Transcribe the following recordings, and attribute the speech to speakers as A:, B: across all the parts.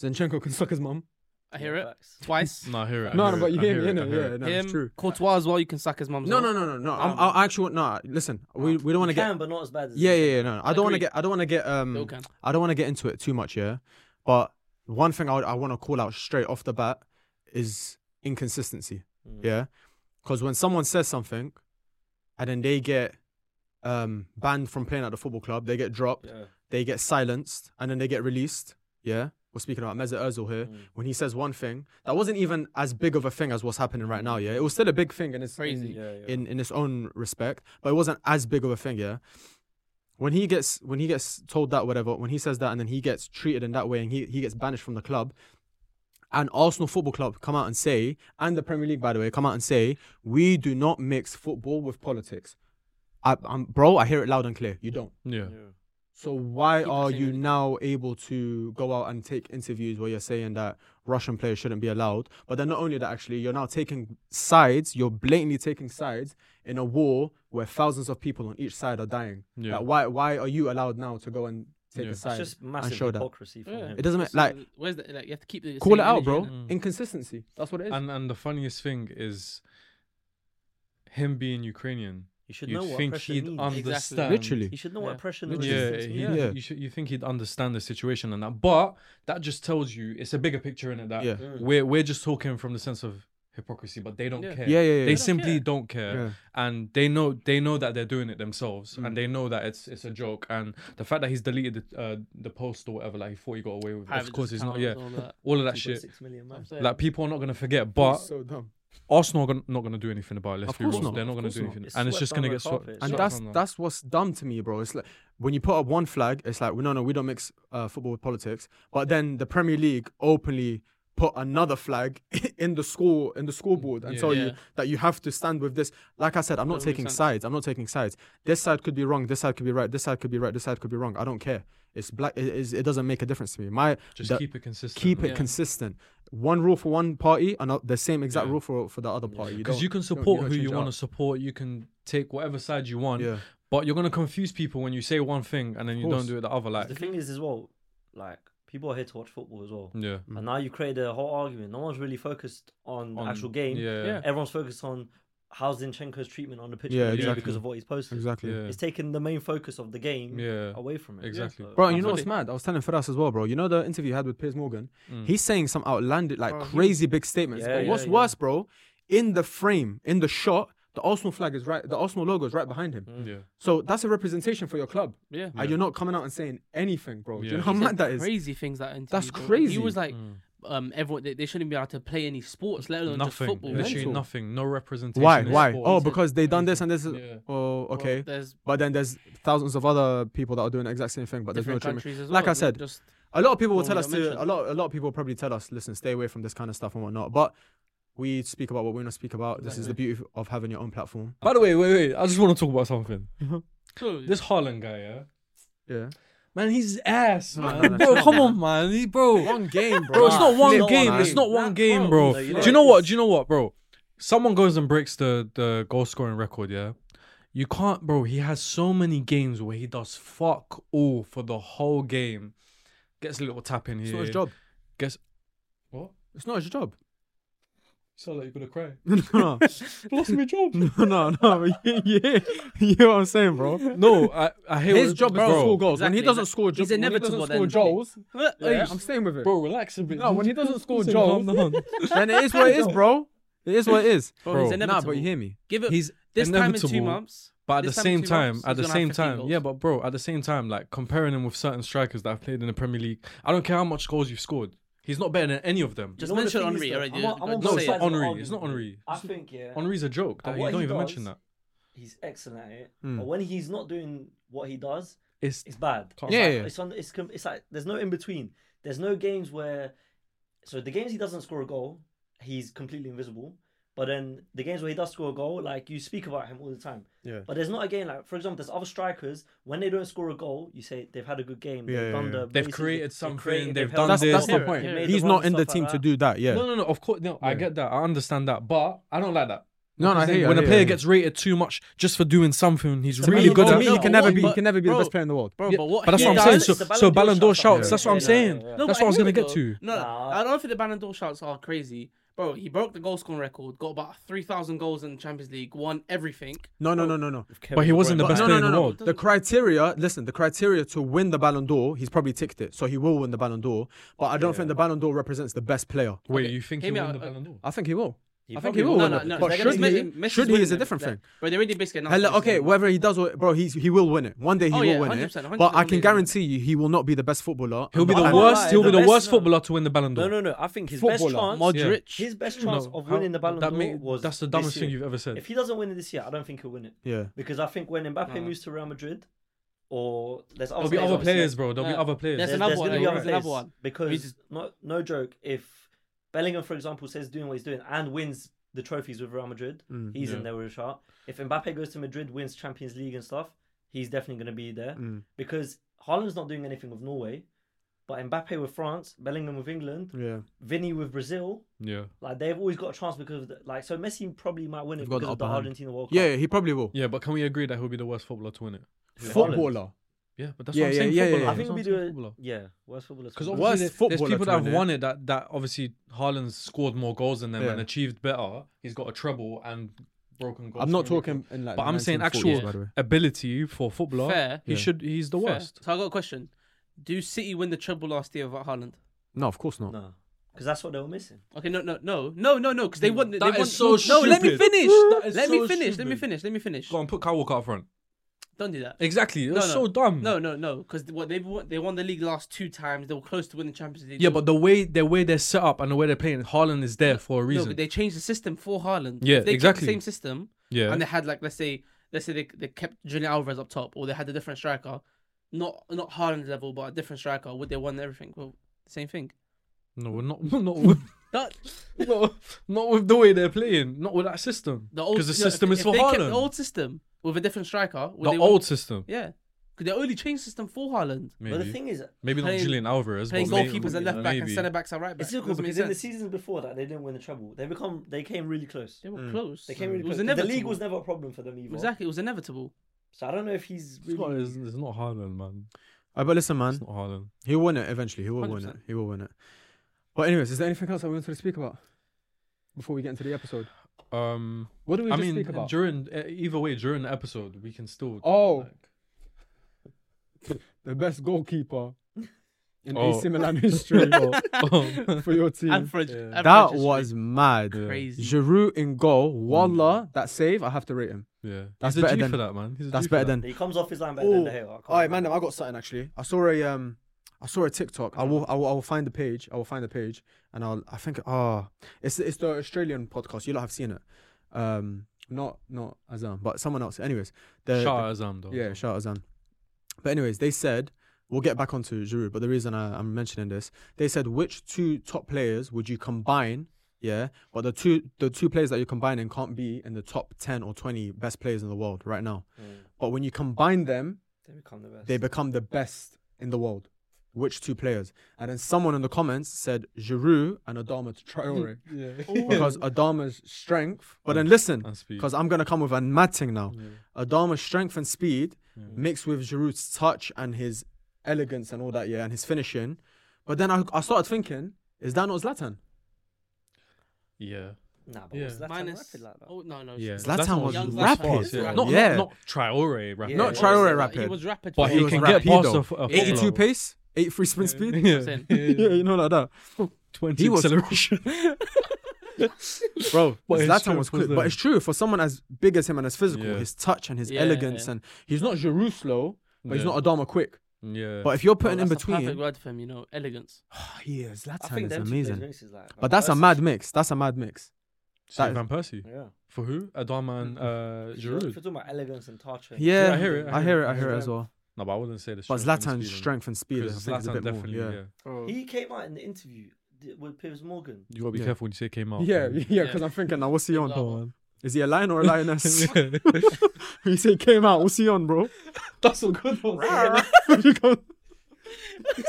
A: Zinchenko can suck his mum.
B: I hear it
C: Facts.
B: twice.
D: No, I hear it. I
A: No,
D: hear
A: no, but
D: it,
A: you
D: I
A: hear me,
D: it, I
A: innit?
D: hear
A: Yeah,
D: it.
A: no,
B: Him,
A: it's true.
B: Courtois as well. You can suck his mum's.
C: No,
A: No,
B: off.
A: no, no, no, no. I'm,
B: Um,
A: I actually no. Listen, we, we don't want to get.
C: Can, but not as bad as.
A: Yeah, yeah, yeah. No, I don't want to
B: Agreed.
A: get. I don't want to get.
B: They all
A: Um,
B: can.
A: I don't want to get into it too much. Yeah, but one thing I would, I want to call out straight off the bat is inconsistency.
C: Mm.
A: Yeah. Because when someone says something and then they get um, banned from playing at the football club, they get dropped,
C: Yeah.
A: they get silenced, and then they get released. Yeah. We're speaking about Mesut Ozil here.
C: Mm.
A: When he says one thing, that wasn't even as big of a thing as what's happening right now. Yeah. It was still a big thing in its,
B: Crazy.
A: in,
C: Yeah, yeah.
A: in, in its own respect, but it wasn't as big of a thing. Yeah. When he gets when he gets told that whatever when he says that and then he gets treated in that way and he, he gets banished from the club, and Arsenal Football Club come out and say, and the Premier League, by the way, come out and say, we do not mix football with politics. I, I'm, bro, I hear it loud and clear. You don't.
D: Yeah.
C: Yeah.
A: So why
B: Keep
A: are
B: saying
A: you
B: it.
A: now able to go out and take interviews where you're saying that Russian players shouldn't be allowed? But then not only that, actually, you're now taking sides. You're blatantly taking sides in a war where thousands of people on each side are dying.
D: Yeah.
A: Like, why? Why are you allowed now to go and take
D: Yeah.
A: a
D: It's
A: side?
C: It's just massive
A: show that.
C: hypocrisy from
B: Yeah.
C: him.
A: it doesn't matter. Like,
B: where's the like? You have to keep the
A: call
B: same
A: it out,
B: energy,
A: bro.
B: innit?
D: Mm.
A: Inconsistency. That's what it is.
D: And and the funniest thing is him being Ukrainian.
C: You should
D: You
C: know
D: would
C: what
D: think
C: pressure
D: he'd
C: means.
D: understand.
A: Literally.
C: You should know
B: Yeah.
C: what pressure
B: Literally.
D: Yeah,
C: means.
D: he,
A: Yeah.
D: you should. You think he'd understand the situation and that, but that just tells you it's a bigger picture in it. That
A: Yeah.
C: Mm.
D: we're we're just talking from the sense of hypocrisy, but they don't
B: Yeah.
D: care.
A: yeah, yeah, yeah.
D: They simply don't care.
A: yeah.
D: and they know they know that they're doing it themselves,
A: Mm.
D: and they know that it's it's a joke. And the fact that he's deleted the uh, the post or whatever, like he thought he got away with. it.
B: Private
D: Of course, he's not.
B: accounts,
D: Yeah,
B: all that.
D: all of that shit.
C: 2.6 million man.
B: I'm saying.
D: Like people are not gonna forget, but
A: so dumb.
D: Arsenal are gon- not gonna do anything about it. Let's
A: Of
D: be
A: course
D: real.
A: not,
D: They're not
A: of
D: gonna
A: course
D: do
A: not.
D: anything,
C: It's
D: and it's
C: swept
D: just gonna
C: under
D: get
C: the
D: swept.
C: carpet.
A: and
C: Shut
D: swept
A: that's
D: under.
A: that's what's dumb to me, bro. It's like when you put up one flag, it's like well, no, no, we don't mix uh, football with politics. But then the Premier League openly put another flag in the school in the scoreboard and
D: Yeah.
A: tell you
B: Yeah.
A: that you have to stand with this. Like I said, I'm not
B: Doesn't make
A: taking
B: sense.
A: sides. I'm not taking sides. This side could be wrong. This side could be right. This side could be right. This side could be wrong. I don't care. It's black. It, it's- it doesn't make a difference to me. My
D: just
A: the-
D: keep it consistent.
A: keep it
B: Yeah.
A: consistent. One rule for one party, and uh, the same exact
D: Yeah.
A: rule for for the other party.
D: because
A: don't-
D: you can
A: don't-
D: support
A: don't
D: who
A: change
D: you
A: it
D: want to
A: up.
D: support. You can take whatever side you want,
A: Yeah,
D: but you're gonna confuse people when you say one thing and then you
A: course.
D: don't do it the other. Like,
C: the thing is, as well, like people are here to watch football as well.
D: yeah,
A: Mm.
C: And now you create a whole argument. No one's really focused on,
D: On-
C: the actual game.
D: yeah, yeah.
B: Yeah.
C: Everyone's focused on how Zinchenko's treatment on the pitch
A: Yeah,
C: yeah,
D: exactly.
C: because of what he's posted.
A: exactly.
D: yeah.
C: It's taken the Oh, main focus of the game
D: Yeah.
C: away from it.
D: Exactly.
C: So-
A: Bro, and you know
B: Absolutely.
A: what's mad? I was telling Firas as well, bro. You know the interview you had with Piers Morgan?
D: Mm.
A: He's saying some outlandish, like
B: Bro, he was-
A: crazy big statements.
C: Yeah,
A: but
C: yeah,
A: what's
C: yeah.
A: worse, bro? In the frame, in the shot, the Arsenal flag is right, the Arsenal logo is right behind him.
D: yeah.
A: So that's a representation for your club.
B: Yeah.
A: And you're not coming out and saying anything, bro. Do
D: Yeah.
A: you know how
B: He said
A: mad that is?
B: Crazy things that interview,
A: That's
B: bro.
A: crazy.
B: He was like,
D: Mm.
B: um, everyone they, they shouldn't be able to play any sports, let alone
D: Nothing.
B: just football.
D: Literally
A: Mental.
D: nothing. No representation.
A: Why?
D: in
A: Why?
D: sport.
A: Oh, because they done this and this. Is,
D: Yeah.
A: Oh,
B: Well,
A: okay.
B: there's
A: But then there's thousands of other people that are doing the exact same thing, but there's no
B: different
A: treatment.
B: countries as well.
A: Like I
B: they're
A: said,
B: just
A: A lot of people will
B: Well,
A: tell
B: we
A: us
B: don't
A: to.
B: mention.
A: A lot. A lot of people probably tell us, listen, stay away from this kind of stuff and whatnot. But we speak about what we want to speak about. This is the beauty of having your own platform.
D: By the way, wait, wait. I just want to talk about something.
B: this
D: This Haaland guy, yeah.
A: Yeah.
D: Man, he's ass,
A: No, no,
D: man.
A: no,
D: bro,
A: no,
D: come
A: no.
D: on, man. He, bro,
A: One game, bro.
D: bro, it's not
C: Nah,
D: one
C: flip,
D: game.
C: man.
D: It's not
B: Nah,
D: one game,
B: bro.
D: bro.
C: No, you
D: Do
C: know
D: you know
C: it
D: what?
C: is.
D: Do you know what, bro? Someone goes and breaks the the goal scoring record, yeah. You can't, bro. He has so many games where he does fuck all for the whole game. Gets a little tap in
A: It's
D: here.
A: not his job.
D: Gets what?
A: It's not his job.
D: sound like you're gonna cry.
A: no, no,
D: Lost my job.
A: no, no. Yeah, yeah. you know what I'm saying, bro.
D: No, I, I hear
A: His
D: what-
A: job is
D: bro,
A: to score goals. When he
B: exactly,
A: doesn't
B: exactly.
A: score, jo-
B: He's
A: when he
B: inevitable
A: doesn't
B: then,
A: score
B: isn't he?
A: goals. yeah, I'm staying with it.
D: Bro, relax a bit.
A: No, when he doesn't score
D: Listen,
A: goals,
D: calm down.
A: then it is what it is, bro. It is what it is.
B: Bro, he's
A: nah, but
B: inevitable.
A: you hear me?
B: give it
D: he's
B: this time in two
D: inevitable,
B: months.
D: But at
B: This
D: the
B: time in
D: same
B: two
D: time,
B: months,
D: at
B: he's
D: the
B: gonna have
D: same
B: 15
D: time,
B: goals.
D: yeah, but bro, at the same time, like comparing him with certain strikers that have played in the Premier League, I don't care how much goals you've scored, he's not better than any of them.
B: Just
C: You know what
B: mention
C: the thing is,
B: Henri
C: though?
B: already.
C: I'm on- I'm on
B: Don't
C: both
B: say
D: it's not
C: sides
B: it.
C: of the
D: Henri,
C: argument.
D: it's not Henri.
C: I think yeah.
D: Henri's a joke.
C: And
D: That, you
C: what
D: don't
C: he
D: even
C: does-
D: mention that.
C: he's excellent at it.
A: Mm.
C: But when he's not doing what he does,
D: It's
C: it's bad.
D: Can't-
A: Yeah, yeah,
C: It's like,
A: yeah.
C: It's, on, it's com- it's like there's no in between. There's no games where, so the games he doesn't score a goal, he's completely invisible. But then the games where he does score a goal, like you speak about him all the time.
A: Yeah.
C: But there's not a game like, for example, there's other strikers when they don't score a goal, you say they've had a good game.
A: Yeah,
C: they've
A: yeah,
C: done
A: yeah.
C: the
A: They've
C: bases,
D: created
C: they've
D: something,
C: created-
D: they've
C: held
D: done
C: up
A: That's that's
D: this.
A: the
C: effort,
A: point.
C: they made the
A: He's
C: run
A: not
C: and
A: in the
C: stuff
A: team
C: like
A: to
C: that.
A: do that. Yeah.
D: no, no, no. Of course, no. I
A: Yeah.
D: get that. I understand that, but I don't like that.
A: No, no, I
D: Because then
A: hear you, I
D: when a
A: hear you,
D: player
A: I hear
D: gets rarated too much just for doing something he's
A: you.
D: really
A: To
D: good
A: me,
D: at.
A: he can never be. He
B: But-
A: can never be the
B: bro,
A: best player in the world.
B: bro.
D: Yeah,
B: but what?
D: but that's
B: he
D: what I'm
B: does-
D: saying.
C: It's the
D: So,
C: Ballon
D: so
C: d'Or
D: Ballon d'or
C: shouts,
D: shouts.
A: yeah.
D: That's what I'm
C: Yeah,
D: saying.
C: yeah, yeah.
D: That's
B: but
D: what I was
B: hear
D: gonna
B: it,
D: get
B: though.
D: to.
B: No, no,
C: Nah.
B: I don't think the Ballon d'Or shouts are crazy. Bro, he broke the goal scoring record, got about 3,000 goals in the Champions League, won everything.
A: No, no, no, no, no.
D: But he wasn't the
A: But
D: best
A: no,
D: player
A: no,
D: in
A: no,
D: the
A: no.
D: world.
A: The criteria, listen, the criteria to win the Ballon d'Or, he's probably ticked it, so he will win the Ballon d'or. But I don't think the Ballon d'or represents the best player.
D: Wait, you think
B: hear
D: he
B: me
D: won
B: out,
D: the
B: uh,
D: Ballon d'Or?
A: I think he will.
C: He
A: I think
C: probably
A: he will.
C: will.
A: win
B: No,
A: it.
B: no, no,
A: Oh, But
B: they're
A: should
B: gonna-
A: he?
B: Messi's
A: should he is a
B: winning it,
A: different
B: like-
A: thing.
B: But they already basically announced
A: Hella,
B: it,
A: okay,
B: so-
A: whether he does or bro, he's he will win it. One day he
B: Oh,
A: will
B: yeah,
A: win
B: 100%,
A: it. But I can
B: 100% will win it.
A: guarantee you, he will not be the best footballer.
D: He'll be
A: But
D: the
A: I-
C: won't
D: worst.
C: lie,
D: He'll be
C: the
D: the
C: best-
D: worst footballer to win the Ballon
C: No,
D: d'Or.
C: no, no. I think his best
A: Footballer,
C: chance,
B: Modric.
C: his best chance
D: No,
C: of
D: how-
C: winning the Ballon d'Or
D: That may-
C: was
D: that's the
C: this
D: dumbest thing
C: year.
D: you've ever said. Uh.
C: If he doesn't win it this year, I don't think he'll win it
A: Yeah.
C: because I think when Mbappe
B: No.
C: moves to Real Madrid, or there's
D: There'll
C: other
D: be
C: players,
D: other
C: obviously.
D: players, bro. There'll be
B: Yeah.
D: other
B: There's
D: players.
C: There's,
B: another
C: there's
B: one, yeah,
C: gonna be other
B: there's another
C: players
B: one.
C: because
B: We just-
C: no, no joke. If Bellingham, for example, says doing what he's doing and wins the trophies with Real Madrid,
A: Mm,
C: he's
D: yeah.
C: in there with a shot. If Mbappe goes to Madrid, wins Champions League and stuff, he's definitely going to be there
A: mm,
C: because Haaland's not doing anything with Norway, but Mbappe with France, Bellingham with England,
D: Mm.
A: Yeah.
C: Vinny with Brazil.
D: Yeah,
C: Like they've always got a chance because of the, like so Messi probably might win it
A: They've got
C: because
A: the
C: of the
A: upper hand.
C: Argentina World Cup.
A: Yeah, yeah, he probably will.
D: yeah. But can we agree that he'll be the worst footballer to win it?
C: Haaland.
A: Footballer.
D: Yeah, but that's
A: Yeah,
D: what I'm
A: yeah,
D: saying.
A: yeah, yeah,
D: footballer.
A: yeah.
C: I think
D: That's
C: we
D: what
C: do
D: I'm
C: it.
D: saying, footballer.
C: Yeah, worst footballer.
D: Because
A: Worst
D: obviously there- there's
A: footballer
D: people
A: to
D: that have
A: win it.
D: won it that, that obviously Haaland's scored more goals than them
A: Yeah.
D: and achieved better. He's got a treble and broken goals.
A: I'm not
D: scoring record.
A: talking in like.
D: But
A: the
D: I'm saying
A: 1940s,
D: actual
A: by the way.
D: ability for footballer.
B: Fair.
D: He
A: Yeah.
D: should. He's the
B: Fair.
D: worst.
B: So I got a question. Do City win the treble last year without Haaland?
A: No, of course not.
C: No, because that's what they were missing.
B: Okay, no, no, no, no, no, no, because they want.
D: That
B: they
D: is
B: want,
D: so
B: No, let me
D: stupid.
B: finish.
D: That is
B: let
D: so
B: me finish. Let me
D: stupid.
B: finish. Let me finish.
D: Go on, put Kyle Walker up front.
B: Don't do that.
D: Exactly. That's
B: no.
D: so dumb.
B: No, no, no, because what they won, they won the league last two times. They were close to winning Champions League.
D: Yeah, but the way the way they're set up and the way they're playing, Haaland is there for a
B: no,
D: reason.
B: but they changed the system for Haaland.
D: Yeah,
B: If they kept
D: exactly.
B: The same system,
D: yeah.
B: and they had like let's say let's say they, they kept Julian Alvarez up top, or they had a different striker, not not Haaland level, but a different striker. Would they won everything? Well, same thing.
D: no, we're not not with,
B: That
D: not, not with the way they're playing. Not with that system.
B: the old
D: Because the
B: no,
D: system
B: if,
D: is
B: if
D: for
B: they kept
D: Haaland.
B: The old system with a different striker. would
D: The
B: they
D: old
B: win?
D: system.
B: yeah. Because they only changed system for Haaland.
D: Maybe.
C: But the thing is,
D: maybe not
B: playing-
D: Julian Alvarez.
B: Playing
D: but may-
B: goalkeepers and left back and
D: maybe.
B: centre backs and right back.
C: it's difficult
B: Doesn't make
C: because in the
B: sense.
C: seasons before that they didn't win the treble. They become they came really close.
B: They were
A: Mm.
B: close.
C: They came really
B: it was
C: close. The
B: inevitable.
C: league was never a problem for them either.
B: Exactly, it was inevitable.
C: So I don't know if he's
D: It's not, it's,
C: really.
D: it's not Haaland, man.
A: Alright, Uh, but listen, man,
D: It's not Haaland.
A: he'll win it eventually. He will win it.
B: 100%.
A: He will win it. But anyways, is there anything else that we wanted to speak about before we get into the episode?
D: Um,
A: What do we
D: I
A: just
D: mean,
A: speak about?
D: during uh, either way, during the episode, we can still.
A: Oh,
D: like-
A: the best goalkeeper in
D: Oh.
A: AC Milan history
D: oh.
A: for your team.
B: And Fred,
D: Yeah.
B: and Fred
A: that
B: just-
A: was mad.
B: crazy.
A: Giroud in goal.
D: Mm.
A: Wallah, that save, I have to rate him.
D: yeah,
A: That's
D: he's a
A: better
D: G
A: than-
D: for that, man. He's a
A: That's
D: G for
A: better
D: that.
A: than
C: He comes off his line better than
A: Ooh.
C: De Gea. I can't
A: All right,
C: lie.
A: man, I got something actually. I saw a um, I saw a TikTok. I will, I will, I will find the page. I will find the page, and I'll, I think, ah, it's it's the Australian podcast. You lot have seen it, um, not not Azam, but someone else. Anyways, the,
D: Shout out Azam um, though.
A: the yeah, shout out Azam. But anyways, they said we'll get back onto Giroud, but the reason I, I'm mentioning this, they said which two top players would you combine? Yeah, but the two the two players that you're combining can't be in the top ten or twenty best players in the world right now.
C: Mm,
A: But when you combine them,
C: They become the best.
A: they become the best in the world. Which two players? And then someone in the comments said Giroud and Adama Traore because Adama's strength. But then listen,
D: And speed.
A: because I'm gonna come with a mad thing now. Adama's strength and speed mixed with Giroud's touch and his elegance and all that, yeah, and his finishing. But then I, I started thinking, is that not Zlatan?
D: Yeah.
C: Nah, but
D: Yeah.
C: was Zlatan
B: minus.
C: rapid like that?
B: Oh no, no.
D: Yeah,
A: Zlatan
D: That's not
A: was
D: Zlatan's
A: rapid.
D: pass, yeah.
B: Yeah.
D: Not,
A: Yeah.
D: not not Traore rapid.
C: Yeah.
A: Not
C: Yeah.
A: Traore
B: Like, He
A: rapid,
B: was rapid.
D: But
B: for
D: he
B: us.
A: was
D: can
A: rapid,
D: get past
A: though.
D: a, f- a
B: Yeah.
A: 82
D: footballer.
A: pace, 83 sprint speed.
D: Yeah.
B: Yeah.
D: Yeah.
A: Yeah, you know like that,
D: 20
A: He was-
D: acceleration.
A: bro.
D: But his
A: Zlatan was
D: strength was
A: quick,
D: there.
A: but it's true for someone as big as him and as physical,
D: Yeah.
A: his touch and his
B: Yeah,
A: elegance,
B: yeah.
A: and he's not Giroud slow, but he's
D: Yeah.
A: not Adama quick.
D: yeah.
A: But if you're
B: Bro,
A: putting in
B: that's the Perfect
A: between,
B: word for him, you know, elegance.
A: he is.
C: I
A: Zlatan
C: think
A: is
C: them two players
A: amazing.
C: mixes like that.
A: But that's a
C: Versus-
A: mad mix. That's a mad mix.
D: Steve
A: that Mm-hmm. is-
D: Van Persie.
C: Yeah.
D: For who? Adama and uh,
C: If you're
D: Giroud.
C: talking about elegance and touch. and-
A: Yeah,
D: I hear it,
A: I hear it. I hear it as well.
D: No, but I wouldn't say the
A: But
D: strength and
A: Zlatan's
D: speed,
A: strength and speed, I
D: 'cause
A: think, is a
D: Zlatan
A: bit more.
D: definitely,
A: Yeah,
C: He came out in the interview d- with Piers Morgan.
D: You gotta be
A: Yeah.
D: careful when you say came out.
A: yeah, yeah. Because I'm thinking now, what's he on? Is he a lion or a lioness? he said, "Came out. What's he on, bro?"
D: That's a good one.
A: You go-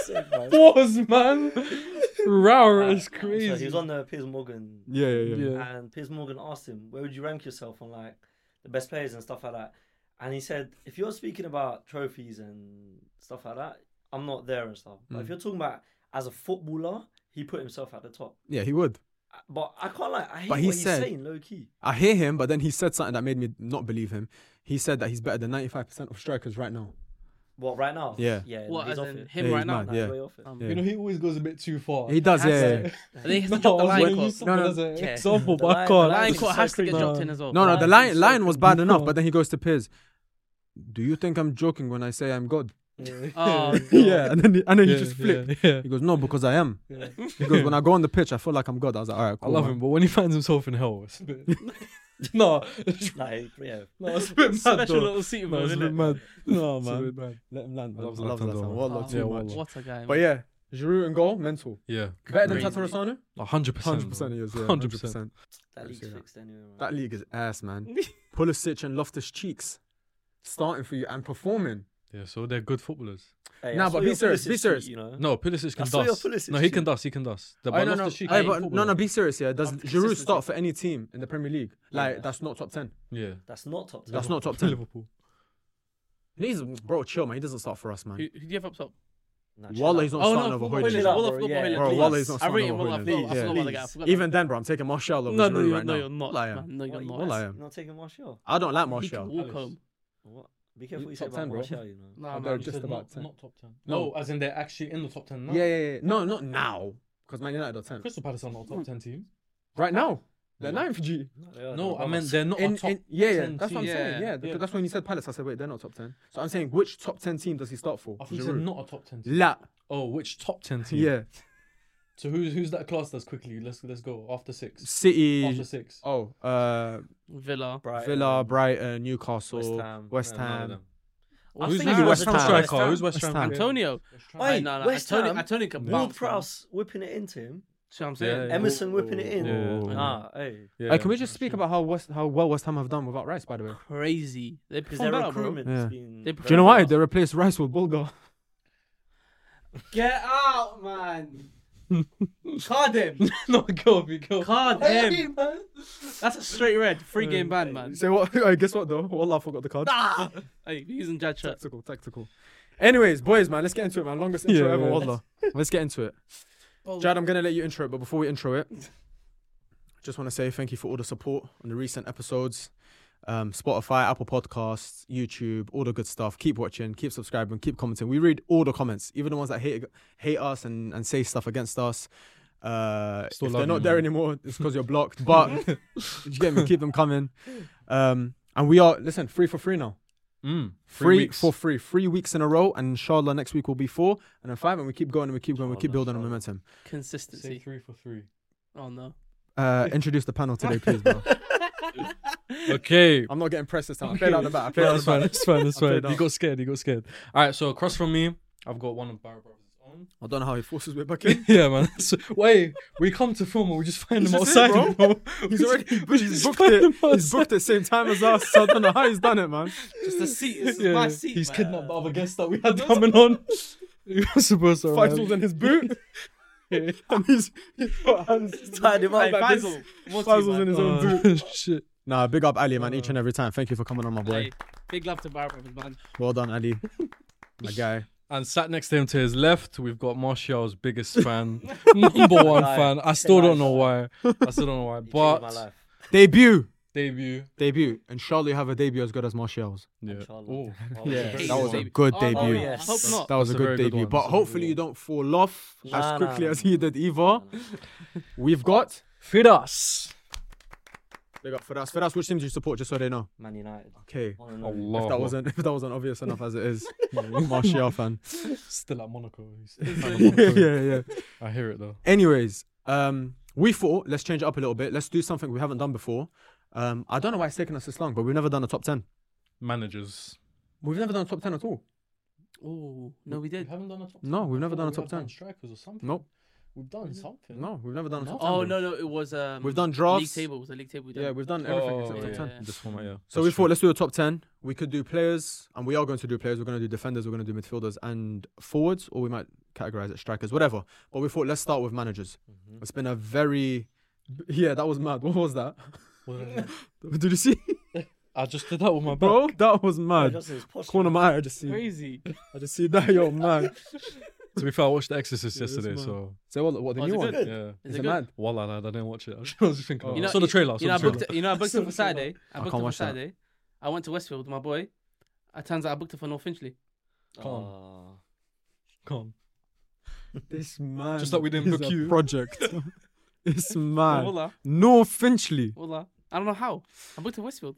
C: Sick, man.
D: Pause, man. Raura is
C: So
D: crazy.
C: he was on the Piers Morgan
A: Yeah, yeah, yeah.
D: Yeah.
C: and Piers Morgan asked him, "Where would you rank yourself on like the best players and stuff like that?" And he said, "If you're speaking about trophies and stuff like that, I'm not there and stuff. But if
D: Mm.
C: you're talking about as a footballer, he put himself at the top.
A: Yeah, he would.
C: Uh, But I can't like I hate
A: But
C: what
A: he
C: he's
A: said-
C: saying, low key.
A: I hear him, but then he said something that made me not believe him. He said that he's better than 95% of strikers right now.
C: What right now?
A: Yeah.
C: yeah.
B: What,
C: he's
B: as
C: off
B: in
C: it.
B: him
A: Yeah,
B: right
A: he's
B: now?
A: mad.
C: Nah,
A: Yeah.
C: he's way off it.
B: Um,
A: Yeah.
D: You know, he always goes a bit too far.
A: He does,
B: has
A: yeah.
B: to.
A: yeah.
B: I think he has to
D: No,
B: drop the
D: I was
B: line
D: waiting
B: call.
D: for someone
A: no.
D: as an
B: Yeah.
D: example,
C: The
D: but I
C: line-
D: can't.
C: line
B: Line
C: is
B: call
C: so
B: has to get
C: cringe.
B: dropped
D: No.
B: in as well.
A: No, no,
C: Lion
A: the
C: is
A: lion,
C: so
A: lion was bad
D: good.
A: enough, but then he goes to Piers. Do you think I'm joking when I say I'm God?
B: Oh,
A: yeah, and then he, and then
D: yeah,
A: he just
D: yeah,
A: flipped.
D: yeah.
A: He goes, no, because I am. He goes, when I go on the pitch, I feel like I'm God. I was like, all right,
D: I
A: cool.
D: love
A: man."
D: him, but when he finds himself in hell, it's a bit. no, it's,
C: Nah, he- yeah.
D: no, it's a bit mad.
B: Special
D: though.
B: little seat
D: no,
B: move,
D: it's a
B: isn't
D: bit
B: it?
D: mad.
A: No,
D: It's a
A: man.
D: bit mad.
A: Let him land. man.
D: I love
A: I love
D: Zlatan,
A: Zlatan.
D: though.
A: Wallah,
D: Yeah,
A: too much.
D: wallah.
B: What a guy.
A: But
B: man.
A: yeah, Giroud and goal, mental.
D: Yeah,
A: Better than
B: Crazy.
A: Tatarasano?
D: hundred percent.
A: 100% he is, yeah.
D: 100%.
A: 100%.
C: That league's
A: Yeah.
C: fixed anyway. Man.
A: That league is ass, man. Pulisic and Loftus Cheeks starting for you and performing.
D: Yeah, so they're good footballers.
C: Hey, I
A: Nah,
C: saw
A: but be
C: your
A: serious,
C: Pulisic
A: be
C: tweet,
A: serious.
C: You know.
D: No, Pulisic
C: I
D: can
C: saw your
D: dust.
C: Pulisic
D: no, he can
C: tweet.
D: dust. He can dust. The
A: Oh, no,
D: ball
A: no.
D: off the
A: Aye,
D: cheek.
A: but no, no, be serious, yeah. Does
B: Um,
A: Giroud
B: consistency.
A: start for any team in the Premier League? Like,
C: Yeah.
A: that's not top 10.
D: Yeah,
C: That's not top.
A: That's
C: That's
A: not top 10.
D: Liverpool.
A: He's, bro, chill, man. He doesn't start for us,
B: Who,
A: man.
B: who do you have up top?
A: Wallah, he's not
B: Oh,
A: starting
B: no,
A: over
B: Fulham,
A: Hoyland.
C: Fulham.
B: Wallah,
C: Bro,
B: Fulham,
C: yeah.
B: Wallah,
A: Bro,
B: please.
A: Wallah is not
B: I rate
A: starting
B: him.
A: over
B: Wallah, I
A: Hoyland.
B: forgot I forgot about the guy. I
C: Please.
B: forgot
A: Even then, bro, I'm taking Martial over
B: No,
A: Giroud
B: no, you're,
A: right
B: no,
A: now.
B: you're not.
A: Liar.
B: Man. No,
C: What,
B: you're
C: you
B: not.
A: Wallah,
C: not-
A: yeah.
C: you're not taking Martial.
A: I don't like
B: He could
A: Martial.
B: walk
D: Alice.
B: home.
C: What? Be careful what you say
A: Top
C: about
A: 10, bro.
C: Martial. You know.
B: Nah,
A: they're
B: man.
A: just about 10.
D: top ten.
A: No.
D: as in they're actually in the top ten
A: Yeah, yeah, yeah. No, not now. Because Man United are 10.
D: Crystal Palace are not a top ten team.
A: Right now. They're
D: Yeah.
A: 9th G.
D: No, I meant they're not
A: In,
D: a top.
A: in, yeah, yeah,
D: 10
A: that's what I'm
D: team.
A: saying.
B: Yeah.
A: Yeah, because
D: Yeah.
A: that's when you said Palace. I said, wait, they're not top 10. So I'm saying, which top 10 team does he start for?
D: I thought you said
A: Giroud.
D: not a top ten. Team.
A: La.
D: Oh, which top ten team?
A: Yeah.
D: So who's who's that class? That's quickly. Let's let's go after six.
A: City.
D: After six.
A: Oh, uh,
B: Villa.
A: Villa, Brighton, Newcastle,
C: West
A: West
C: Ham.
D: No, none of
A: Ham.
D: them.
B: I
D: Who's
B: think
A: thinking
B: I
A: West
B: was a
A: Ham.
B: top-
A: West
D: striker? Who's West
A: West
D: Ham?
A: Ham.
B: Antonio.
C: Oi,
B: Hey, no, no.
C: West
B: Antonio,
C: Ham,
B: Antonio can
C: Ward
B: bounce. man.
C: Prowse whipping it into him.
B: See what I'm saying?
D: Yeah.
C: Emerson whipping it in.
D: Yeah.
A: Oh.
C: Ah, hey.
D: Yeah,
A: Hey, can we just
D: that's
A: speak
D: true.
A: about how West, how well West Ham have done without Rice? By the way,
B: Crazy. They
C: Because
B: performed
C: their
B: out, bro.
C: recruitment has
A: Yeah.
C: been.
B: They-
A: do you know why they replaced Rice with Bulgar?
B: Get out, man. Card him.
D: no, go, be go.
B: Card him. That's a straight red. Three game ban, man.
A: Say what? I guess what though? Wallah, I forgot the card.
B: Ah! Hey, he's using Jad shirt.
A: Tactical, tactical. Anyways, boys, man, let's get into it, man. Longest intro
D: Yeah,
A: ever.
D: yeah.
A: Wallah, let's get into it. Jad, I'm gonna let you intro it, but before we intro it, just want to say thank you for all the support on the recent episodes. Um, Spotify, Apple Podcasts, YouTube, all the good stuff. Keep watching, keep subscribing, keep commenting. We read all the comments, even the ones that hate hate us and, and say stuff against us. Uh,
D: Still
A: if
D: love
A: they're
D: you,
A: not there
D: man.
A: anymore, it's because you're blocked. But do you get me? Keep them coming. Um, and we are listen free for free now.
D: Mm,
A: Free
D: weeks.
A: for free, three weeks in a row, and inshallah next week will be four, and then five, and we keep going and we keep going, we keep
C: Inshallah,
A: building on
C: inshallah.
A: momentum.
D: Say
B: Consistency.
D: three for three.
B: Oh, no.
A: Uh, introduce the panel today, please, bro.
D: Okay.
A: I'm not getting pressed this time. I played out the bat. I played
D: No,
A: out
D: that's
A: the
D: fine.
A: bat.
D: That's fine. That's
A: I played
D: fine. He
A: out.
D: got scared. He got scared. All right. So across from me, I've got one of Barrow Brothers' own.
A: I don't know how he forces way back in.
D: yeah, man. So, wait, we come to film and we just find
A: He's
D: him
A: just here,
D: outside,
A: bro.
D: bro.
A: He's
D: We
A: already
D: just-
A: he's
D: we just
A: booked
D: find
A: it.
D: him
A: He's
D: outside.
A: booked it same time as us. So I don't know how he's done it, man.
B: Just the seat. This is
D: Yeah,
B: my
D: yeah.
B: seat.
D: He's
B: man.
D: kidnapped the other guest that we had coming on. He was supposed to.
A: Five
D: arrive.
A: tools in his boot. and he's, he's got hands
C: tied him
B: Hey,
C: up like this.
B: Faisal. What's
A: Five
B: he,
A: tools in
B: man?
A: his own boot.
D: Oh, shit.
A: Nah, big up Ali, man, each and every time. Thank you for coming on, my boy.
B: Hey, Big love to Barra Brothers, man.
A: Well done, Ali. My guy.
D: And sat next to him to his left, we've got Martial's biggest fan, number one
C: Liar.
D: fan. I
C: Say
D: still
C: lies.
D: don't know why. I still don't know why.
C: He changed my
D: But
C: life.
A: Debut.
D: debut.
A: Debut. And surely you have a debut as good as Martial's.
D: Yeah.
C: Inshallah.
D: Oh,
C: Oh,
A: Yeah,
C: very
A: that was
C: good.
A: a good
B: Oh,
A: debut.
B: no, I
C: Yes.
B: hope not.
A: That was
D: That's
A: a good
D: a very good
A: debut.
D: one.
A: but
D: That's a very
A: hopefully
D: good
A: you don't fall off
C: Nah,
A: as
C: nah,
A: quickly
C: nah,
A: as
C: nah.
A: he did either. We've got
D: feed us.
A: Big up Firas. Firas, which team do you support just so they know?
C: Man United.
A: Okay.
C: On and on.
D: Allah.
A: If that wasn't if that wasn't obvious enough as it is. Martial fan.
D: Still at Monaco. He's still at
A: yeah,
D: Monaco.
A: yeah, yeah.
D: I hear it though.
A: Anyways, um, we thought let's change it up a little bit. Let's do something we haven't done before. Um, I don't know why it's taken us this long, but we've never done a top ten.
D: Managers.
A: We've never done a top ten at all.
B: Oh, no, we did.
D: haven't done a top
A: No, we've never done a top 10.
D: Strikers or something.
A: Nope.
D: We've done something.
A: No, we've never done a
D: No.
A: top ten. bro.
B: Oh, no, no. It was. Um,
A: We've done
B: League
A: drafts.
B: table. It was a league table. We did.
A: Yeah, we've done
D: Oh,
A: everything
D: yeah.
A: except top ten.
B: yeah.
D: This format, yeah.
A: So we
D: That's
A: thought
D: true.
A: let's do a top ten. We could do players, and we are going to do players. We're going to do defenders. We're going to do midfielders and forwards, or we might categorize it strikers, whatever. But we thought let's start with managers.
C: Mhm.
A: It's been a very yeah, that was mad. What was that?
D: Well,
A: Did you see,
D: I just did that with my bro.
A: bro? That was
C: Oh,
A: mad.
C: Justin's posture.
A: Corner of my eye, I just see,
B: Crazy.
A: I just see that, yo, man.
D: To be fair, I watched The Exorcist
A: Yeah, that's
D: yesterday,
A: mad.
D: so
A: So what? What the
B: Oh, is
A: new
B: it
A: one?
B: good?
D: yeah.
B: Is
A: Is
B: it
A: it
B: good?
A: mad?
D: Wallah, lad, I didn't watch it. I was just thinking. about
A: You
D: it.
A: know-
D: Oh, I saw the trailer. I saw
B: You know, I
D: the trailer.
B: booked it, you know, I booked
C: Saw
B: it
C: the
B: for
C: trailer.
B: Saturday. I
A: I
B: booked
A: can't
B: it for
A: watch that.
B: Saturday. I went to Westfield with my boy. It turns out I booked it for North Finchley.
C: Oh.
D: Come on.
A: This man.
D: Just that we didn't
A: is
D: book
A: a
D: you.
A: Project. it's mad.
B: Wallah,
A: No Finchley.
B: wallah. I don't know how. I booked it Westfield.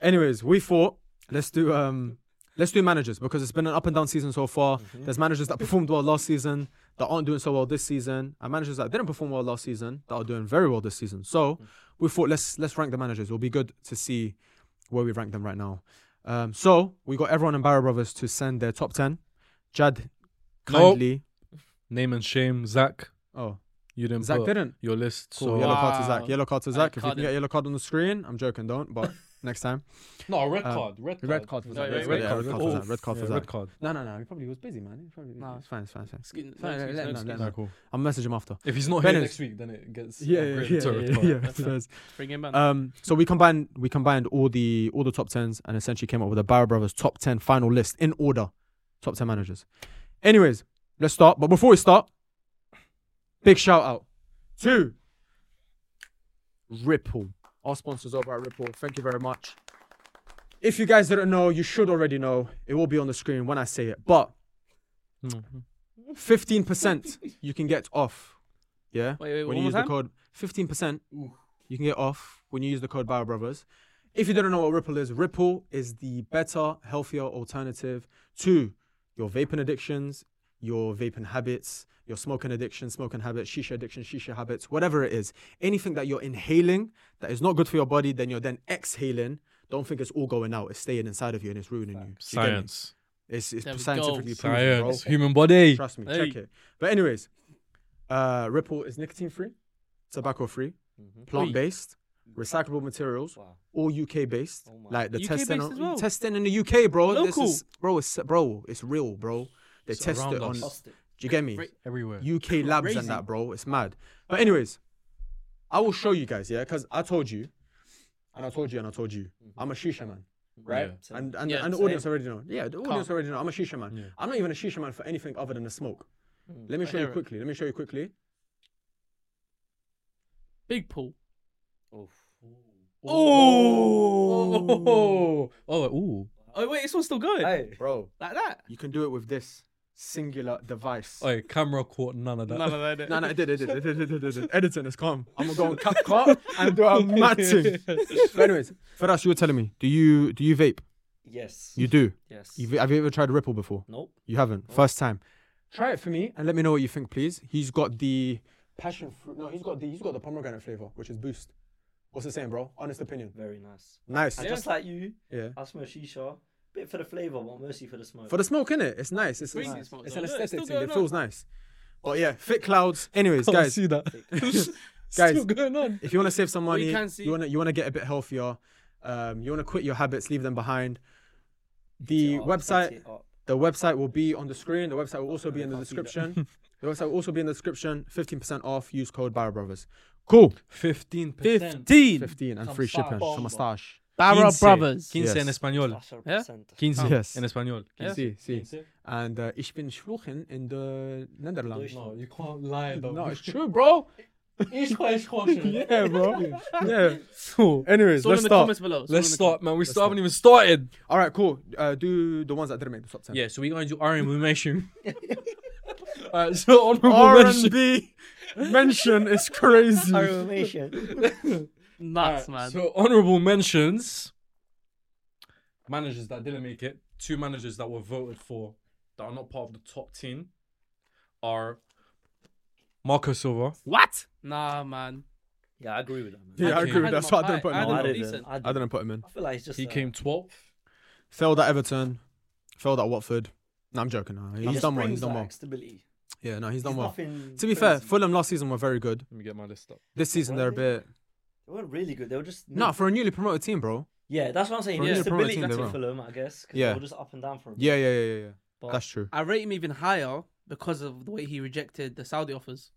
A: Anyways, we thought let's do um let's do managers because it's been an up and down season so far. There's managers that performed well last season that aren't doing so well this season, and managers that didn't perform well last season that are doing very well this season. So we thought let's let's rank the managers. It'll be good to see where we rank them right now. Um, so we got everyone and Barra Brothers to send their top ten. Jad
D: Nope.
A: kindly.
D: Name and shame, Zach. You
A: Oh,
D: didn't
A: Zach
D: put
A: didn't.
D: your list.
A: Cool.
D: So
A: Yellow card to Zach.
B: Wow.
A: Yellow card to
B: I
A: Zach. If you can
B: carded.
A: get yellow card on the screen, I'm joking. Don't. But next time.
D: no, red
A: Um,
D: card. Red card.
A: Red card for
B: No,
A: Zach.
B: yeah,
A: Red
B: red
A: card
B: card,
A: for
B: red
A: Zach. Red card for
D: Yeah,
A: Zach.
D: Red card.
A: No, no, no. He probably was busy, man. He probably,
B: No.
A: It's fine, it's fine, it's fine.
B: Excuse-
A: Fine, let
B: no, excuse, no
A: him, let him,
B: excuse.
A: let
D: Nah,
A: him.
D: cool.
A: I'll message him after.
D: If he's not
A: Benez.
D: here next week, then it gets upgraded to red card.
B: Bring him back.
A: Um, so we combined we combined all the all the top tens and essentially came up with a Barra Brothers top ten final list in order, top ten managers. Anyways, let's start. But before we start, big shout out to Ripple, our sponsors over at Ripple. Thank you very much. If you guys didn't know, you should already know. It will be on the screen when I say it. But
D: Mhm.
A: fifteen percent you can get off. Yeah.
B: Wait, wait,
A: when
B: one
A: you
B: more
A: use
B: time.
A: the code, fifteen percent
B: Ooh.
A: you can get off when you use the code Bio Brothers. If you don't know what Ripple is, Ripple is the better, healthier alternative to your vaping addictions, your vaping habits, your smoking addiction, smoking habits, shisha addiction, shisha habits, whatever it is. Anything that you're inhaling that is not good for your body, then you're then exhaling. Don't think it's all going out. It's staying inside of you and it's ruining you. Do you. get me?
D: Science.
A: It's,
B: There we
A: it's
B: go.
A: scientifically proven, bro.
D: Science. Human body.
A: Trust me.
B: Hey.
A: Check it. But anyways, uh, Ripple is nicotine free, tobacco free,
C: Mhm.
A: plant based, recyclable materials,
C: Wow.
A: all UK based.
C: Oh my.
A: like the
B: UK
A: testing,
B: based
A: on-
B: as well?
A: testing in the UK, bro.
B: Local.
A: This is, bro, it's bro, it's real, bro. They
D: It's
A: test it
D: around
A: on.
D: us.
A: Do
C: Busted.
A: you get me?
B: Great.
D: Everywhere.
A: UK labs
B: Crazy.
A: and that, bro. It's mad. But anyways, I will show you guys, yeah, because I told you, and I told you, and I told you,
B: Mm-hmm.
A: I'm a shisha man, right?
D: Yeah.
C: Same.
A: And and,
B: Yeah,
A: and the
B: same.
A: audience already know. Yeah, the audience
B: Can't.
A: already know. I'm a shisha man.
D: Yeah.
A: I'm not even a shisha man for anything other than a smoke. Let me
B: Hmm, I
A: show you
B: hear it.
A: quickly. Let me show you quickly.
B: Big pool.
C: Oof.
D: Oh. Oh. Ooh.
B: Oh wait, this one's still going.
C: Hey.
A: Bro,
B: Like that.
A: you can do it with this singular device.
D: Oh, camera caught none of that.
B: No, no, no,
A: No,
B: no.
A: no, it did, it did, it did, it did, it did. Editing has come. I'm gonna go on CapCut and do a matching. But anyways, Firas, you were telling me, do you do you vape?
C: Yes.
A: You do.
C: Yes.
A: You, va- have you ever tried Ripple before?
C: Nope.
A: You haven't. First time. Try it for me and let me know what you think, please. He's got the passion fruit. No, he's got the he's got the pomegranate flavor, which is boost. What's the saying, bro? Honest opinion.
C: Very nice.
A: Nice.
C: And just like you,
A: Yeah.
C: I smoke shisha. Bit for the flavour, but mostly for the smoke.
A: For the smoke, innit? It's nice. It's,
B: Crazy
A: it's,
B: smoke,
A: it's
B: though.
A: an
B: Look, it's
A: aesthetic
B: still
A: thing. It
B: going Oh,
A: feels nice. But yeah, thick clouds. Anyways,
D: Can't
A: guys,
D: see that.
A: guys,
D: going on?
A: if you want to save some money,
B: you
A: you,
B: can see-
A: want to you want to get a bit healthier, um, you want to quit your habits, leave them behind. The
C: Up,
A: website,
C: it up.
A: the website will be on the screen. The website will also be in the
C: can't see that.
A: description. the website will also be in the description. Fifteen percent off. Use code Barra Brothers. Cool.
D: Fifteen percent.
B: Fifteen.
A: Fifteen and free shipping.
D: Bomba.
A: Some mustache.
B: Barra Brothers.
D: Quince in
A: Yes.
D: español.
C: That's our
B: Yeah?
A: Um,
C: percent.
D: Quince
A: Yes.
D: in español.
B: Yeah.
A: See, see.
D: Quince.
A: And uh, ich bin schwuchen in the Netherlands.
D: No, you can't lie though.
A: No, it's true, bro.
D: Each place
A: Yeah, bro. yeah. Anyways,
B: It's all in
A: let's
B: the
A: start.
B: comments below. It's all
D: Let's
B: in the
D: start, man. We still
A: start.
D: haven't even started.
A: All right, cool. Uh, do the ones that didn't make the top ten.
D: Yeah, so we're going to do honorable mention. Alright, so honorable mention.
A: R&B mention is crazy.
C: Our information.
B: comments. Nuts, man.
D: So honorable mentions. Managers that didn't make it. Two managers that were voted for that are not part of the top team are Marco Silva.
B: What? Nah, man.
C: Yeah, I agree with that, man.
A: Yeah, I
D: Okay.
A: agree with
B: I
A: that.
B: had
A: So I
B: him
A: didn't
B: up
A: put him
B: high.
A: in.
B: I
A: I
B: had
A: didn't,
B: him decent.
C: I,
A: I didn't put him in.
C: feel like it's just
D: He
C: uh,
D: came 12th.
A: Failed at Everton. Failed at Watford. No, I'm joking. No. He's
C: just
A: done well.
C: brings
A: He's done
C: that
A: well.
C: Stability.
A: Yeah, no, he's done
C: There's
A: well.
C: nothing
A: To be fair,
C: crazy.
A: Fulham last season were very good.
D: Let me get my list up.
A: This season they're a bit.
C: they weren't really good. They were just
A: No, for a newly promoted team, bro.
C: Yeah, that's what I'm saying.
A: For
C: Yeah,
A: me, the Premier
C: stability
A: League,
C: to
A: they were.
C: Fulham, I guess. 'cause
A: Yeah.
C: they were just up and down for a bit.
A: Yeah, yeah, yeah, yeah. yeah.
C: But-
A: That's true.
B: I rate him even higher because of the way he rejected the Saudi offers.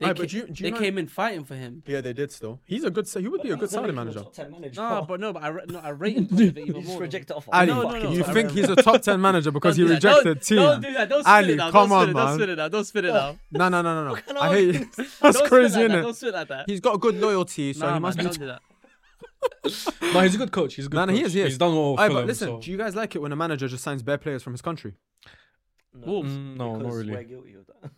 B: They,
A: Right, but
B: ca-
A: do you, do you
B: they
A: know-
B: came in fighting for him.
A: Yeah, they did still. He's a good. He would be a good Saudi manager.
C: Top 10 manager.
B: No, but no, but I, re- no, I rated Kosovo
C: you
B: even
C: just
B: more.
C: reject the offer.
A: Ali,
B: No, no, no.
A: you
B: I
A: think he's a top ten manager because he
B: Don't do that.
A: rejected
B: don't,
A: team?
B: Don't do that. Don't spit
A: Ali,
B: it out.
A: come
B: don't
A: on,
B: spit it,
A: man.
B: Don't spit it out. Don't spit it out.
A: No, no, no, no,
C: Fucking
A: no. I hate. You. That's
B: Don't spit
A: crazy,
B: like
A: isn't
B: that.
A: it?
B: Don't spit like that.
A: He's got good loyalty, so
B: Nah,
A: he
B: man,
A: must be.
B: don't do that.
D: No, he's a good coach. He's a good
A: No, no,
D: coach.
A: he is, he is.
D: He's done well. with
A: Aye, but
D: Fulham,
A: listen,
D: so-
A: do you guys like it when a manager just signs bare players from his country?
B: Wolves.
D: Mm, no, not
C: because We're
D: really.
C: guilty of that.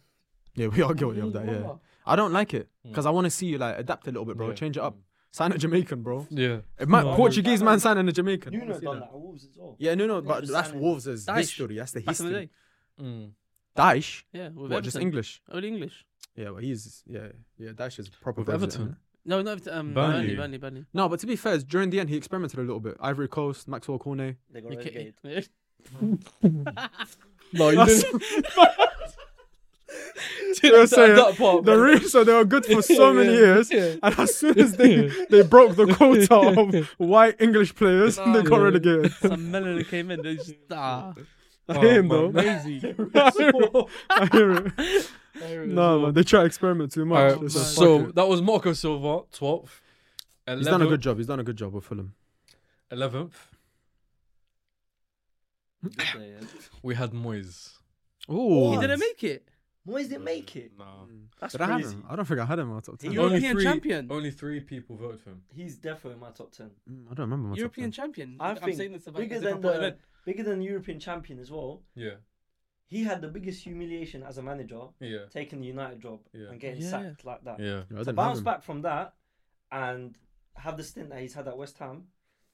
A: Yeah, we are guilty of that. Yeah,
C: Mm.
A: Mm. I don't like it because I want to see you like adapt a little bit, bro.
D: Yeah.
A: Change it up. Sign a Jamaican, bro.
D: Yeah.
A: It might
D: No.
A: Portuguese man signing a Jamaican. I
C: You
A: wanna
C: know,
A: see
C: done
A: that.
C: that at Wolves as well.
A: Yeah, no, no, but
C: just
A: that's
C: signing
A: Wolves'
B: Daesh.
A: history. That's the
B: Back in the
A: history.
B: day.
D: Mm.
A: Daesh,
B: Yeah. With
A: what? Just
B: Everton.
A: English?
B: Only English.
A: Yeah, well, he's yeah, yeah. Daesh is proper
D: With
A: Brexit,
D: Everton?
A: isn't it?
B: No, not um,
D: Burnley.
B: Burnley. Burnley. Burnley.
A: No, but to be fair, during the end he experimented a little bit. Ivory Coast, Maxwell Cornet.
C: They got
B: You ca-
C: relegated.
D: No, he
A: That's-
D: didn't.
A: They're saying
D: that part,
A: the
D: man.
A: reason so they were good for so many
D: Yeah,
A: years,
D: yeah.
A: and as soon as they, they broke the quota of white English players, they got
B: Nah.
A: relegated.
B: Some melon that came in. They just ah,
A: I
D: Oh,
A: hear him
D: man.
A: though. I hear it. I hear it. No man, they try to experiment too much.
D: Alright,
A: They said,
D: so
A: "Fuck it."
D: that was Marco Silva, 12th. 11th,
A: he's done a good job. He's done a good job with Fulham.
D: 11th.
C: Yeah, yeah.
D: We had Moyes.
A: Oh,
B: he didn't make it.
C: Moyes didn't make it.
D: Nah.
C: That's
A: Did I have
C: crazy.
A: him? I don't think I had him on top ten.
C: He-
D: Only
B: European
D: three-
B: champion.
D: Only three people voted for him.
C: He's definitely in my top ten.
A: Mm, I don't remember. My
B: European
A: top
B: champion.
C: I
B: I'm
C: think
B: saying this about
C: bigger
B: because I
C: than
B: brought it
C: the
B: in.
C: bigger than the European champion as well.
D: Yeah.
C: He had the biggest humiliation as a manager,
D: Yeah.
C: taking the United job
D: Yeah.
C: and getting
B: Yeah.
C: sacked like that.
A: 10. I
D: Yeah.
C: To
A: didn't have
C: bounce
A: him.
C: back from that and have the stint that he's had at West Ham,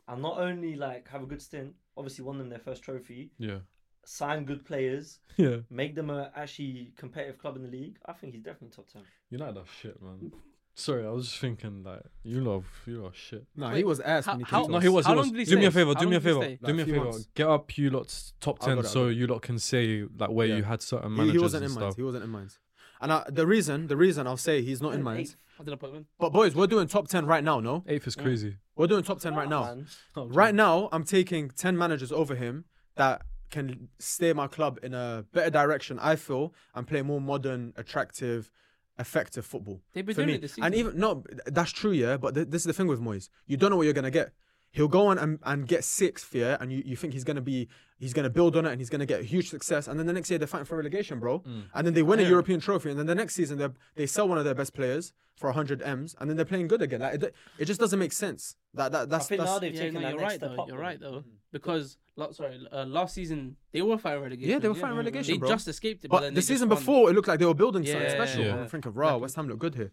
C: and not only like have a good stint, obviously won them their first trophy,
D: Yeah.
C: sign good players,
D: Yeah.
C: make them a actually competitive club in the league. I think he's definitely top ten.
D: United are shit, man. Sorry, I was just thinking like you love you love shit.
A: No,
B: Wait,
A: he was ass.
B: how-
A: when he
B: how-
A: came to
D: No,
A: us.
D: he was.
B: How
D: he was.
B: long did he
D: do me a
B: stay?
D: favor.
B: How
D: Do me a
B: long did he
D: favor.
B: stay?
D: do
A: Like,
D: me a
A: a few
D: favor.
A: months.
D: Get up, you lot's top
A: I've got
D: ten,
A: it, I've
D: so
A: got it.
D: you lot can say like where
A: Yeah.
D: you had certain
A: He,
D: managers
A: he wasn't
D: and
A: in
D: stuff.
A: minds. He wasn't in minds. And I, the reason, the reason I'll say he's not in
C: And
A: minds.
C: eighth.
B: I didn't put him in.
A: But boys, we're doing top ten right now. No,
D: Eighth is crazy.
A: we're doing top ten right
C: Come on,
A: now.
C: man.
A: Right now, I'm taking ten managers over him that can steer my club in a better direction. I feel and play more modern, attractive, effective football.
B: They've been
A: for
B: doing
A: me.
B: it this season.
A: And even no, th- that's true, yeah. But th- this is the thing with Moyes. You don't know what you're gonna get. He'll go on and, and get sixth, yeah, and you, you think he's gonna be he's gonna build on it and he's gonna get huge success. And then the next year they're fighting for relegation, bro.
B: Mm.
A: And then they win a European trophy, and then the next season they they sell one of their best players for hundred m's, and then they're playing good again. Like it, it just doesn't make sense. That that
C: I
A: that's,
C: think now
A: that's
C: they've
B: yeah,
C: taken
B: no,
C: that
B: you're
C: next
B: right
C: step
B: though.
C: up, Hmm.
B: You're
C: though.
B: right though because la- sorry, uh, last season they were fighting relegation.
A: yeah, they were fighting relegation,
B: They
A: bro.
B: just escaped it, but,
A: but
B: then
A: the
B: they just
A: season
B: won.
A: before it looked like they were building something
B: Yeah.
A: special.
D: Yeah.
A: I'm thinking, raw, West Ham look good here.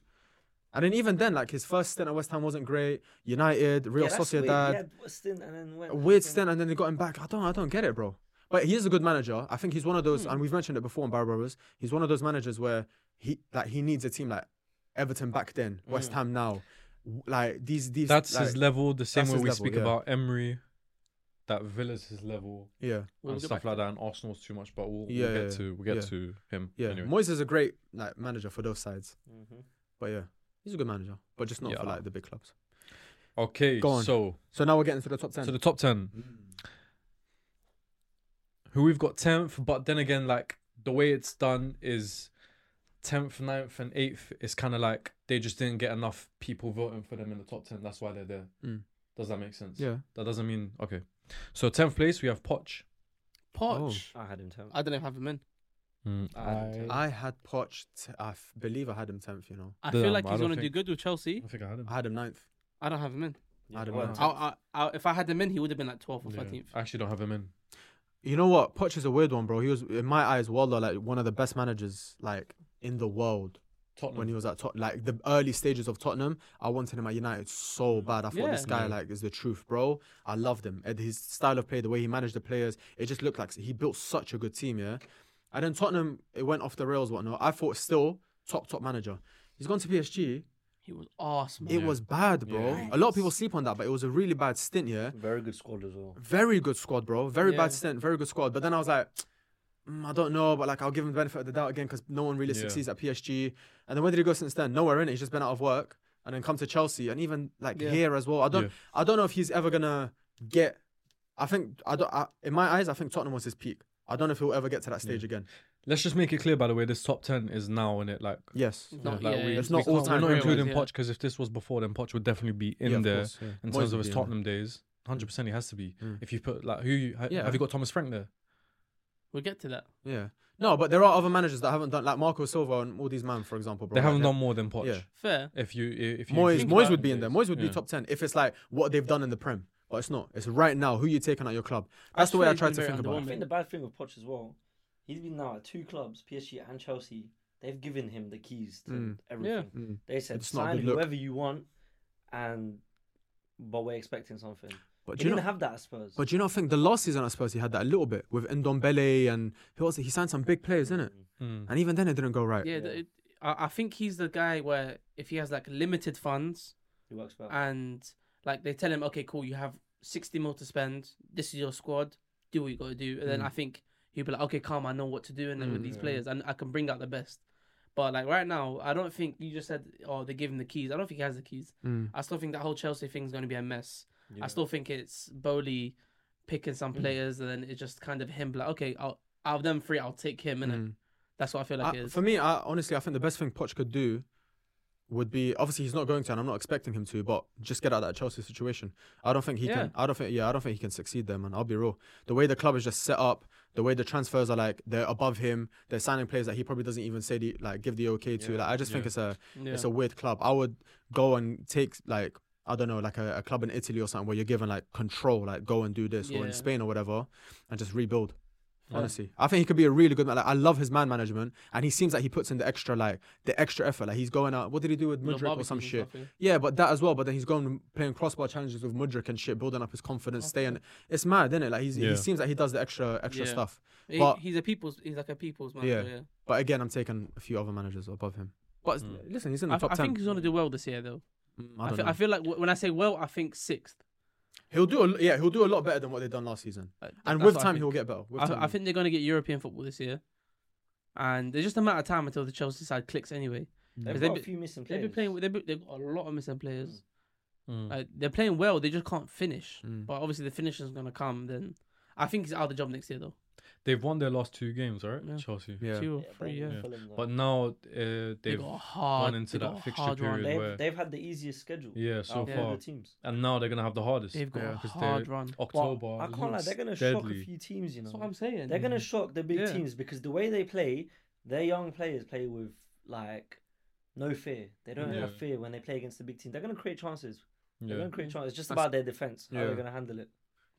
A: And then even then, like his first stint at West Ham wasn't great. United, Real
C: Yeah, that's weird. He
A: Sociedad,
C: had a stint and then went-
A: a weird stint and then they got him back. I don't I don't get it, bro. But he is a good manager. I think he's one of those, and we've mentioned it before on Barrow Brothers. He's one of those managers where he like he needs a team like Everton back then, West Ham now, W- like these these.
D: That's
A: like,
D: his level. The same
A: that's
D: way
A: his
D: we
A: level,
D: speak
A: yeah.
D: about Emery, that Villa's his level
A: Yeah,
B: We'll
D: and
B: go
D: stuff
B: back to
D: like
B: that.
D: that, and Arsenal's too much. But we'll, we'll
A: Yeah,
D: get
A: yeah,
D: to we'll get
A: yeah.
D: to him.
A: yeah.
D: Anyway.
A: Moyes is a great like manager for those sides,
C: Mhm.
A: but yeah, he's a good manager, but just not for
D: Yeah.
A: like the big clubs.
D: Okay.
A: Go on.
D: So
A: So now we're getting to the top ten.
D: to the top ten.
C: Mm-hmm.
D: Who we've got tenth, but then again, like the way it's done is tenth, 9th, and eighth is kind of like they just didn't get enough people voting for them in the top ten. That's why they're there.
A: Mm.
D: Does that make sense?
A: yeah,
D: That doesn't mean okay. So tenth place we have Poch.
B: Poch.
D: Oh.
C: I had him ten.
B: I didn't have him in.
D: I,
A: I had Poch. T- I f- believe I had him tenth. You know,
B: I
D: Damn,
B: feel like
D: I
B: he's
D: don't
B: gonna do
D: think-
B: good with Chelsea.
D: I think I had him.
A: I had him ninth.
B: I don't have him in.
A: I don't know.
B: I, I, I, if I had him in, he would have been like 12th or
D: Yeah.
B: 13th.
D: I actually don't have him in.
A: You know what? Poch is a weird one, bro. He was in my eyes, Waldo, like one of the best managers like in the world.
D: Tottenham.
A: when he was at Tot- like the early stages of Tottenham, I wanted him at United so bad. I thought
B: Yeah.
A: this guy
D: Mm. Yeah.
A: like is the truth, bro. I loved him. And his style of play, the way he managed the players, it just looked like he built such a good team, yeah. And then Tottenham, it went off the rails, whatnot. I thought still top top manager. He's gone to PSG.
B: He was awesome.
A: It
B: man.
A: was bad, bro.
D: Yeah.
A: A lot of people sleep on that, but it was a really bad stint, yeah.
C: Very good squad as well.
A: Very good squad, bro. Very
B: Yeah.
A: bad stint, very good squad. But then I was like, mm, I don't know, but like I'll give him the benefit of the doubt again because no one really
D: Yeah.
A: succeeds at PSG. And then where did he go since then? Nowhere in it. He's just been out of work and then come to Chelsea and even like
B: Yeah.
A: here as well. I don't,
D: Yeah.
A: I don't know if he's ever gonna get. I think I don't. I, in my eyes, I think Tottenham was his peak. I don't know if he'll ever get to that stage again.
D: Let's just make it clear, by the way, this top ten is now in it. Like,
A: Yes.
D: yeah,
B: Not-
D: like
B: yeah,
D: we,
B: yeah,
A: It's not
D: we can't-
A: all-time
D: We're not
A: great
D: including
B: ones, yeah.
D: Poch because if this was before, then Poch would definitely be in
A: yeah, of
D: there
A: course, yeah.
D: in
A: Moyes
D: terms
A: would
D: of his
A: be in
D: Tottenham days. Hundred percent, he has to be.
A: Mm.
D: If you put like who, you, ha,
A: Yeah.
D: have you got Thomas Frank there?
B: We'll get to that.
A: there. Yeah. No, but there are other managers that haven't done like Marco Silva and all these man, for example. Bro,
D: they haven't
A: like,
D: done more than Poch.
A: Yeah.
B: Fair.
D: If you, i- if you
A: Moyes,
D: think
A: Moyes
D: about
A: would be
D: it,
A: in there. Moyes would
D: yeah.
A: be top ten if it's like what they've done in the Prem, but it's not. It's right now who you're taking at your club. That's the way I
B: Actually,
A: tried
B: he's
A: to
B: been
A: think
B: very
A: about.
C: I
A: it.
B: underwhelming.
C: think the bad thing with Poch as well, he's been now at two clubs, PSG and Chelsea. They've given him the keys to
A: Mm.
C: everything.
A: Mm.
C: They said
A: It's not a
C: sign
A: good look."
C: whoever you want, and but we're expecting something.
A: But
C: they
A: do you
C: didn't
A: know?
C: have that at Spurs.
A: But do you not think the last season I suppose he had that a little bit with Ndombele and who else? He signed some big players, didn't it?
D: Mm.
A: And even then it didn't go right.
B: Yeah,
C: Yeah.
B: the- It, I, I think he's the guy where if he has like limited funds
C: he works well.
B: and like they tell him, okay, cool, you have 60 mil to spend. This is your squad. Do what you got to do. And then
A: Mm.
B: I think he'll be like, okay, calm. I know what to do. And then with
A: Mm.
B: these
C: Yeah.
B: players, and I can bring out the best. But like right now, I don't think you just said, oh, they gave him the keys. I don't think he has the keys.
A: Mm.
B: I still think that whole Chelsea thing's going to be a mess.
C: Yeah.
B: I still think it's Bowley picking some
A: Mm.
B: players, and then it's just kind of him like, okay, I'll, out of them three, I'll take him, and
A: Mm.
B: that's what I feel like
A: I-
B: it is.
A: for me, I, honestly, I think the best thing Poch could do would be obviously he's not going to, and I'm not expecting him to, but just get out of that Chelsea situation. I don't think he
B: Yeah.
A: can. I don't think. Yeah, I don't think he can succeed there, man. I'll be real. The way the club is just set up, the way the transfers are like they're above him, they're signing players that he probably doesn't even say the, like give the okay to.
D: Yeah,
A: Like I just think
D: yeah.
A: it's a
B: yeah.
A: it's a weird club. I would go and take like I don't know like a, a club in Italy or something where you're given like control, like go and do this, or
B: Yeah.
A: in Spain or whatever, and just rebuild.
B: Fair.
A: Honestly, I think he could be a really good man. Like, I love his man management, and he seems like he puts in the extra, like the extra effort. Like he's going out. What did he do with
B: Little
A: Mudrik or some
B: barbecues
A: shit?
B: and stuff,
A: Yeah, but that as well. But then he's going and playing crossbar challenges with Mudrik and shit, building up his confidence, staying. It's mad, isn't it? Like he's,
D: Yeah.
A: he seems like he does the extra extra
B: Yeah.
A: stuff.
B: yeah. He-
A: But-
B: he's a people's. He's like a people's manager. Yeah.
A: Yeah. But again, I'm taking a few other managers above him. But
D: Mm.
A: listen, he's in
B: I,
A: the
B: f-
A: top
B: I
A: ten.
B: think he's gonna do well this year, though.
A: Mm,
B: I,
A: I don't
B: feel,
A: know.
B: I feel like w- when I say well, I think sixth.
A: He'll do a, yeah, he'll do a lot better than what they've done last season.
B: Like, th-
A: And
B: that's
A: with
B: what I
A: time,
B: think.
A: he'll get better. With
B: I,
A: time.
B: I think they're gonna get European football this year, and it's just a matter of time until the Chelsea side clicks. Anyway,
C: They've
A: Mm.
B: Is they
C: got a
B: be-
C: few missing
B: they've
C: players.
B: been playing. They've, been, they've got a lot of missing players.
D: Mm.
B: Like, they're playing well. They just can't finish.
A: Mm.
B: But obviously, the finishing's gonna come. Then I think he's out of the job next year, though.
D: They've won their last two games, right?
B: Yeah.
D: Chelsea.
A: yeah.
B: Two or
C: Yeah,
B: three. Yeah.
C: Bolton,
D: yeah.
C: Fulham, though.
D: But now uh,
B: They
D: they've
B: got a hard. they
D: into that
B: got a
D: fixture
B: hard run.
D: period. where-
C: they've, they've had the easiest schedule.
D: yeah so
C: out of all
D: far,
C: the teams.
D: and now they're gonna have the hardest.
B: They've got a
A: Yeah.
D: 'Cause they-
B: hard run.
D: October.
A: Oh,
C: But I can't lie,
D: looks
C: they're gonna shock
D: deadly.
C: a few teams. You know,
B: That's what I'm saying.
C: they're gonna shock the big
B: Yeah.
C: teams because the way they play, their young players play with like no fear. They don't have
D: Yeah.
C: fear when they play against the big team. They're gonna create chances. They're
D: Yeah.
C: gonna create chances. It's just
A: That's-
C: about their defense. How
A: Yeah.
C: they're gonna handle it.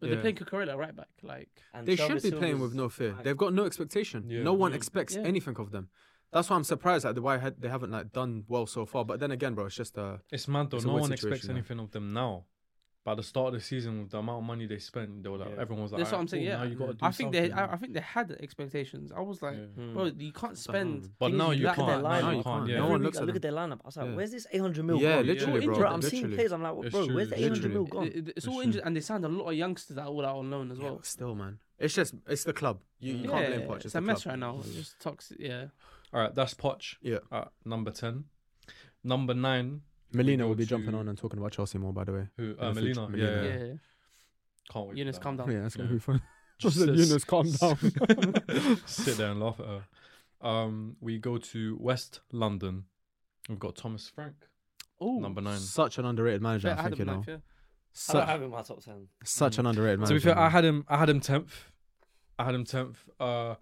B: But
A: Yeah.
B: they're playing Cucurella right back. Like
C: And
A: They
C: Thiago
A: should be playing
C: Silva's-
A: with no fear.
C: I-
A: They've got no expectation.
D: Yeah.
A: No one
D: Mm.
A: expects
B: Yeah.
A: anything of them. That's why I'm surprised at the why had- they haven't like done well so far. But then again, bro, it's just uh,
D: It's mad though.
A: It's a
D: no
A: weird
D: one expects
A: situation, yeah.
D: anything of them now. By the start of the season, with the amount of money they spent, they were like,
C: Yeah.
D: everyone was like,
B: that's what I'm
D: "Alright,
B: saying.
D: cool,
B: Yeah,
D: now you gotta do
B: I think they,
D: something."
B: I, I think they had expectations. I was like,
D: Yeah.
C: Hmm.
B: bro, you can't spend.
D: But
C: Thing is,
D: now
C: you
D: you
C: look at their
D: can't. Now
C: lineup.
D: you can't.
A: No
D: Yeah.
C: Every
A: one
C: week
A: looks
C: I
A: at
C: look
A: them.
C: at their lineup. I was like,
A: Yeah.
C: "Where's this 800 mil?
A: Yeah,
C: gone?
A: literally,
C: They're all
A: bro,
C: injured. I'm seeing
A: literally.
C: players. I'm like,
D: It's
C: "Bro,
D: true,
C: where's the 800 mil
A: literally.
C: gone?"
B: It- it- it's
D: That's
B: all
D: true.
B: injured, and they signed a lot of youngsters that are all out on loan as
A: yeah,
B: well.
A: but still, man. It's just it's the club. You, you can't blame Poch.
B: It's,
A: It's,
B: a
A: the
B: mess
A: club.
B: right now. It's just toxic. Yeah,
D: All right, that's Poch.
A: Yeah.
D: At number ten, number nine.
A: Melina
D: go
A: will be jumping
D: to-
A: on and talking about Chelsea more, by the way.
D: Who?
A: the
D: Uh,
A: future,
D: Melina. Yeah,
A: Melina.
B: yeah.
D: yeah.
A: Yeah.
D: Can't wait. for
B: Eunice,
D: that.
B: calm down.
A: Yeah, that's gonna
D: Yeah.
A: be fun. Just
D: Just
A: let
D: s-
A: Yunus calm down.
D: Sit there and laugh at her. Um, we go to West London. We've got Thomas Frank,
B: Oh,
D: number nine.
A: Such an underrated manager,
B: fair,
A: I
B: had
A: think you
B: them
A: know.
B: ninth, yeah.
C: I don't
A: Such,
C: have it in my top 10.
A: such an underrated
D: To
A: manager.
D: be fair, I
A: man.
D: had him. I had him tenth. I had him tenth. Uh,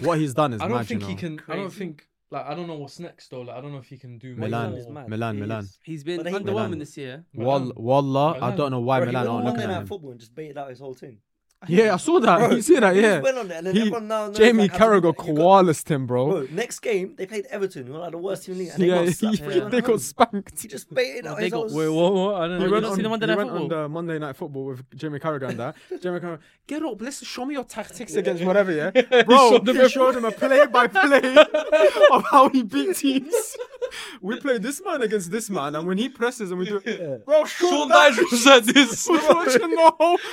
A: what he's done is
D: I don't
A: mad, you
D: think he
A: know.
D: can. I don't
B: Crazy.
D: think. Like, I don't know what's next though. Like, I don't know if he can do.
A: Milan.
D: much
C: is
D: more.
C: mad.
A: Milan,
C: He
A: Milan.
C: is.
B: He's been
C: But he-
B: underwhelming
A: Milan.
B: this year.
A: Wall, Wallah, I
D: Milan.
A: don't know why
C: Bro,
A: Milan
C: he
A: aren't
C: went on
A: looking
C: Monday
A: at
C: Night
A: him.
C: Football and just baited out his whole team.
A: Yeah, I saw that.
C: Bro,
A: Uh, you see that?
C: he just
A: Yeah.
C: went on there and then
A: He-
C: everyone now knows,
A: Jamie
C: like, as a-
A: Carragher
C: you got-
A: coalesced him, bro.
C: Bro, next game they played Everton, who are like the worst team in the league, and they
A: yeah,
C: got slapped.
B: yeah.
C: three one
A: they
C: at home.
A: got spanked.
C: He just baited
B: Well,
C: out
B: they
C: his
B: got-
C: whole.
D: Wait, what? what? I don't
B: You
D: know.
B: went not on- seen the Monday
A: he
B: Night
A: went on
B: Football?
A: the Monday Night Football with Jamie Carragher and that. Jamie Carragher, get up, let's show me your tactics against whatever, yeah? Bro,
D: showed
A: he
D: him
A: showed, him a play by play of how he beat teams. We play this man against this man, and when he presses and we do. Bro, Sean Dyche was at this. no,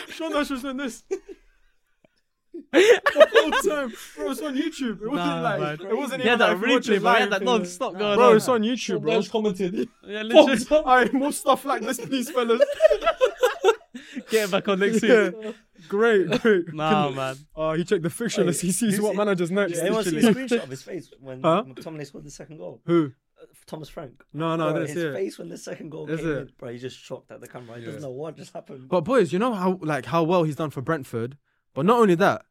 A: Sean Dyche was doing this. the whole time. Bro, it's on YouTube. It wasn't
B: Nah,
A: like.
B: man.
A: It wasn't
B: Yeah,
A: even
B: that
A: like if you watch it
B: replay, man. Yeah,
A: live.
B: that non-stop going
A: Bro,
B: on.
A: it's on YouTube, bro.
D: commented.
B: Yeah, literally.
A: All right, more stuff like this, please, fellas.
B: Get him back on next
A: Yeah.
B: week.
A: great, great.
B: Nah, man.
A: Oh, he checked the fictionless.
C: Hey,
A: He sees
C: who's
A: what
C: it-
A: manager's next.
C: Did anyone see the
A: literally.
C: screenshot of his face when
A: Huh?
C: McTominay scored the second goal?
A: Who?
C: Uh, Thomas Frank.
A: No, no,
C: Bro,
A: that's
C: his
A: it.
C: face when the second goal
A: That's
C: came
A: it.
C: in, bro. He's just shocked at the camera. He doesn't
D: Yeah.
C: know what just happened.
A: But boys, you know how like how well he's done for Brentford. But not only that,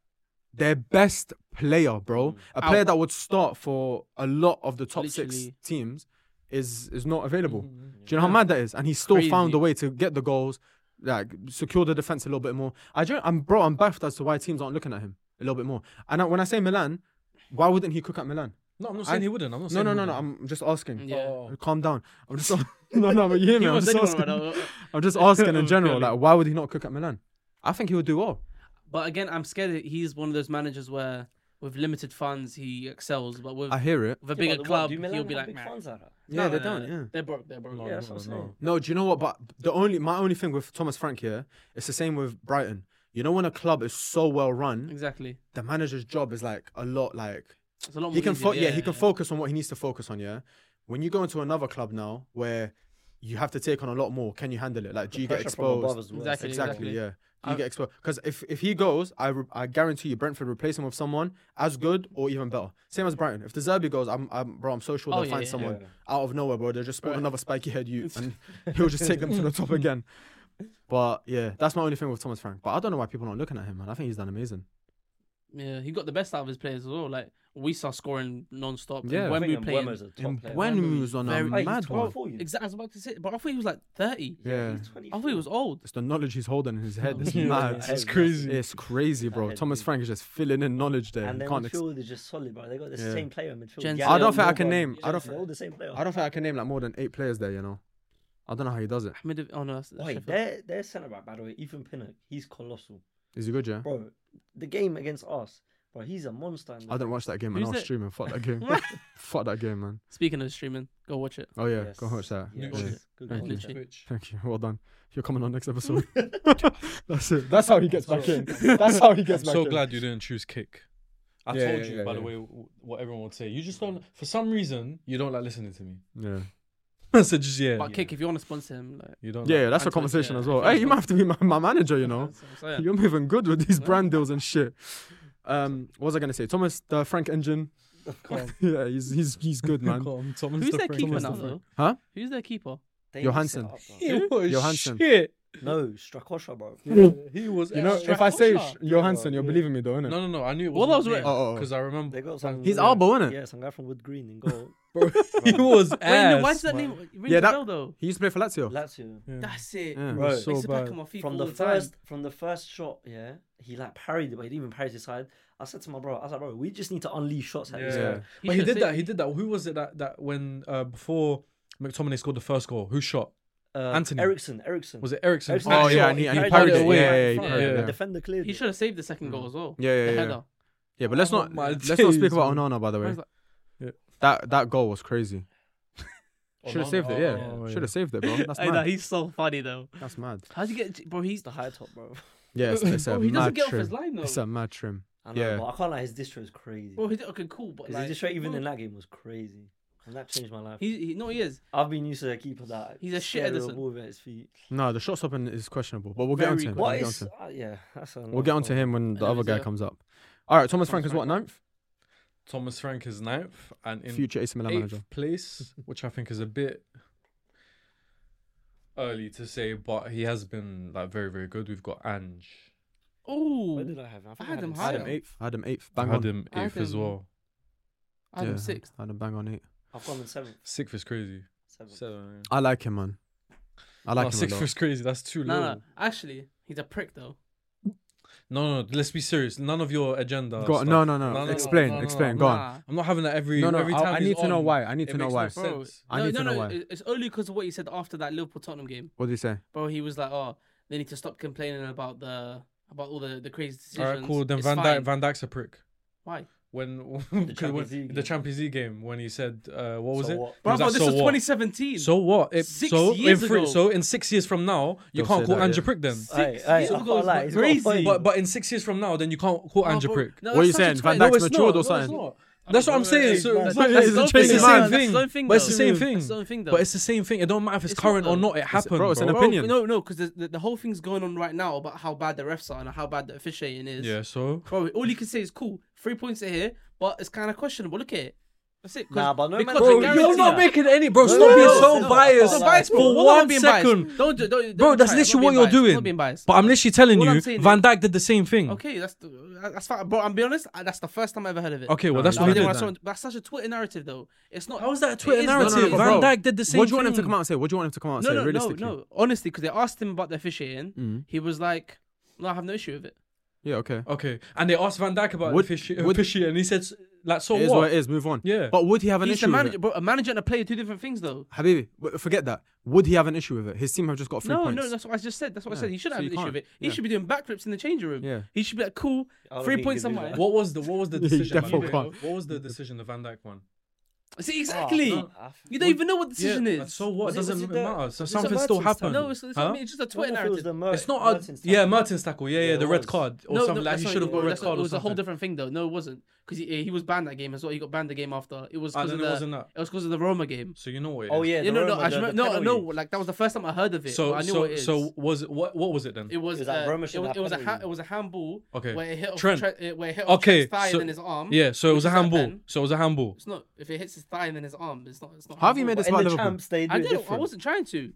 A: their best player,
C: Mm.
A: bro, a player that would start for a lot of the top six
B: Literally.
A: teams, is is not available.
C: Mm-hmm.
A: Do you know how mad that is? And he still
B: Crazy.
A: found a way to get the goals, like secure the defense a little bit more. I don't, I'm bro, I'm baffled as to why teams aren't looking at him a little bit more. And I, when I say Milan, why wouldn't he cook at Milan?
D: No, I'm not saying
A: I-
D: he wouldn't. I'm not
A: No,
D: saying
A: no,
D: he
A: no, no.
D: wouldn't.
A: I'm just asking.
B: Yeah.
D: Oh.
A: Calm down. I'm just no, no. But you hear me?
B: He
A: I'm
B: was
A: just
B: anyone,
A: asking.
B: bro.
A: I'm just asking in
B: I'm
A: general,
B: kidding.
A: like, why would he not cook at Milan? I think he would do well.
B: But again, I'm scared that he's one of those managers where with limited funds he excels, but with,
A: I hear it.
B: with a
C: Yeah,
B: bigger
C: but what,
B: club
C: do Milan
B: he'll be
C: have
B: like,
C: big
B: "Nah."
C: fans out of-
A: Yeah,
B: No,
A: they
B: no, no,
A: don't.
B: no.
A: Yeah.
B: they're broke, they're broke.
D: No,
C: Yeah, that's
D: no,
C: what I'm
D: no.
C: saying.
A: No, do you know what? But the only my only thing with Thomas Frank here, it's the same with Brighton. You know, when a club is so well run,
B: Exactly.
A: the manager's job is like a lot like
B: It's a lot more.
A: he can
B: easier,
A: fo- yeah, he can focus on what he needs to focus on. Yeah, when you go into another club now where you have to take on a lot more, can you handle it? Like, do you get
C: Pressure from above
A: exposed?
C: as well.
B: Exactly.
A: Exactly,
B: Exactly.
A: yeah. Do you
B: I-
A: get exposed? Because if, if he goes, I, re- I guarantee you Brentford replace him with someone as good or even better. Same as Brighton. If the Zerbi goes, I'm, I'm bro, I'm so sure
B: Oh,
A: they'll
B: yeah,
A: find
B: yeah,
A: someone
C: yeah.
A: out of nowhere, bro. They'll just spot
B: Right.
A: another spiky head youth and he'll just take them to the top again. But yeah, that's my only thing with Thomas Frank. But I don't know why people aren't looking at him, man. I think he's done amazing.
B: Yeah, he got the best out of his players as well. Like we saw scoring non-stop.
A: Yeah.
B: Yeah, when we played.
C: Mbeumo's a top
A: And
C: player.
A: Buenu's on a
B: Very-
C: Hey,
A: mad
C: he's
A: one.
C: 24, you know.
B: Exactly, I was about to say, but I thought he was like 30.
A: Yeah.
C: He's
B: I
C: 24.
B: thought he was old.
A: It's the knowledge he's holding in his head. It's
D: Yeah.
A: mad.
D: It's crazy.
A: It's crazy, bro.
C: Head
A: Thomas
C: deep.
A: Frank is just filling in knowledge there.
C: And
A: You
C: their
A: can't ex-
C: midfield is just solid, bro. They got the
A: Yeah.
C: same player in midfield.
B: Gen-
C: Yeah,
B: I
C: they
B: don't
C: all
A: think I
C: know,
A: can
C: bro.
A: name- I don't
C: They're all the same player.
A: I don't think I can name like more than eight players there, you know. I don't know how he does it.
B: Ahmed, Ab- oh no, that's, that's
C: Wait,
B: Sheffield.
C: their their centre back, by the way, Ethan Pinnock, he's colossal,
A: Is he good, yeah?
C: bro. The game against us, bro, he's a monster. in the-
A: I didn't watch that game, man. I
B: Who's
A: was
B: it?
A: streaming. Fuck that game. Fuck that game, man.
B: Speaking of streaming, go watch it.
A: Oh yeah,
C: Yes.
A: go watch that.
C: Yes.
A: Yeah.
D: Literally.
C: Good
A: Thank
C: goal,
A: you.
C: yeah.
D: Twitch.
A: Thank you. Well done. You're coming on next episode. That's it. That's how he gets back in. That's how he gets
D: I'm
A: back
D: so
A: in.
D: glad you didn't choose kick. I
A: Yeah,
D: told
A: yeah,
D: you,
A: yeah,
D: by the
A: yeah.
D: way, w- what everyone would say. You just don't. For some reason, you don't like listening to me.
A: Yeah.
D: I said, just yeah.
B: But
D: yeah.
B: kick, if you want to sponsor him, like,
D: You don't.
A: Yeah,
D: Like.
A: that's a
B: Anton's-
A: conversation
B: yeah,
A: as well.
B: Anton's
A: Hey, you
B: good.
A: might have to be my, my manager, you know.
B: so, so, yeah.
A: You're moving good with these
B: Yeah.
A: brand deals and shit. Um, what was I gonna say? Thomas the Frank engine. yeah, he's he's he's good, man.
D: Calm, Thomas
B: who's
D: the
B: their
D: Friend.
B: keeper
D: Thomas
B: now
D: the Friend.
B: though?
A: Huh?
B: Who's their keeper?
C: They
A: Johansson.
C: set up, bro.
D: He was
A: Johansson.
D: shit.
C: No, Strakosha, bro.
D: He was.
A: You know,
D: absolute-
A: if I say
B: Stratosha.
A: Sh- Johansson, you're
C: Yeah.
A: believing me, though, innit?
D: No, no, no. I knew it
B: Well,
D: was.
B: that was right.
A: Oh, oh, oh.
D: Because I remember.
C: They got some.
A: He's
C: yeah,
A: Albo, innit?
C: Yeah, some guy from Wood Green in goal.
D: Bro, he was
B: Wait,
D: ass.
B: no, why does that
D: man.
B: name ring
A: Yeah,
B: yeah,
A: that-
B: though?
A: He used to play for Lazio.
C: Lazio.
D: Yeah.
B: That's it.
A: Yeah.
D: Bro,
B: I used
D: so
B: to pack
D: bad.
B: on my feet
C: From
B: all
C: the
B: the time.
C: first, from the first shot, yeah, he like parried it, but he didn't even parry his side. I said to my bro, I was like, bro, we just need to unleash shots at this
D: Yeah.
C: guy.
A: Yeah.
D: but he
B: should've
D: did that.
B: said-
D: He did that. Who was it that that when uh, before McTominay scored the first goal? Who shot?
C: Uh,
D: Anthony.
C: Ericsson, Ericsson.
D: Was it Ericsson?
C: Ericsson
A: Oh,
C: had a
A: yeah,
C: shot,
A: and he- and he
D: parried it away.
A: Yeah, yeah,
C: in
A: he
C: front,
D: parried it,
C: the
D: yeah.
C: defender cleared
B: He
C: it.
B: should have saved the second goal as well.
A: Yeah, yeah,
B: the
A: yeah.
B: header.
A: Yeah, but let's not
D: my
A: let's not speak
D: days,
A: about
D: man.
A: Onana by the
B: I
A: way.
B: was like,
A: That that goal was crazy.
D: Oh,
A: Should have
D: no,
A: saved
D: oh,
A: it. Yeah,
D: oh,
A: should have saved it, bro. That's
B: I know,
A: mad.
B: he's so funny though.
A: That's mad.
B: How'd you get, bro? He's
C: It's the high top, bro.
A: Yeah, it's, it's a
B: bro, Oh, he doesn't
A: mad
B: get off his
A: trim.
B: line though.
A: It's a mad trim.
C: I know,
A: Yeah.
C: but I can't lie, his distro is crazy.
B: Bro, he did okay, cool, but
C: His
B: like,
C: distro even
B: bro,
C: in that game was crazy, and that changed my life.
B: he, he no, he is.
C: I've been used to a keeper that
B: He's a shit
C: scary
B: Ederson.
C: ball with his feet.
A: No, the shot stopping is questionable, but we'll get onto
B: Very
A: him. We'll
C: What
A: get
C: is?
A: onto him.
C: Uh, yeah, that's a
A: We'll get onto him when the
B: know
A: other
B: he's
A: guy
B: a-
A: comes up. All right, Thomas Frank
B: Thomas
A: is what ninth?
D: Thomas Frank is ninth and in
A: Future AC Milan
D: eighth
A: manager.
D: place, which I think is a bit early to say, but he has been like very, very good. We've got Ange.
C: Where
B: Oh,
C: did I have? him? I think
B: I had him
C: him
B: higher.
C: seventh.
A: eighth. I had him eighth. Bang
D: had
A: on.
D: him eighth as
B: Adam-
D: well.
B: I had
A: Yeah,
B: him sixth.
A: I had him bang on eight.
C: I've got him in seventh.
D: Sixth is crazy.
C: Seventh.
D: Seven.
A: I like him, man. I
B: Oh,
A: like
D: Like
A: him a
D: sixth
A: lot.
D: is crazy. That's too
B: No,
D: low.
B: no, actually, he's a prick though.
D: No, no, no, Let's be serious. None of your agenda.
A: Go on.
D: stuff.
A: No, no, no.
D: No, no, no,
A: Explain,
D: no, no,
A: explain.
D: no.
A: Go on.
B: nah.
D: I'm not having that every.
A: No, no.
D: every
A: I-
D: time
A: I
D: he's
A: need to know
D: on.
A: why. I need
D: It
A: to know
D: makes
A: why.
D: no
B: Bro,
D: sense.
A: I
B: no,
A: need
B: no,
A: to know
B: no,
A: why.
B: it- It's only because of what he said after that Liverpool Tottenham game,
A: What did he say?
B: bro. He was like, "Oh, they need to stop complaining about the about all the the crazy
D: All
B: decisions."
D: right, cool. Then
B: It's
D: Van Dyke,
B: fine."
D: Van Dyke's a prick.
B: Why?
D: When the,
C: Champions
D: when,
C: League
D: the
C: game.
D: Champions League game when he said uh, what was
C: So
D: it?
C: what?
D: He was
B: Bravo,
D: like,
B: this
D: "So
B: was
D: what?"
B: 2017.
D: So what? It,
B: Six
D: so
B: years
D: in three,
B: ago.
D: so in six years from now, you
A: They'll
D: can't
A: say
D: call
A: that,
D: Ange
A: yeah.
D: a prick then.
B: Six
C: Aye, aye, I
B: years
C: can't
B: ago is
C: lie, he's got a
B: crazy.
C: point.
D: But but in six years from now, then you can't call
B: Oh,
D: Ange a
B: bro,
D: prick.
B: no,
A: What are you
B: that's such a
A: saying? Van
B: twat.
A: Dijk's matured or
D: it's
A: something?
D: not. That's what I'm saying. So-
A: man.
D: that's-
A: But
D: that's-
A: it's a
D: it's
A: changing mind.
D: the same
A: That's
D: thing.
B: thing.
D: But it's
B: though.
D: the same thing.
B: It's the same thing, though.
D: But it's the same thing. It don't matter if it's,
B: It's not
D: current or
B: though.
D: not. It happened,
A: bro, it's an
D: bro.
B: Bro,
A: opinion.
B: Oh, No, no, because the, the, the whole thing's going on right now about how bad the refs are and how bad the officiating is.
D: Yeah. So
B: Bro, all you can say is cool. Three points are here, but it's kind of questionable. Look at it. That's it. 'cause-
C: Nah, but no
B: because
C: man- Bro,
B: the
C: you're
B: guarantee-
C: not being
D: making any, bro.
C: No, no, no, no, no.
B: It's not biased,
C: For
B: bro. Well, I'm not
D: one
B: being biased.
D: second.
B: Don't, do- don't, don't
D: Bro, that's
B: try it.
D: literally
B: I'm not being
D: what you're
B: biased. I'm
D: doing.
B: not being biased.
D: But I'm literally telling
B: All I'm
D: you,
B: saying is-
D: Van Dijk did the same thing. Okay,
B: Okay, that's that's fine, bro. I'm being honest. uh, That's the first time I ever heard of it.
D: well,
A: No,
D: that's
A: no,
B: I mean,
D: what he
A: no,
D: did.
B: when
A: no.
B: I saw it- that's such a Twitter narrative, though. It's not.
D: How is that a
B: It
D: Twitter
B: is-
A: no,
D: narrative?
A: but
D: Van
A: bro,
D: Dijk did the same
A: What do
D: thing.
A: you want him to come out and say? What do you want him to come out and
B: No,
A: say?
B: no, no,
A: realistically,
B: no. Honestly, because they asked him about the officiating,
D: Mm.
B: he was like, "No, I have no issue with it."
A: yeah, okay.
D: Okay, and they asked Van Dijk about
A: Would-
D: offici-
A: would-
D: officiating, and he said, s- like, so
A: it is
D: what?
A: what it is. Move on.
D: Yeah.
A: But would he have an
B: He's
A: issue?
B: a
A: with
B: manager,
A: it?
B: bro. A manager and a player are two different things, though.
A: Habibi, w- forget that. Would he have an issue with it? His team have just got three
B: No,
A: points.
B: no, that's what I just said. That's what I
A: Yeah,
B: said. He should
A: so
B: have
A: you
B: an issue
A: can't.
B: with it. He
A: Yeah.
B: should be doing backflips in the changing room.
A: Yeah.
B: He should be like, "Cool,
C: I don't
B: three
C: think
B: points
C: he can do
B: somewhere."
C: that.
D: What was the what was the
A: Yeah, you
D: decision? man?
A: definitely can't.
D: What was the decision? The Van Dijk one.
B: See exactly.
C: Oh, I f-
B: You don't even know what the decision
D: Yeah,
B: is.
D: So what? It
C: Was it-
D: doesn't
C: was it
D: matter.
C: that-
D: So
C: was it
D: something
C: that
D: still
C: Mertens
D: happened.
B: no, it's, it's,
D: Huh?
B: I mean, it's just a
C: I
B: Twitter
C: wonder if it
B: narrative.
C: was the Mer-
D: It's not a,
C: Mertens
D: yeah,
C: tackle.
D: Mertens tackle. Yeah, yeah,
C: Yeah,
D: the
C: it
D: red
C: was.
D: card or
B: no,
D: something
B: no,
D: like
B: that's
D: he
B: not-
D: should have
B: no,
D: got red
B: that's not-
D: card.
B: It
D: or
B: was a whole
D: something.
B: different thing though. No, it wasn't because he, he was banned that game as well. He got banned the game after. It was
D: And
B: because of
D: then Ah, it
B: the
D: wasn't that.
B: it was because of the Roma game.
D: So you know what? It
C: Oh
D: is.
C: yeah,
B: you
C: the
B: know, no,
C: Roma,
B: I
C: the-
B: just
C: the
B: remem- no, no,
C: penalty.
B: like that was the first time I heard of it.
D: So
B: but I knew
D: so
B: what it is.
D: so was it, what what was it then?
B: it was
C: It was that
B: uh,
C: Roma
B: it,
C: should
B: was,
C: have
B: it was a
C: penalty.
B: ha- it was a handball.
D: Okay.
B: where it hit off
D: Trent.
B: Tre- it- where it hit
D: Okay,
B: off Trent's thigh
D: so-
B: and then his arm.
D: yeah. So it
B: which
D: was
B: is
D: a
B: a
D: handball.
B: pen.
D: So it was a handball.
B: It's not if it hits his thigh and then his arm. It's not. It's not.
A: How have you
B: handball.
A: made this
C: But
A: about
C: in the
A: Liverpool?
C: champs, they do
B: I
C: it
B: didn't. I
C: different.
B: wasn't trying to.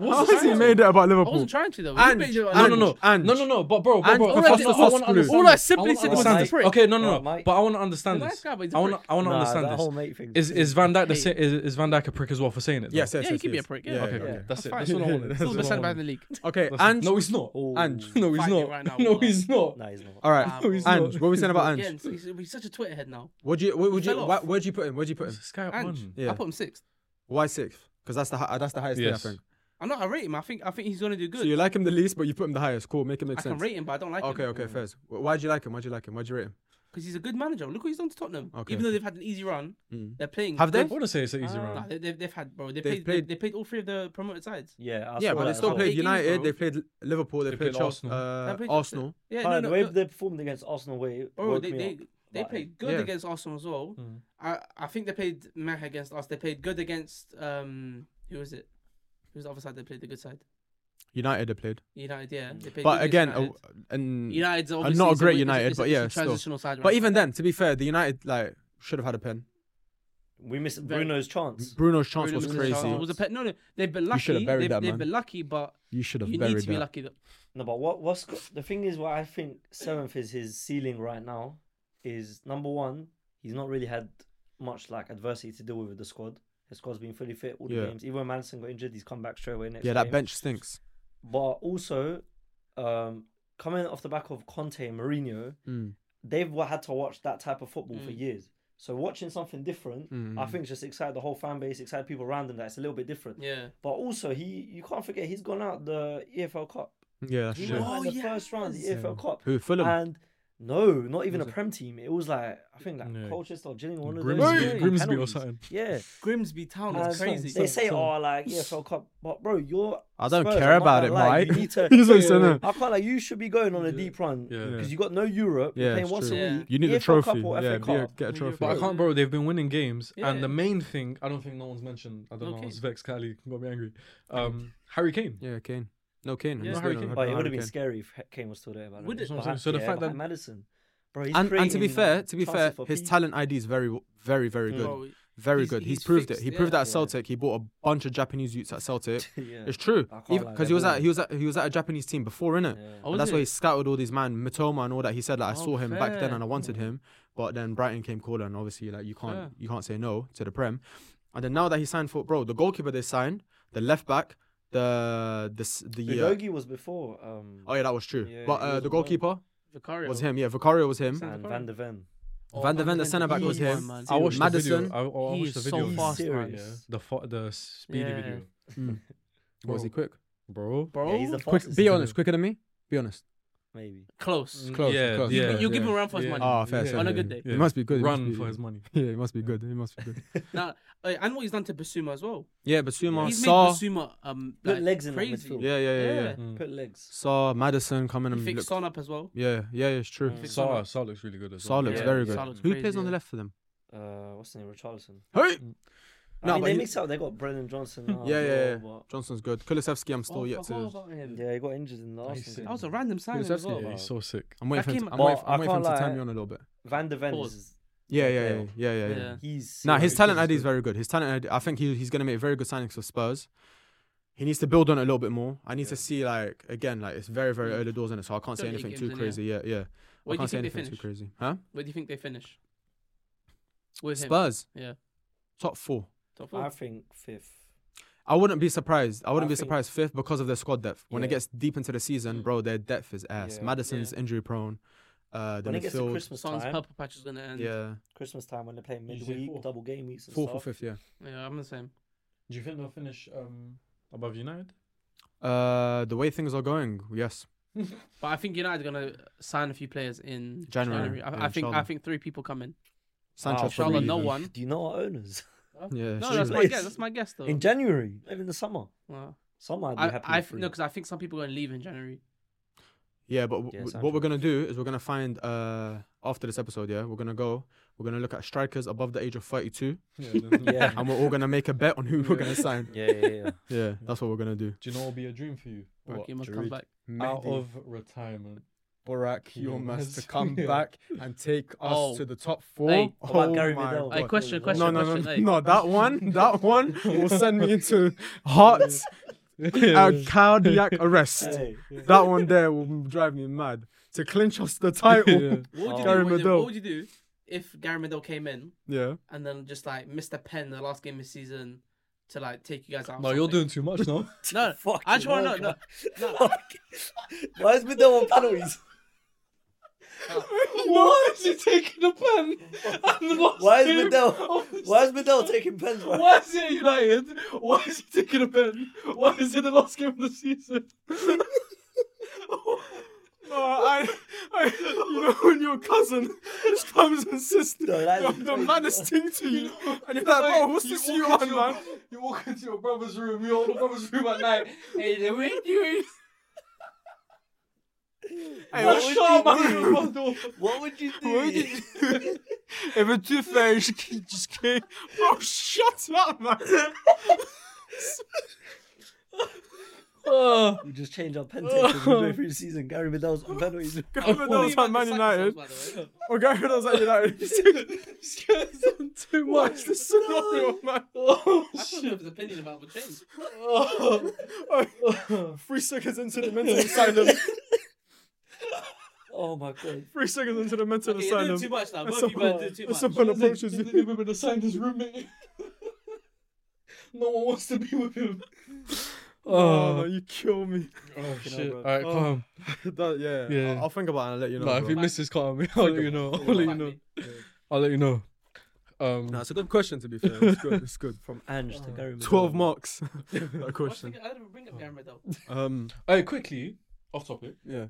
A: How has he made it about
B: I
A: Liverpool?
B: wasn't trying to though. You
A: And-
B: made your-
A: and-
D: No, no, no,
A: And-
D: no, no, no. But bro, bro,
A: and-
D: bro.
A: All
D: I
A: I
D: want-
A: did was
D: I want to
A: ask
D: understand
A: Lou.
B: All I
D: this.
B: simply
D: want to
B: said was
D: understand
B: he's a
D: this.
B: prick.
D: Okay, no, no,
C: Bro,
D: no.
C: Mike-
D: But I want to
B: He's
D: understand
B: a
D: this.
B: nice guy, but he's a
D: I want
B: prick.
D: I want to
C: Nah,
D: understand
C: that
D: this.
C: whole mate thing.
D: Is is Van Dijk the
B: Hey.
D: sa- is, is Van Dijk a prick as well for saying it? though?
A: Yes, yes,
B: Yeah, he
A: yes,
B: could be
A: yes.
B: a prick, yeah.
D: Okay,
A: yeah.
D: okay. That's it.
B: That's
D: That's what I
A: fine.
D: wanted. That's
A: Still
B: Still
D: what
B: the best
D: I
B: centre back in
D: wanted.
B: the league.
A: Okay,
D: That's-
A: and
D: no, he's not.
C: Oh.
A: and-
D: No, he's
B: Fight it
D: not.
B: right now,
D: no,
B: Wallah.
D: he's not.
C: Nah, he's not.
A: all right.
B: Nah,
D: No, he's
A: And
D: not.
A: what were we saying about
B: Again,
A: Ange?
B: he's, he's such a Twitter head now.
A: What do you? What would
B: He
A: you?
B: fell
A: Why,
B: off.
A: where'd you put him? Where'd you put him?
D: This guy at
B: And-
D: one.
A: Yeah.
B: I put him sixth.
A: Why sixth? Because that's the hi- that's the highest tier,
D: Yes.
A: I think.
B: I'm not. I rate him. I think. I think he's gonna do good.
A: So you like him the least, but you put him the highest. Cool, make it make
B: I can
A: sense.
B: rate him, but I don't like
A: okay,
B: him
A: okay, fair. Why do you like him? Why do you like him? Why do you rate him?
B: because he's a good manager. Look what he's done to Tottenham.
A: Okay.
B: Even though they've had an easy run,
A: Mm.
B: they're playing.
A: Have they?
D: I want to say it's an easy
C: Ah.
B: Nah,
D: round.
B: they, they've, they've had bro. They
A: Mm. They've
B: played,
A: played-
B: They, they played all three of the promoted sides.
C: Yeah, I
A: Yeah,
C: saw
A: but
C: that
A: they
C: as
A: still
C: well.
A: played
B: Eight games,
A: United.
B: bro.
A: They played Liverpool. They,
D: They
A: played,
D: played
A: Chelsea,
D: Arsenal.
B: They
A: uh,
B: played-
A: Arsenal.
B: Yeah,
C: Fine,
B: no,
C: the
B: no,
C: way
B: no.
C: they performed against Arsenal, way
B: Bro,
C: woke
B: they
C: me
B: they,
C: up.
B: they
C: Like,
B: played good
A: Yeah.
B: against Arsenal as well.
D: Mm.
B: I I think they played meh against us. They played good against um who was it? Who was the other side? They played the good side.
A: United they played,
B: United, yeah. They played good
A: but
B: against
A: again,
B: United.
A: uh, and
B: United's obviously
A: not a
B: it's
A: great
B: it's
A: United,
B: it's
A: but
B: it's
A: yeah, still.
B: transitional side.
A: but
B: right?
A: even then, to be fair, the United like should have had a pen.
C: We missed
B: Very-
C: Bruno's chance.
A: Bruno's chance
B: Bruno
A: was
B: Fernandes
A: crazy.
B: was a pet. No, no, they've been lucky.
A: should have buried
B: they've,
A: that,
B: they've
A: man.
B: been lucky, but
A: You should have
B: you
A: buried
B: need to be
A: that.
B: lucky. Though.
C: No, but what what's go- the thing is? What I think seventh is his ceiling right now is number one. He's not really had much like adversity to deal with with the squad. His squad's been fully fit all the
A: Yeah.
C: games. Even when Madison got injured, he's come back straight away next.
A: Yeah, that
C: game.
A: bench stinks.
C: But also, um, coming off the back of Conte and Mourinho,
A: Mm.
C: they've wa- had to watch that type of football for
B: Mm.
C: years. So watching something different, I
A: Mm.
C: think, just excited the whole fan base, excited people around him that it's a little bit different.
B: Yeah.
C: But also, he you can't forget he's gone out the EFL Cup.
A: Yeah, that's
C: He
A: true.
C: went out in
B: Oh,
C: the first round of the
B: yes.
C: EFL Cup.
A: Who Fulham?
C: And no, not even a
A: Was it-
C: prem team. It was like I think like
D: No.
C: Colchester or Gillingham, one of those.
D: Grimsby,
C: yeah,
D: Grimsby or
C: penalties.
D: something.
C: Yeah,
B: Grimsby Town
C: And
B: is crazy.
C: They say, "Oh, like EFL Cup," but bro, you're.
A: I don't
C: Spurs,
A: care
C: I'm not
A: about
C: gonna
A: it,
C: lie,
A: mate.
C: You need to.
A: He's like, "No."
C: I feel like you should be going on a deep run
D: Yeah.
C: because you got no Europe. you're
A: Yeah,
C: playing
A: it's
C: once
A: true.
C: a
B: Yeah.
C: week.
A: You need a
C: EFL
A: trophy.
C: Cup or
A: Yeah,
C: FA
A: be a,
C: Cup.
A: get a
B: Yeah,
A: trophy.
D: But I can't, bro. They've been winning games, and the
B: Yeah.
D: main thing I don't think no one's mentioned. I don't know. I
B: Okay.
D: was vexed. Cali got me angry. Um, Harry Kane.
A: Yeah, Kane. No, Kane.
B: Yeah.
A: He's
D: Harry
A: doing
D: Kane.
A: it.
C: But it would have
A: Harry
C: been
A: Kane.
C: scary if H- Kane was still there. by the
B: Would
C: way.
B: it?
D: That's what I'm
C: But
D: saying. So the
C: yeah,
D: fact
C: but
D: that-
C: Madison, bro, he's
A: And, and to be
C: creating
A: fair, to be
C: chances
A: fair,
C: for
A: his
C: people.
A: talent ID is very, very, very good.
B: Bro,
A: Very
B: he's-
A: good. He's,
B: he's
A: proved it.
B: fixed,
A: He proved
B: yeah.
A: that at Celtic. He bought a bunch of Japanese youths at Celtic.
C: yeah.
A: It's true.
C: I can't lie,
A: Because
C: they're
A: he was at
C: balling.
A: he was at he was at a Japanese team before, innit?
C: Yeah.
B: Oh,
A: And
B: was
A: that's
B: it?
A: why he scouted all these man Matoma and all that. He said like I
B: Oh,
A: saw him back then
B: fair.
A: and I wanted him, but then Brighton came calling. and Obviously, like you can't
B: Fair.
A: you can't say no to the prem. And then now that he signed for bro, the goalkeeper they signed, the left back, the the s- the uh,
C: Udogi was before. Um,
A: oh yeah that was true.
C: Yeah,
A: but
C: he
A: uh,
C: was
A: the
C: on loan.
A: goalkeeper
B: Vicario. Oh,
A: was him. Yeah, Vicario was him.
B: Sam-
C: and
B: Van
C: Van de Ven.
A: Van de Ven, the centre back, was
B: he's
A: him.
B: my man.
D: I watched the
A: Madison.
D: video. I, I
B: He
D: watched the
B: is
D: video. Hmm.
B: so fast,
C: Serious.
B: man.
D: Yeah. The fo- the speedy
B: Yeah.
D: video,
A: Mm. What was he quick?
D: bro.
B: Bro,
C: Yeah, he's the
A: Quick.
C: fastest.
A: Be honest. Quicker than me. Be honest.
C: maybe.
B: Close.
C: Mm,
A: Close,
D: yeah,
A: close,
D: yeah,
A: close.
B: You give him a run for his money.
A: Ah, fair, fair,
B: On a
A: fair,
B: good
A: yeah.
B: day.
A: It must be good. it must
D: Run
A: be-
D: for his money.
A: Yeah, it must be good. It must be good.
B: Now, uh, and what he's done to Basuma as well.
A: yeah, but Suma
B: He's made
A: saw.
B: Basuma um
C: Put
B: like,
C: legs in that
B: crazy.
C: midfield.
A: Yeah, yeah, yeah, yeah.
D: Mm.
C: Put legs.
A: Saw Madison coming
B: He
A: and
B: fixed
A: looked-
B: Son up as well.
A: Yeah, yeah, yeah, it's true.
C: Mm.
D: Saar, Saar looks really good as
A: Saw
D: well.
A: looks
C: Yeah,
A: Oh, very good.
B: Saar looks
A: Who
B: crazy, Mm.
A: plays on
B: yeah.
A: the left for them?
C: Uh, what's the name? Richarlison.
A: Hey,
C: I
A: No,
C: mean,
A: but
C: they
A: he-
C: mixed up. They got Brennan Johnson. now as
A: Yeah, yeah,
C: well,
A: yeah. Johnson's good. Kulisevsky, I'm still
B: Oh,
A: yet
B: fuck
A: to.
B: off about him.
C: But, yeah, he got injured in the
D: Oh,
C: last
D: he's sick.
B: That was a random signing as
A: Kulusevski,
B: well.
D: Yeah, he's so sick.
A: I'm waiting for him.
B: Hakim-
A: To, I'm waiting,
C: Well,
A: I'm
C: I
A: waiting for him to
C: can't
A: turn
C: lie.
A: me on a little bit.
C: Van der Ven
B: Pause.
C: is.
A: Yeah,
C: Okay.
A: yeah, yeah, yeah, yeah. yeah.
B: Yeah.
C: He's.
A: Nah, his
D: Yeah,
A: talent
D: he's
A: ID is
D: good.
A: very good. His talent ID, I think he, he's gonna make very good signings for Spurs. He needs to build on it a little bit more. I need
C: Yeah.
A: to see like again, like it's very very
B: Mm.
A: early doors in it, so I can't say
B: Still eight
A: anything
B: games
A: too
B: in,
A: crazy yet. Yeah, I
B: Where do you
A: can't say
B: think they
A: anything too
B: finish?
A: crazy. Huh?
B: Where do you think they finish? With him.
A: Spurs
B: Yeah.
A: top four.
B: Top four.
C: I think fifth.
A: I wouldn't be surprised. I wouldn't
C: I
A: be
C: think-
A: surprised fifth because of their squad depth. When it
C: Yeah.
A: gets deep into the season,
B: Mm.
A: bro, their depth is ass.
C: Yeah.
A: Madison's
B: Yeah.
A: injury prone. Uh, the
C: when it gets to
A: midfield.
C: Christmas
B: Son's
C: time,
B: purple patch is gonna end.
A: Yeah,
C: Christmas time when they're playing
D: You say
C: midweek,
D: fourth.
C: double game weeks and
A: fourth or
C: stuff.
A: fifth. Yeah.
B: Yeah, I'm the same.
D: Do you think they'll finish um, above United?
A: Uh, the way things are going, yes.
B: But I think United are gonna sign a few players in
A: January.
B: I,
A: Yeah,
B: I think
A: inshallah.
B: I think three people come in.
A: Sancho,
C: Wow,
A: probably
B: Inshallah, no
A: even.
B: one.
C: Do you know our owners?
A: Yeah,
B: No,
A: sure.
B: that's my
C: Please.
B: guess. That's my guess though.
C: In January, not even the summer.
B: Wow.
C: Summer, I'd be
B: Oh. I,
C: happy.
B: I
C: with
B: f-
C: three.
B: no, because I think some people are gonna leave in January.
A: Yeah, but w-
C: Yeah,
A: w-
C: Sancho.
A: what we're gonna do is we're gonna find uh after this episode, yeah, we're gonna go, we're gonna look at strikers above the age of thirty-two,
D: Yeah, then-
C: Yeah.
A: and we're all gonna make a bet on who we're gonna sign.
C: yeah, yeah, yeah.
A: Yeah, that's what we're gonna do.
D: Do you know what will be a dream for you?
A: What,
B: Raheem comes
A: Giroud?
B: back.
D: Out of retirement.
A: Borak,
D: you must
A: to
D: come back
A: and take us
B: Oh. to
A: the top four.
B: Hey,
C: what about Gary Medel?
B: Hey,
C: What?
B: question,
C: No,
B: question,
A: Oh no, no, no,
B: question. hey.
A: no! That one, that one will send me into heart and cardiac arrest.
C: Hey,
A: That one there will drive me mad. To clinch us the title, yeah.
B: What would,
A: Gary
B: you do, what, would you-
A: Medel.
B: what would you do if Gary Medel came in and then just like missed a pen the last game of the season to like take you guys out? or
D: No, you're
B: something?
D: doing too much now.
B: No,
C: fuck.
B: I just want to know.
C: Why is Middle on penalties?
D: Why is he taking a pen? And lost
C: Why is
D: him?
C: Middle? Why is Middle taking pens? bro?
D: Why is he at United? Why is he taking a pen? Why is it the last game of the season?
A: No, I, I, you know when your cousin just comes and says
C: No, that is-
A: the maddest thing to you, and you're like,
D: Like,
A: bro, what's this you on,
D: walk into your-
A: man?
D: You walk into your brother's room, your older brother's room at night. Hey, the way you
A: Hey,
C: What
A: what-
C: would
D: shot
C: you
D: my
C: do?
D: bundle.
C: What would you do?
A: What would you do if a toothfish just came? Bro, Oh, shut up, man.
D: Oh,
C: We just change our pen takers midway through the season. Gary Middle's on penalties.
A: Gary Medell's at Man United,
B: United.
A: or Gary Medell's at United.
D: this guy's done too
A: What
D: much.
A: is the scenario, man?
D: Oh,
B: I thought
D: shit.
B: his opinion about would change.
D: Oh.
A: Three seconds into the mental asylum.
C: Oh my god.
A: Three seconds into the mental
B: Okay, you're doing too
A: asylum.
B: much now.
A: And
B: Both of you
A: someone-
B: guys do too
A: and
B: much.
A: someone approaches
D: He
A: you.
D: didn't even want to sign his roommate. no one wants to be with him.
A: Oh, you kill me.
D: Oh
C: hell,
D: shit!
C: bro.
D: Alright,
A: Oh.
D: calm.
A: That, yeah.
D: Yeah.
A: I'll, I'll think about it and let you know.
D: No, if
A: bro.
D: he misses, calm. I'll let you know. I'll let you know. I'll let you know. Um,
A: No, it's a good question to be fair. It's good. It's good.
C: From Ange to Gary Middle.
A: Twelve marks. that question.
B: I didn't bring up Gary Medel.
A: Um.
D: hey, quickly, off topic.
A: Yeah.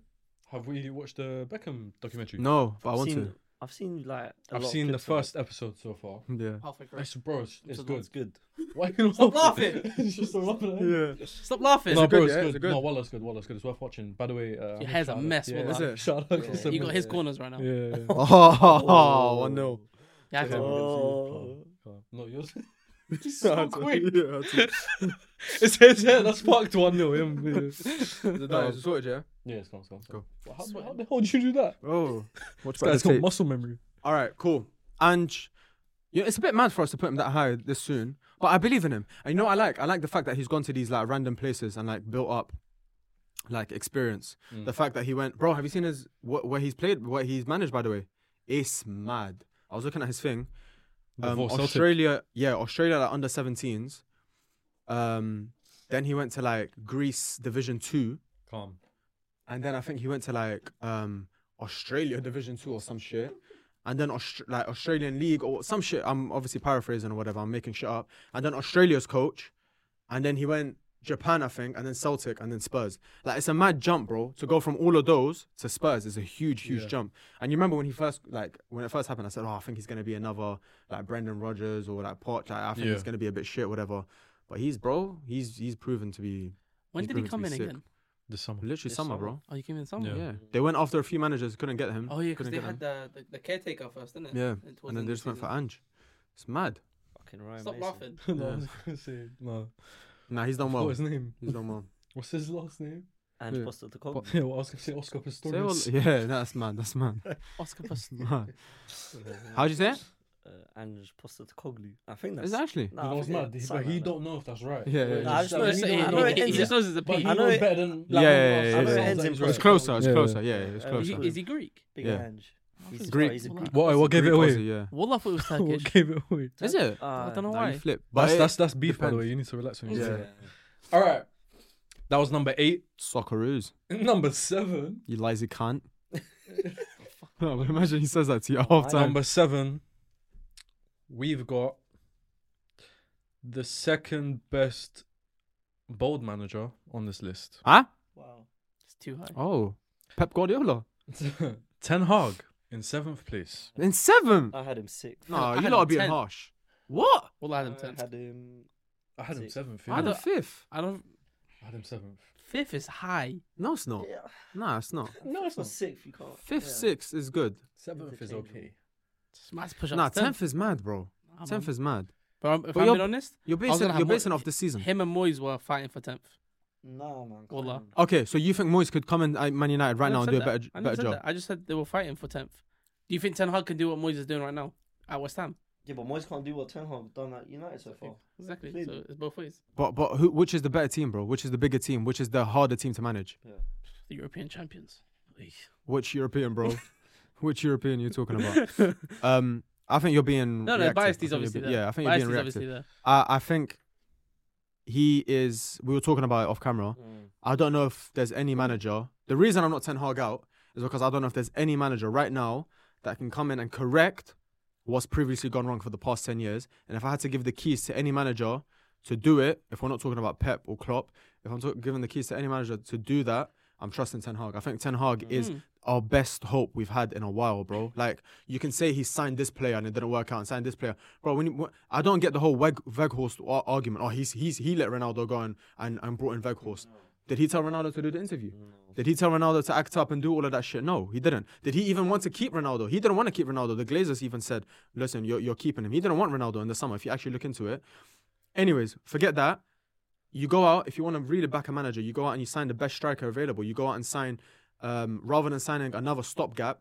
D: Have we watched the Beckham documentary?
A: No, but I want
C: seen,
A: to.
C: I've seen like. a
D: I've
C: lot of
D: seen the
C: clips of it.
D: first episode so far.
A: Yeah.
B: Halfway through.
D: It's bro, it's, it's
C: Episode
D: good.
C: one's good.
D: Why are you
B: Stop
D: laughing? it's just a laughing. at it.
A: Yeah.
B: Stop laughing.
D: No,
A: good,
D: bro, it's
A: yeah,
D: good.
A: it's good.
D: No, Walla's good. Walla's good. It's worth watching. By the way, uh,
B: Your hair's a mess,
D: Yeah,
B: Wallah.
A: Is it?
D: Shout out. it's a
B: you got
D: mess.
B: his corners right now.
D: Yeah. yeah, yeah.
A: Oh, one nil.
B: You have to.
D: Calm,
C: Oh.
D: calm. Not yours.
A: Yeah,
D: so
A: that's-
D: quick.
A: yeah, that's it.
D: It's his hair that's fucked one nil. Him.
A: The dice is sorted, yeah.
D: Yeah, it's gone, it's gone. It's gone. Well, How,
B: Sweating.
D: how the hell did you do that?
A: Oh, watch
D: It's got muscle memory.
A: All right, cool. Ange, yeah, it's a bit mad for us to put him that high this soon, but I believe in him. And you know, what I like, I like the fact that he's gone to these like random places and like built up like experience.
D: Mm.
A: The fact that he went, bro. Have you seen his what where he's played, what he's managed? By the way, it's mad. I was looking at his thing. Um,
D: Before Celtic.
A: Australia, yeah, Australia like under 17s. Um, then he went to like Greece Division Two,
D: Calm.
A: and then I think he went to like um Australia Division Two or some shit, and then Aust- like Australian League or some shit. I'm obviously paraphrasing or whatever. I'm making shit up. And then Australia's coach, and then he went Japan, I think, and then Celtic, and then Spurs. Like it's a mad jump, bro. To go from all of those to Spurs is a huge, huge
D: Yeah.
A: jump. And you remember when he first, like, when it first happened, I said, "Oh, I think he's gonna be another like Brendan Rodgers or like Poch. Like, I think
D: Yeah.
A: he's gonna be a bit shit, whatever." But he's, bro, he's he's proven to be
B: When
A: He's
B: did he
A: proven to
B: come
A: be
B: in
A: sick.
B: again?
D: This summer.
A: literally
C: This
A: summer,
C: summer.
A: bro.
B: Oh, you came in summer.
A: Yeah.
D: Yeah.
A: they went after a few managers, couldn't get him.
B: Oh yeah, because
A: Couldn't
B: they
A: get
B: had the, the the caretaker first, didn't it?
A: Yeah,
B: towards the
A: and then
B: end
A: they
B: of
A: just went for
B: season.
A: Ange. It's mad.
C: Fucking Ryan
B: Stop
C: Mason.
B: laughing.
D: no,
A: Yeah.
D: I was gonna say no.
A: Nah, he's
D: I
A: done
D: forgot
A: well.
D: his name?
A: He's done well.
D: What's his last name?
C: And
A: Yeah.
C: Posta to come.
D: Yeah, well, I was gonna say Oscar
A: Say all-
D: Pistorius.
A: yeah, that's mad. That's mad.
B: Oscar Pistorius.
A: Mad. How'd you say it?
C: Uh, and Posta to Koglu. I think that's.
A: It's actually.
C: Nah,
D: Nah, that
C: I
D: was
C: think
D: mad.
C: it's
D: He, but he
C: something like
D: don't know if that's right.
A: Yeah, yeah,
D: But
A: yeah.
C: Nah, I just
D: that
C: know
D: he
C: it's-
D: don't
C: I
D: know
C: know
D: if
C: it
D: it's
B: he
C: ends
D: right.
C: in-
B: just knows it's a
D: But
B: P.
D: he
C: I know
D: knows
C: it-
D: better than.
A: Yeah, yeah, yeah,
D: Like,
A: yeah,
D: he
A: yeah.
D: knows
C: It
D: that's
C: ends in
A: It was
D: right.
A: closer. It's
D: Yeah.
A: closer. Yeah, it's
C: Uh,
B: Is he,
A: closer.
B: is he Greek?
C: Big
A: Yeah.
C: Ange. He's,
A: Greek.
C: He's a
B: Well,
C: Greek.
B: like-
D: What? What gave it
A: Greek
D: away?
A: Aussie, yeah.
B: Well, I thought it was Turkish.
D: What gave it away?
A: Is it?
B: Oh, I
C: Uh,
B: don't know
A: Nah,
B: why.
A: you flip. But
D: That's
A: it-
D: that's that's beef, by the
A: depends.
D: way. You need to relax on
A: Yeah.
D: yourself. All right. That was number eight.
A: Socceroos.
D: Number seven.
A: You lazy cunt. no, but imagine he says that to you at half time.
D: Number seven. We've got the second best bold manager on this list.
A: Huh?
C: Wow.
B: It's too high.
A: Oh. Pep Guardiola.
D: Ten Hag in seventh place.
A: In seven.
C: I had him sixth.
A: No,
B: Uh, I
A: you
B: had
A: lot are
B: him
A: being
B: 10.
A: harsh. What?
B: Well, Adam
C: I
B: tenth.
C: had him.
D: I had him
C: Six.
D: seventh.
A: I had
D: yeah.
A: a fifth.
B: I don't.
D: I had him seventh.
B: Fifth is high.
A: No, it's not.
C: Yeah.
A: Nah, it's not.
D: No, it's
C: It's not sixth. You can't.
A: Oh. Fifth,
C: yeah.
A: sixth is good.
D: Seventh is okay.
B: Smash push up.
A: Nah, tenth is mad, bro.
B: Nah,
A: Tenth
B: Oh, man.
A: is mad.
B: But I'm- if
A: But
B: I'm
A: you're-
B: being honest,
A: You're
B: was
A: basing
B: gonna have
A: you're
B: more-
A: basing off the season.
B: him and Moyes were fighting for tenth.
C: Nah, man. come
B: Wallah.
C: on.
A: Okay, so you think Moyes could come in at Man United right
B: I
A: now and do
B: never
A: a
B: said
A: better
B: that. I never
A: better
B: said
A: job?
B: that. I just said they were fighting for tenth. Do you think Ten Hag can do what Moyes is doing right now at West Ham?
C: Yeah, but Moyes can't do what Ten Hag done at United so far.
B: Exactly.
C: Clearly.
B: So it's both ways.
A: But but who, which is the better team, bro? Which is the bigger team? Which is the harder team to manage?
B: The European champions.
A: Which European, bro? which European you're talking about? um, I think you're being
B: No, no,
A: reactive.
B: bias
A: I think
B: is
A: you're
B: obviously
A: be-
B: there.
A: yeah. I think
B: bias
A: you're being reactive.
B: is obviously there.
A: I I think he is. We were talking about it off camera.
C: Mm.
A: I don't know if there's any manager. The reason I'm not Ten Hag out is because I don't know if there's any manager right now that can come in and correct what's previously gone wrong for the past 10 years. And if I had to give the keys to any manager to do it, if we're not talking about Pep or Klopp, if I'm talk- giving the keys to any manager to do that, I'm trusting Ten Hag. I think Ten Hag is
B: Mm.
A: our best hope we've had in a while, bro. Like you can say he signed this player and it didn't work out, and signed this player, bro. When, you, when I don't get the whole Weg, Weghorst ar- argument. Oh, he's he's he let Ronaldo go and and, and brought in Weghorst. Did he tell Ronaldo to do the interview? Did he tell Ronaldo to act up and do all of that shit? No, he didn't. Did he even want to keep Ronaldo? He didn't want to keep Ronaldo. The Glazers even said, "Listen, you're you're keeping him." He didn't want Ronaldo in the summer. If you actually look into it, anyways, forget that. You go out if you want to really back a manager. You go out and you sign the best striker available. You go out and sign um, rather than signing another stopgap.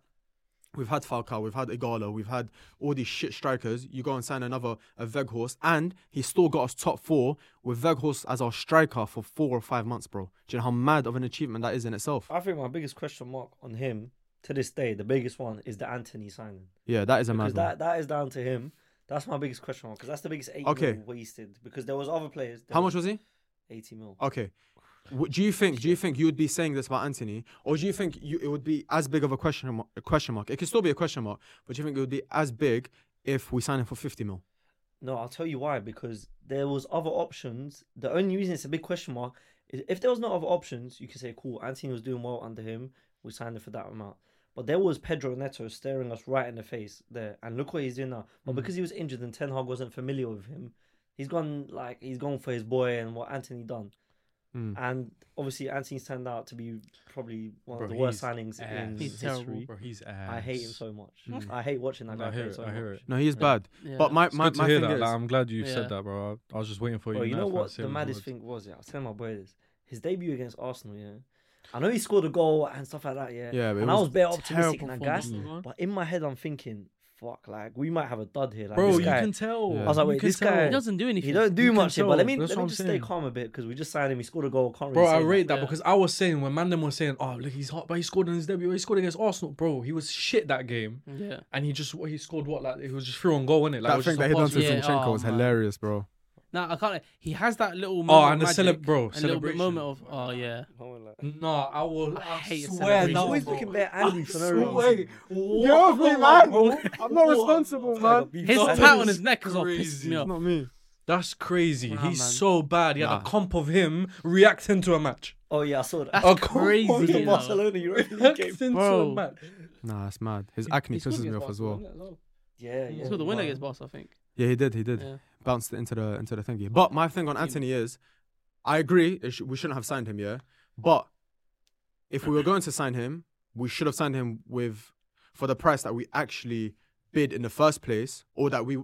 A: We've had Falcao, we've had Igalo, we've had all these shit strikers. You go and sign another a Veghorst, and he still got us top four with Veghorst as our striker for four or five months, bro. Do you know how mad of an achievement that is in itself?
C: I think my biggest question mark on him to this day, the biggest one, is the Anthony signing.
A: Yeah, that is a
C: Because
A: mad one.
C: that, that is down to him. That's my biggest question mark. Because that's the biggest 80
A: Okay.
C: mil wasted. Because there was other players. there
A: How much was he?
C: 80 mil?
A: Okay. W- Do you think? Do you think you would be saying this about Anthony, or do you think you, it would be as big of a question mark? A question mark. It could still be a question mark, but do you think it would be as big if we sign him for fifty mil?
C: No, I'll tell you why. Because there was other options. The only reason it's a big question mark is if there was no other options, you could say, cool, Anthony was doing well under him. We signed him for that amount. But there was Pedro Neto staring us right in the face there, and look what he's doing now.
A: Hmm.
C: But because he was injured and Ten Hag wasn't familiar with him, he's gone like he's gone for his boy and what Anthony
A: Mm.
C: done.
D: Mm-hmm.
C: And obviously, Anthony's turned out to be probably one
D: Bro,
C: of the worst
D: he's
C: signings in
D: ass.
B: He's
C: history.
B: terrible.
D: Bro, he's ass.
C: I hate him so much.
A: Mm.
C: I hate watching that
D: No,
C: guy
D: I hear
C: play
D: it,
C: so
D: I hear
C: much.
D: it.
A: No, he is bad. But
B: Yeah.
A: my
D: It's
A: my,
D: good to
A: my
D: hear
A: thing
D: that.
A: is,
D: like, I'm glad you
B: Yeah.
D: said that, bro. I I was just waiting for you.
C: Bro, you know
D: United fans
C: what
D: to say
C: the
D: those
C: maddest
D: words.
C: thing was? Yeah, I was telling my boy this. His debut against Arsenal, yeah. I know he scored a goal and stuff like that, yeah.
A: Yeah, but it
C: and I
A: was
C: was bare optimistic in that
B: form
C: guy.
B: this season.
C: But in my head, I'm thinking, fuck, like we might have a dud here. Like,
D: Bro,
C: this
D: you
C: guy,
D: can tell.
A: Yeah.
C: I was like,
D: You
C: wait,
D: can
C: this
D: tell.
C: guy-
B: He doesn't do anything.
C: he don't do
D: you can
C: much here. But let
D: tell.
C: me
D: That's
C: let
D: what
C: me
D: I'm
C: just stay
D: saying.
C: calm a bit because we just signed him. He scored a goal. Can't
D: Bro,
C: really
D: I
C: say
D: rate that
B: Yeah.
D: because I was saying when Mandem was saying, "Oh, look, he's hot," but he scored in his debut. He scored against Arsenal, bro. He was shit that game,
B: Yeah.
D: and he just he scored what like he was just through on goal, wasn't it? Like, it
A: that
D: was
A: thing
D: just a
A: that he done
D: pass.
A: to
B: Yeah,
A: Zinchenko
B: oh,
A: was
B: man.
A: hilarious, bro.
B: No, I can't. He has that little moment.
D: Oh,
B: of
D: and the
B: magic,
D: cele- bro,
B: a little bit
D: celebration.
B: moment of oh yeah.
C: that. Hold on, like-
D: Nah, I will.
B: I
D: I,
B: hate a
D: swear
B: celebration.
D: that
C: Always
D: bro.
C: looking bare angry for no
D: I
C: reason.
D: swear.
A: Get off me, man! I'm not responsible,
C: Like,
A: man.
C: beef
B: His
C: sandwich.
B: pat on his neck is all pissed
D: crazy.
B: me
A: It's
B: off.
A: not me.
D: That's crazy.
B: Nah,
D: He's
B: man.
D: so bad. He had
A: Nah.
D: a comp of him reacting to a match.
C: Oh yeah, I saw that.
B: That's
D: Oh, come
B: crazy.
C: Oh, the
B: you know.
C: Barcelona Europa League game.
D: Reacting to a
B: Bro.
D: match.
A: Nah, that's mad. His acne
B: He scored
A: pisses me
B: against
A: off as
B: Barca,
A: well.
B: didn't he, as well?
C: Yeah,
B: He
C: yeah.
B: scored the winner
C: wow.
B: against Barca, I think.
A: Yeah, he did. He did.
B: Yeah.
A: Bounced it into the into the thingy. But my thing on Anthony is, I agree. It sh- we shouldn't have signed him. Yeah, but if we were going to sign him, we should have signed him with for the price that we actually bid in the first place, or that we.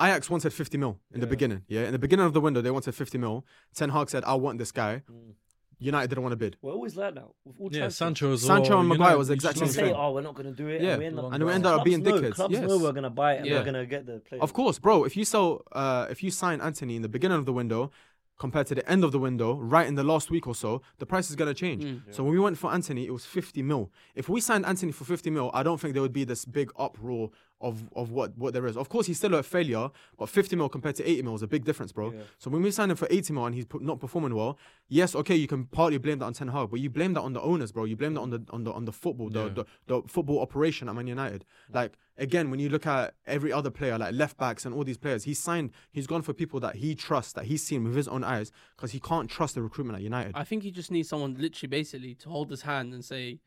A: Ajax wanted 50 mil in the
D: Yeah.
A: beginning. Yeah, in the beginning of the window, they wanted 50 mil. Ten Hag said, "I want this guy."
C: Mm.
A: United didn't want to bid,
C: We're always like that. With all
D: Yeah,
C: transfers.
D: Sancho as
A: Sancho
D: well.
A: and
D: you
A: Maguire
D: know,
A: was
D: you
A: exactly
C: We
A: Same
D: just-
A: the
C: say,
A: thing.
C: oh, we're not gonna do it.
A: Yeah,
C: and we end up,
A: and we
D: Clubs
A: ended up being
C: clubs know,
A: dickheads.
C: Clubs
A: yes.
C: know we're gonna buy it and
B: Yeah.
C: we're gonna get the player.
A: Of course, bro. If you sell, uh, if you sign Anthony in the beginning of the window compared to the end of the window, right in the last week or so, the price is gonna change.
B: Mm.
A: So when we went for Anthony, it was 50 mil. If we signed Anthony for 50 mil, I don't think there would be this big uproar of of what what there is. Of course, he's still a failure, but 50 mil compared to 80 mil is a big difference, bro.
C: Yeah.
A: So when we signed him for 80 mil and he's p- not performing well, yes, okay, you can partly blame that on Ten Hag, but you blame that on the owners, bro. You blame that on the on the on the football, the
D: Yeah.
A: the, the football operation at Man United. Like again, when you look at every other player, like left backs and all these players, he's signed, he's gone for people that he trusts, that he's seen with his own eyes, because he can't trust the recruitment at United.
B: I think you just need someone literally basically to hold his hand and say,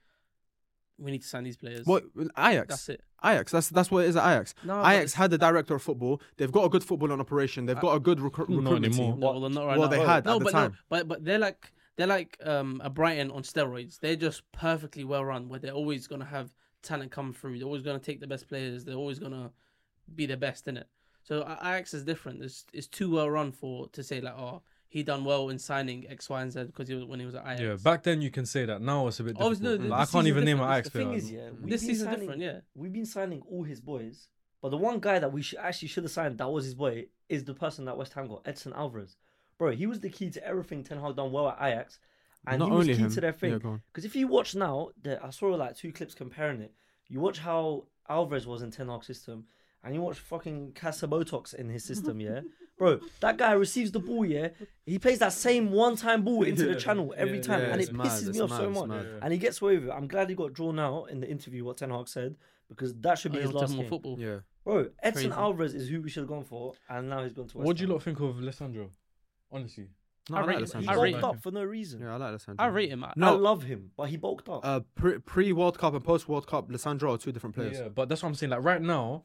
B: we need to sign these players.
A: What Ajax?
B: That's it.
A: Ajax. That's that's what it is at Ajax.
B: No, but
A: Ajax
B: it's-
A: had the director of football. They've got a good football on operation. They've got a good recru-
D: Not
A: recruitment
D: anymore.
A: team.
B: No, well, they're not right
A: Well,
B: now. Oh.
A: they had
B: no,
A: at the
B: but
A: time.
B: No, but but they're like they're like um, a Brighton on steroids. They're just perfectly well run, where they're always gonna have talent come through. They're always gonna take the best players. They're always gonna be the best in it. So A- Ajax is different. It's it's too well run for to say like oh he done well in signing X Y and Z because he was when he was at Ajax.
D: Yeah, back then you can say that. Now it's a bit difficult.
B: Obviously, no,
D: Like, I
B: this
D: can't
B: is
D: even name an
B: different.
D: Ajax
C: The
D: player.
C: thing is, yeah, we've
B: this
C: been
B: season's
C: signing-
B: different. Yeah,
C: We've been signing all his boys, but the one guy that we should actually should have signed that was his boy is the person that West Ham got, Edson Alvarez. Bro, he was the key to everything Ten Hag done well at Ajax, and
A: Not
C: he was
A: only
C: key
A: him.
C: to their
A: Yeah,
C: thing.
A: go on.
C: Because if you watch now, the, I saw like two clips comparing it. You watch how Alvarez was in Ten Hag's system, and you watch fucking Casabotox in his system, yeah? Bro, that guy receives the ball, yeah? He plays that same one time ball into the
D: Yeah,
C: channel every
D: yeah,
C: time,
A: yeah,
C: and
A: it's
C: it
A: mad,
C: pisses
A: it's
C: me off
A: mad,
C: so
A: it's
C: much.
A: mad.
D: Yeah.
C: And he gets away with it. I'm glad he got drawn out in the interview, what Ten Hag said, because that should
B: Oh,
C: be
B: yeah,
C: his
B: we'll talk
C: last
B: more
C: game.
B: football.
A: Yeah.
C: Bro,
B: Crazy.
C: Edson Alvarez is who we should have gone for, and now he's gone to West
D: What do you
C: Ham.
D: lot think of Alessandro? Honestly.
A: No,
B: I
A: I, like
B: rate him.
C: He
A: Alessandro.
B: I rate
C: bulked
D: him.
C: up for no reason.
A: Yeah, I like Alessandro.
B: I rate him. I-
C: I
A: No.
C: love him, but he bulked up.
A: Uh, pre pre World Cup and post World Cup, Alessandro are two different players.
D: Yeah, but that's what I'm saying. Like right now,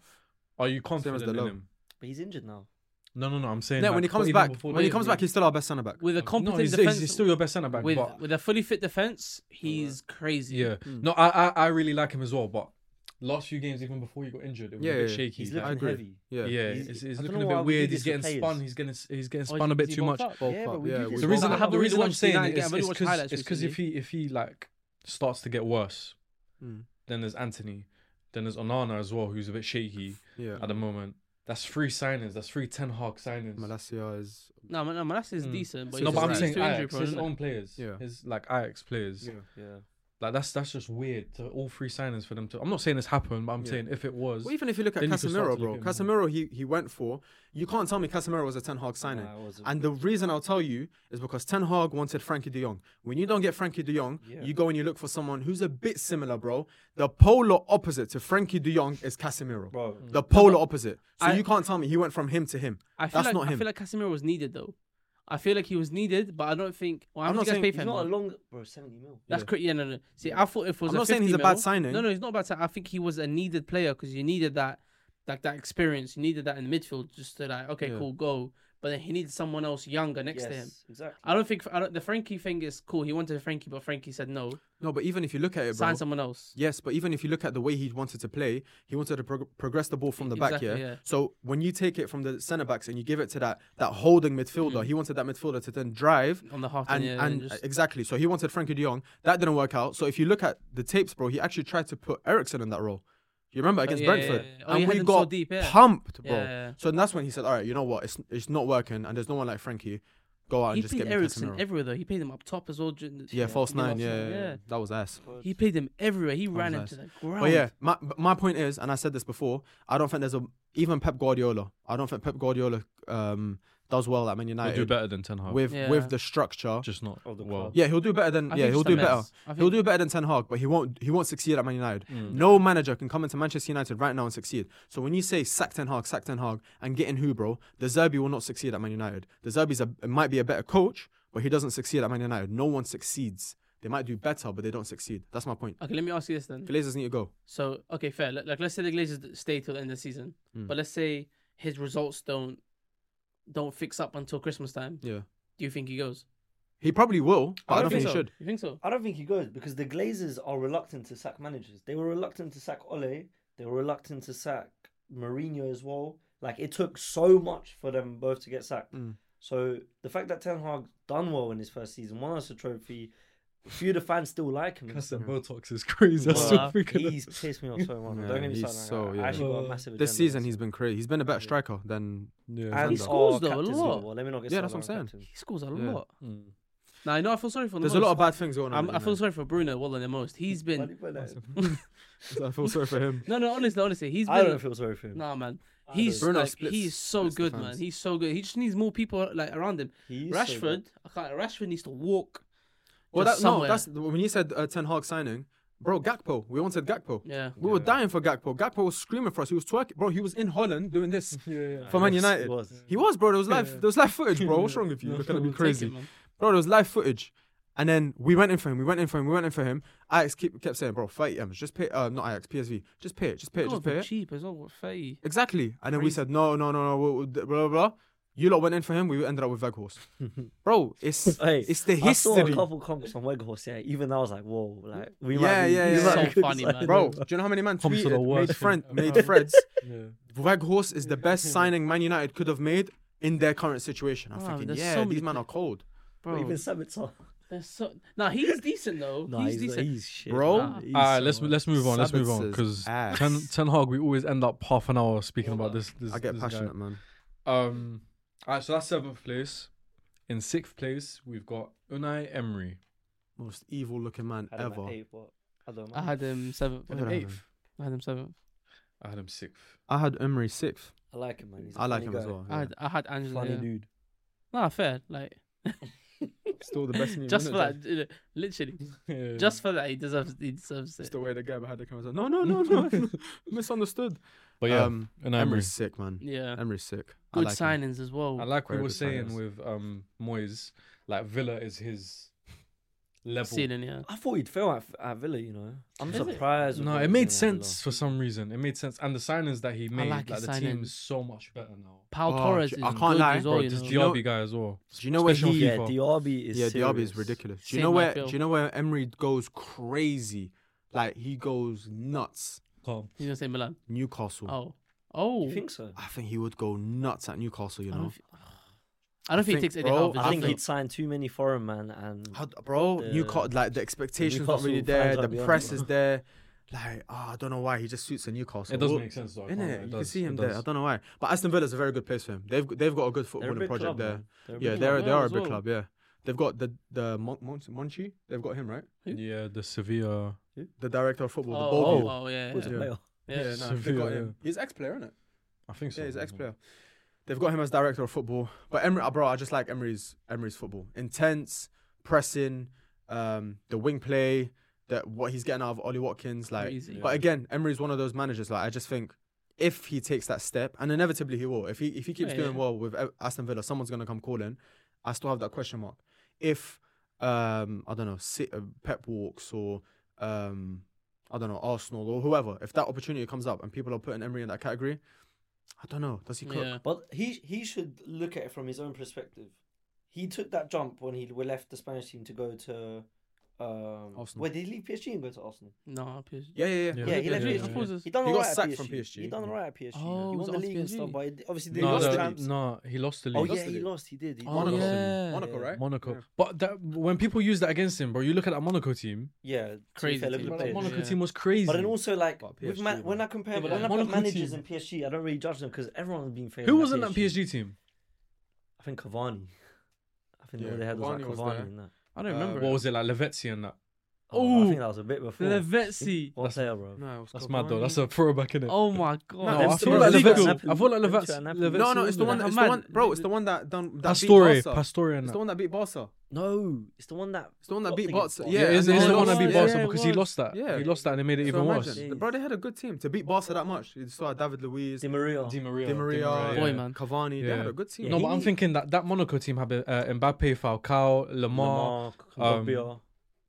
D: are you confident in
A: loan.
D: him?
C: but he's injured now.
D: No, no, no. I'm saying
A: No,
D: like,
A: when he comes
D: what done
A: back,
D: before
A: when he
D: that.
A: comes back, he's still our best centre back.
B: with a competent
D: no, he's,
B: defense,
D: he's still your best centre back.
B: with
D: but
B: with a fully fit defense, he's crazy.
D: yeah,
A: Hmm.
D: no, I, I I really like him as well. But last few games, even before he got injured, it was
A: Yeah,
D: a bit
A: yeah,
D: shaky.
C: He's
D: like-
A: I
C: looking
A: agree.
C: heavy.
A: Yeah.
D: yeah,
C: He's-
D: it's, it's
C: I don't
D: looking
C: know
D: a
C: why
D: bit
C: we do
D: weird. He's
C: this to
D: getting spun.
C: players.
D: He's getting he's getting
B: Oh,
D: spun a
B: is
D: bit
B: he
D: too
B: bulked
D: much.
B: up?
A: Bulk
C: Yeah,
A: up,
C: but we
A: yeah,
C: do this
A: we
D: The
C: to
A: bulk
D: reason
A: up.
B: I
D: I
B: haven't
D: the
B: really
D: reason I'm
B: watched
D: saying
B: United
D: it
B: game. I
D: is
B: really watched
D: because
B: highlights
D: it's because if he if he like starts to get worse,
A: Mm.
D: then there's Anthony, then there's Onana as well, who's a bit shaky
A: Yeah.
D: at the moment. That's three signings. That's three Ten Hag signings.
A: Malacia is.
B: No, no, Manasseh is
D: Mm.
B: decent,
A: Hmm.
B: but
A: So
D: no,
B: he's
D: but I'm
B: just
D: saying
B: too injury
D: Ajax,
B: prone.
D: his
B: isn't it?
D: own players,
A: Yeah.
D: his like Ajax players.
C: Yeah.
D: Like that's that's just weird. To all three signings for them to. I'm not saying this happened, but I'm
A: Yeah.
D: saying if it was,
A: Well, even if you look at
D: Then you can start
A: Casemiro,
D: to
A: bro.
D: look at him.
A: Casemiro, he he went for. You can't tell me Casemiro was a Ten Hag signing.
C: Nah, it wasn't.
A: And the reason I'll tell you is because Ten Hag wanted Frankie de Jong. When you don't get Frankie de Jong,
C: Yeah.
A: you go and you look for someone who's a bit similar, bro. The polar opposite to Frankie de Jong is Casemiro.
C: Bro,
A: The polar opposite. So
B: I-
A: you can't tell me he went from him to him.
B: I feel
A: That's
B: like
A: not
B: I
A: him.
B: feel like Casemiro was needed though. I feel like he was needed, but I don't think. Well,
A: I'm
B: I'm
A: not
B: not guys
A: saying-
B: pay
A: he's
B: for
C: He's
B: him.
C: not a
B: though?
C: long, bro. Seventy mil.
B: That's
A: Yeah.
B: crazy. Yeah, no, no. See, I thought if it was.
A: I'm
B: a
A: not saying
B: 50
A: he's a bad
B: mil-
A: signing.
B: No, no, he's not a bad signing. I think he was a needed player because you needed that, like that experience. You needed that in the midfield just to like, okay,
A: Yeah.
B: cool, go. But then he needed someone else younger next to him.
C: Yes, exactly.
B: I don't think I don't, the Frankie thing is cool. He wanted Frankie, but Frankie said no.
A: No, but even if you look at it, bro.
B: Sign someone else.
A: Yes, but even if you look at the way he wanted to play, he wanted to prog- progress the ball from the
B: Exactly,
A: back, yeah?
B: yeah.
A: So when you take it from the centre backs and you give it to that that holding midfielder, he wanted that midfielder to then drive
B: On the half
A: and,
B: turn, yeah,
A: and
B: and just-
A: exactly. So he wanted Frankie De Jong. That didn't work out. So if you look at the tapes, bro, he actually tried to put Ericsson in that role. You remember against
B: yeah, yeah,
A: Brentford,
B: yeah. Oh, he
A: and
B: had
A: we
B: him so
A: got
B: deep, yeah.
A: pumped, bro.
B: Yeah, yeah.
A: So that's when he said, "All right, you know what? It's it's not working, and there's no one like Frankie. Go out and
B: He
A: just
B: played
A: get me
B: Ericsson
A: Casemiro."
B: everywhere though. He played him up top as well. during the-
A: yeah, false nine. Yeah, yeah,
B: yeah.
A: yeah. that was ass.
B: He played him everywhere. He ran him
A: nice.
B: to the ground.
A: But yeah, my but my point is, and I said this before, I don't think there's a even Pep Guardiola. I don't think Pep Guardiola um, does well at Man
D: He'll
A: United
D: do better than Ten Hag.
A: with
B: Yeah.
A: with the structure.
D: just not
C: Of the
D: well.
C: club.
A: yeah, he'll do better than
B: I
A: yeah,
B: think
A: he'll
B: just
A: do
B: a mess.
A: better.
B: I think-
A: He'll do better than Ten Hag, but he won't he won't succeed at Man United.
D: Mm.
A: No manager can come into Manchester United right now and succeed. So when you say sack Ten Hag, sack Ten Hag, and get in who, bro? The Zerbi will not succeed at Man United. The Zerbi's a might be a better coach, but he doesn't succeed at Man United. No one succeeds. They might do better, but they don't succeed. That's my point.
B: Okay, let me ask you this then.
A: Glazers need to go.
B: So okay, fair. Like, like, let's say the Glazers stay till the end of the season,
A: Mm.
B: but let's say his results don't don't fix up until Christmas time.
A: Yeah,
B: Do you think he goes?
A: he probably will, but I don't, think,
C: so.
A: he should.
B: You think so?
C: I don't think he goes because the Glazers are reluctant to sack managers. They were reluctant to sack Ole. They were reluctant to sack Mourinho as well. Like it took so much for them both to get sacked.
A: Mm.
C: So the fact that Ten Hag done well in his first season, won us a trophy, a few of the fans still like him.
D: Because that Botox is crazy. That's
B: Well,
D: what we could-
C: He's pissed me off so much.
A: Yeah,
C: Don't get me
A: he's
C: started.
A: so-
C: So,
A: yeah.
C: I actually got
D: Uh,
C: a massive.
A: This
C: agenda
A: season
C: against
A: he's
C: him.
A: been great. He's been a better striker than
D: yeah.
C: And
B: He
C: our
B: scores, though, a
C: captain's
B: lot.
C: doing well. Let me not get
A: Yeah,
C: started
A: that's what
C: on
A: I'm
C: our captain.
B: He scores a
A: Yeah.
B: lot.
D: Mm.
B: Now I know I feel sorry for him.
A: There's
B: the
A: a
B: most.
A: lot of bad things going on.
B: I'm, I feel sorry for Bruno well than the most. He's
C: Why do
B: been
C: you put that?
A: sorry. I feel sorry for him.
B: no, no. Honestly, honestly, he's
C: I
B: been
C: don't feel sorry for him.
B: nah, man.
C: I
B: He's
A: Bruno
B: like,
A: splits-
B: he is so
A: splits the
B: good, man.
A: fans.
B: He's so good. He just needs more people like around him.
C: He is so
B: Rashford,
C: good.
B: I can't, Rashford needs to walk.
A: Well,
B: just
A: that, no,
B: somewhere.
A: that's when you said uh, Ten Hag signing, bro. Gakpo, we wanted Gakpo.
B: yeah.
A: We were dying for Gakpo. Gakpo was screaming for us. He was twerking, bro. He was in Holland doing this
D: Yeah,
A: for Man
C: Yes, he
A: United.
C: was.
A: He was, bro. There was live, there was live footage, bro. What's wrong with you?
D: No,
A: Looking at me
D: we'll take
A: crazy,
B: Take it, man.
A: bro. There was live footage, and then we went in for him. We went in for him. We went in for him. Ajax keep, kept saying, bro, fight him. Just pay. Uh, not Ajax, PSV. Just pay it. Just pay it.
B: God,
A: Just pay
B: they're
A: it.
B: cheap as well. What thirty?
A: Exactly. And then we
B: Crazy.
A: said, no, no, no, no. we'll- we'll- Blah blah blah. You lot went in for him. We ended up with Veghorst, bro. It's
C: Hey,
A: it's the
C: I saw a
A: history.
C: couple comments on Weghorst. Yeah, even I was like, whoa, like we
A: Yeah,
C: might be,
A: yeah,
C: we
A: yeah.
C: might
A: So
C: be good
B: funny,
C: side.
B: man.
A: Bro, do you know how many man
D: Comes to the
A: tweeted,
D: worst
A: made,
D: thing
A: friend,
D: ever.
A: made Freds?
D: yeah.
A: Weghorst is the best signing Man United could have made in their current situation. I'm
B: Wow,
A: thinking,
B: Oh, there's
A: yeah,
B: so many
A: these men are cold.
B: Bro,
C: Even Sabitzer.
B: they're so. Nah, he's decent though.
C: Nah,
B: he's,
C: he's,
B: decent.
C: he's shit.
A: Bro.
C: man. He's
D: All right,
C: so
D: let's
C: bad.
D: let's move on. Let's move on because
A: Sabitzer's ass.
D: Ten Ten Hag, we always end up half an hour speaking about this. this
A: I get
D: this
A: passionate,
D: Guy.
A: man.
D: Um, all right, so that's seventh place. In sixth place, we've got Unai Emery.
A: Most evil looking man
C: I don't know,
A: ever.
C: hey, but I don't
B: I
C: mind.
B: had um, him seventh.
A: I don't know.
D: Eighth.
B: I had him seventh.
D: I had him sixth.
A: I had Emery sixth.
C: I like him, man. He's a
A: I like
C: funny
A: him as
C: guy.
A: well.
B: I
A: yeah.
B: had I had Angela.
C: Funny
B: yeah.
C: dude.
B: Nah, fair. Like
A: Still the best. in the
B: just for
A: unit,
B: that, you know, literally,
D: Yeah.
B: just for that, he deserves he deserves
A: Just
B: it.
A: the way the guy behind the camera. was like, No, no, no, no. Misunderstood.
D: but yeah,
A: um,
D: Unai Emery.
A: Emery's sick, man.
B: Yeah,
A: Emery's sick. I
B: good
A: like him.
B: signings as well.
D: I like we
A: Very
D: were
A: good
D: saying
A: signings.
D: with um Moyes, like Villa is his level.
B: Ceiling, yeah.
C: I thought he'd fail at, at Villa, you know. I'm
B: Is it?
C: surprised. with
D: No,
C: what
D: it
C: he's
D: made
C: doing at Villa.
D: sense for some reason. It made sense, and the signings that he made,
B: like
D: like,
B: his
D: the team
B: signings.
D: is so much better now.
B: Paul
A: Oh,
B: Torres
A: j-
B: is
A: I can't
B: good
A: lie.
B: as
A: Bro,
B: well.
D: Bro,
B: you
D: this
B: know.
A: you know-
D: Diaby guy as well.
A: Do you know where
D: Especially on
A: he?
C: Yeah,
D: FIFA.
C: Diaby is.
A: yeah, Diaby is
C: serious.
A: ridiculous. Do you
B: Same
A: know where?
B: midfield.
A: Do you know where Emery goes crazy? Like he goes nuts.
D: Calm.
B: He's gonna say Milan.
A: Newcastle.
B: Oh, oh.
C: You think so?
A: I think he would go nuts at Newcastle. You
B: I don't,
A: know,
B: thi- I don't think,
A: think,
B: he takes Eddie
A: bro,
B: Howe.
A: I
C: I think
A: think-
C: he'd signed too many foreign man, and
A: How- bro.
C: The-
A: Newcastle, like the expectations not
C: Newcastle
A: really
C: fans
A: there.
C: are
A: The
C: beyond
A: press
C: it,
A: is there. Like ah, I don't know why he just suits a Newcastle.
D: It does
A: Well,
D: make sense though.
A: Innit?
D: I can't lie, it
A: you can
D: does,
A: see
D: it
A: him there. I
D: does.
A: don't know why, but Aston Villa is a very good place for him. They've they've got a good
C: they're a
A: footballing
C: big
A: project
C: club,
A: there.
C: man. They're a
A: Yeah,
C: big
A: they're
B: club
A: they
B: now
A: are a
B: as
A: big
B: well.
A: club. Yeah, they've got the the Mon- Mon- Monchi. They've got him right.
D: Yeah, the Sevilla.
A: The director of football, the
B: Oh,
A: Bogey.
B: oh, yeah,
C: Who's
B: yeah.
C: a
A: Yeah.
C: player?
B: yeah.
A: Yeah, no, they've
D: Sevilla,
A: got
D: yeah.
A: him. He's ex-player, isn't it?
D: I think so.
A: Yeah, he's
D: yeah.
A: an ex-player. They've got him as director of football. But Emery, ah, bro, I just like Emery's Emery's football. Intense, pressing, um, the wing play, that what he's getting out of Ollie Watkins. Like,
B: Crazy.
A: but again, Emery's one of those managers. Like, I just think if he takes that step, and inevitably he will. If he if he keeps
B: Yeah,
A: doing
B: yeah.
A: well with A- Aston Villa, someone's gonna come calling. I still have that question mark. If um, I don't know, sit, uh, Pep walks or um, I don't know, Arsenal or whoever. If that opportunity comes up and people are putting Emery in that category, I don't know. Does he cook?
B: Yeah.
C: But he he should look at it from his own perspective. He took that jump when he left the Spanish team to go to. Um,
A: Arsenal.
C: Where did he leave PSG and go to Arsenal?
B: No, PSG.
A: Yeah, yeah, yeah.
D: Yeah.
C: Yeah, he
D: Yeah,
C: left
D: yeah,
C: PSG.
D: yeah.
C: He done
A: He
C: all
A: got
C: right at
A: sacked from
C: He
A: PSG.
C: done all right at PSG.
B: Oh, was
C: he won
B: it
C: the
B: on
C: league and stuff,
B: PSG?
C: but he- obviously they
D: No,
C: lost
D: no,
C: the
A: that-
C: champs.
D: no, he lost the league.
C: Oh
A: lost
C: yeah,
A: the
C: he
A: league.
C: lost. He did. He
B: Oh,
C: did.
A: Monaco.
B: yeah.
A: Monaco, right?
D: Monaco.
A: Yeah.
D: But that when people use that against him, bro, you look at that Monaco team.
C: Yeah, to be
B: Crazy
C: fair, look
B: team.
C: at
D: bro,
C: the
D: that
C: players.
D: Monaco
B: Yeah.
D: team was crazy.
C: But then also like
A: But
C: with
A: PSG,
C: man- when
A: man.
C: I compare,
B: Yeah,
C: but when I put
D: Monaco
C: managers
D: team.
C: and PSG, I don't really judge them because everyone's been failing.
D: Who was in that
C: PSG?
D: PSG team?
C: I think Cavani. I think
A: Yeah,
C: all they had was like
A: Cavani was
C: Cavani
A: there.
C: and that.
B: I don't remember.
D: What
B: it.
D: was it like, Levetsi and that?
C: Oh, I
B: Ooh.
C: think that was a bit before.
B: Levetsi.
C: One player, bro.
A: No, it was
D: That's
A: Cavani.
D: mad though. That's a throwback, innit?
B: Oh my god.
C: No,
D: no,
C: them
D: I
C: two
D: feel
C: are
D: like
C: legal.
D: Levetsi. I feel like
C: Them two are
D: Levetsi.
C: Napoli.
D: Levetsi
A: No, no, it's the one.
D: That,
B: How
A: It's the one,
B: mad.
A: bro. It's the one that done. That beat
D: Pastore,
A: Barca.
D: Pastore, and
A: It's
D: that.
A: the one that beat Barca.
C: No, it's the one that.
A: It's the one that
C: What
A: beat
C: thing is
A: Barca.
C: Barca?
A: Yeah,
D: Yeah,
A: and
D: it is, it is
A: then
D: the
A: it
D: one that
A: was-
D: beat
A: yeah,
D: Barca
A: yeah.
D: because
B: it
D: he
B: was.
D: lost that.
A: Yeah.
D: He lost that and it made it
A: So
D: even worse.
A: imagine, the bro, they had a good team to beat Barca that much. You saw David Luiz,
C: Di Maria.
D: Di Maria.
A: Di Maria,
B: Boy,
D: yeah.
B: man.
A: Cavani. They had
D: Yeah.
A: a good team.
D: No, but I'm
C: He-
D: thinking that that Monaco team had uh, Mbappe, Falcao, Lamar,
C: Lamar,
D: um,
C: Kondogbia,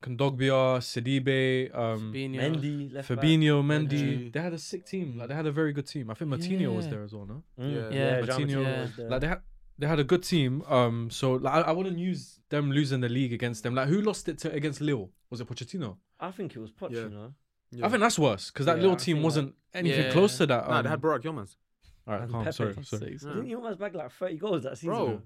D: Kondogbia, Sidibe, um,
B: Fabinho.
C: Mendy, left back.
D: Fabinho,
A: Yeah.
D: Mendy. They had a sick team. Like they had a very good team. I think Martinho was
B: Yeah.
D: there as well, no?
C: Mm,
A: Yeah.
C: yeah,
D: Yeah,
C: Jean
D: Coutinho.
C: Coutinho was there.
D: Like they had they had a good team. Um, so like I, I wouldn't use them losing the league against them. Like who lost it to against Lille? Was it Pochettino?
C: I think it was Poch,
A: Yeah.
C: you know.
A: Yeah.
D: I think that's worse because that
C: Yeah,
D: Lille
C: I think
D: team
C: that-
D: wasn't anything
B: Yeah.
D: close to that. Um,
A: Nah, they had Barack Yilmaz.
D: all right,
C: and
D: calm,
C: Pepe.
D: sorry,
B: God's
D: sorry.
B: sakes.
A: Yeah.
C: Didn't he almost bag like 30 goals that season?
A: Bro,
C: bro?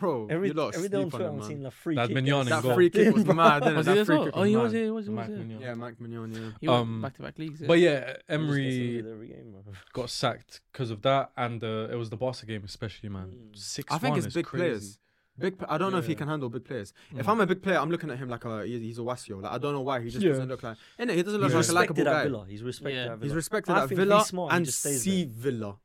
A: Bro,
C: Every,
A: you lot
C: every day on
A: sleep
C: Twitter,
A: on
C: I'm seeing
A: him, man.
C: like free
D: That
C: kick.
D: Mignon
C: against
D: in
A: That
D: goal.
A: free kick
C: Southampton,
A: was
C: bro.
A: mad. innit?
B: Was he
A: That
B: there as
A: free
B: well?
A: kick
B: Oh,
A: was
B: he
A: mad.
B: was here. He was, he was
D: Mike
B: here.
D: Mignon.
A: Yeah, Mike Mignon. Yeah.
B: He went
D: Um,
B: back to back leagues.
D: But yeah,
C: He just gets
D: Emery
C: injured every game, bro.
D: got sacked because of that, and uh, it was the Barca game especially, man.
C: Mm.
D: Six.
A: I think it's
D: is
A: big
D: crazy.
A: players. Big. p- I don't know if he
D: Yeah.
A: can handle big players. If
D: Mm.
A: I'm a big player, I'm looking at him like a he's, he's a wasio. Like I don't know why he just
D: Yeah.
A: doesn't look like. And he doesn't look
C: He's
D: Yeah.
A: like a
C: respected
A: likable
C: at
A: guy.
C: Villa. He's respected
B: Yeah.
C: at Villa.
A: He's respected
C: I
A: at
C: think
A: Villa
C: he's smart, he
A: and
C: just stays
A: C Villa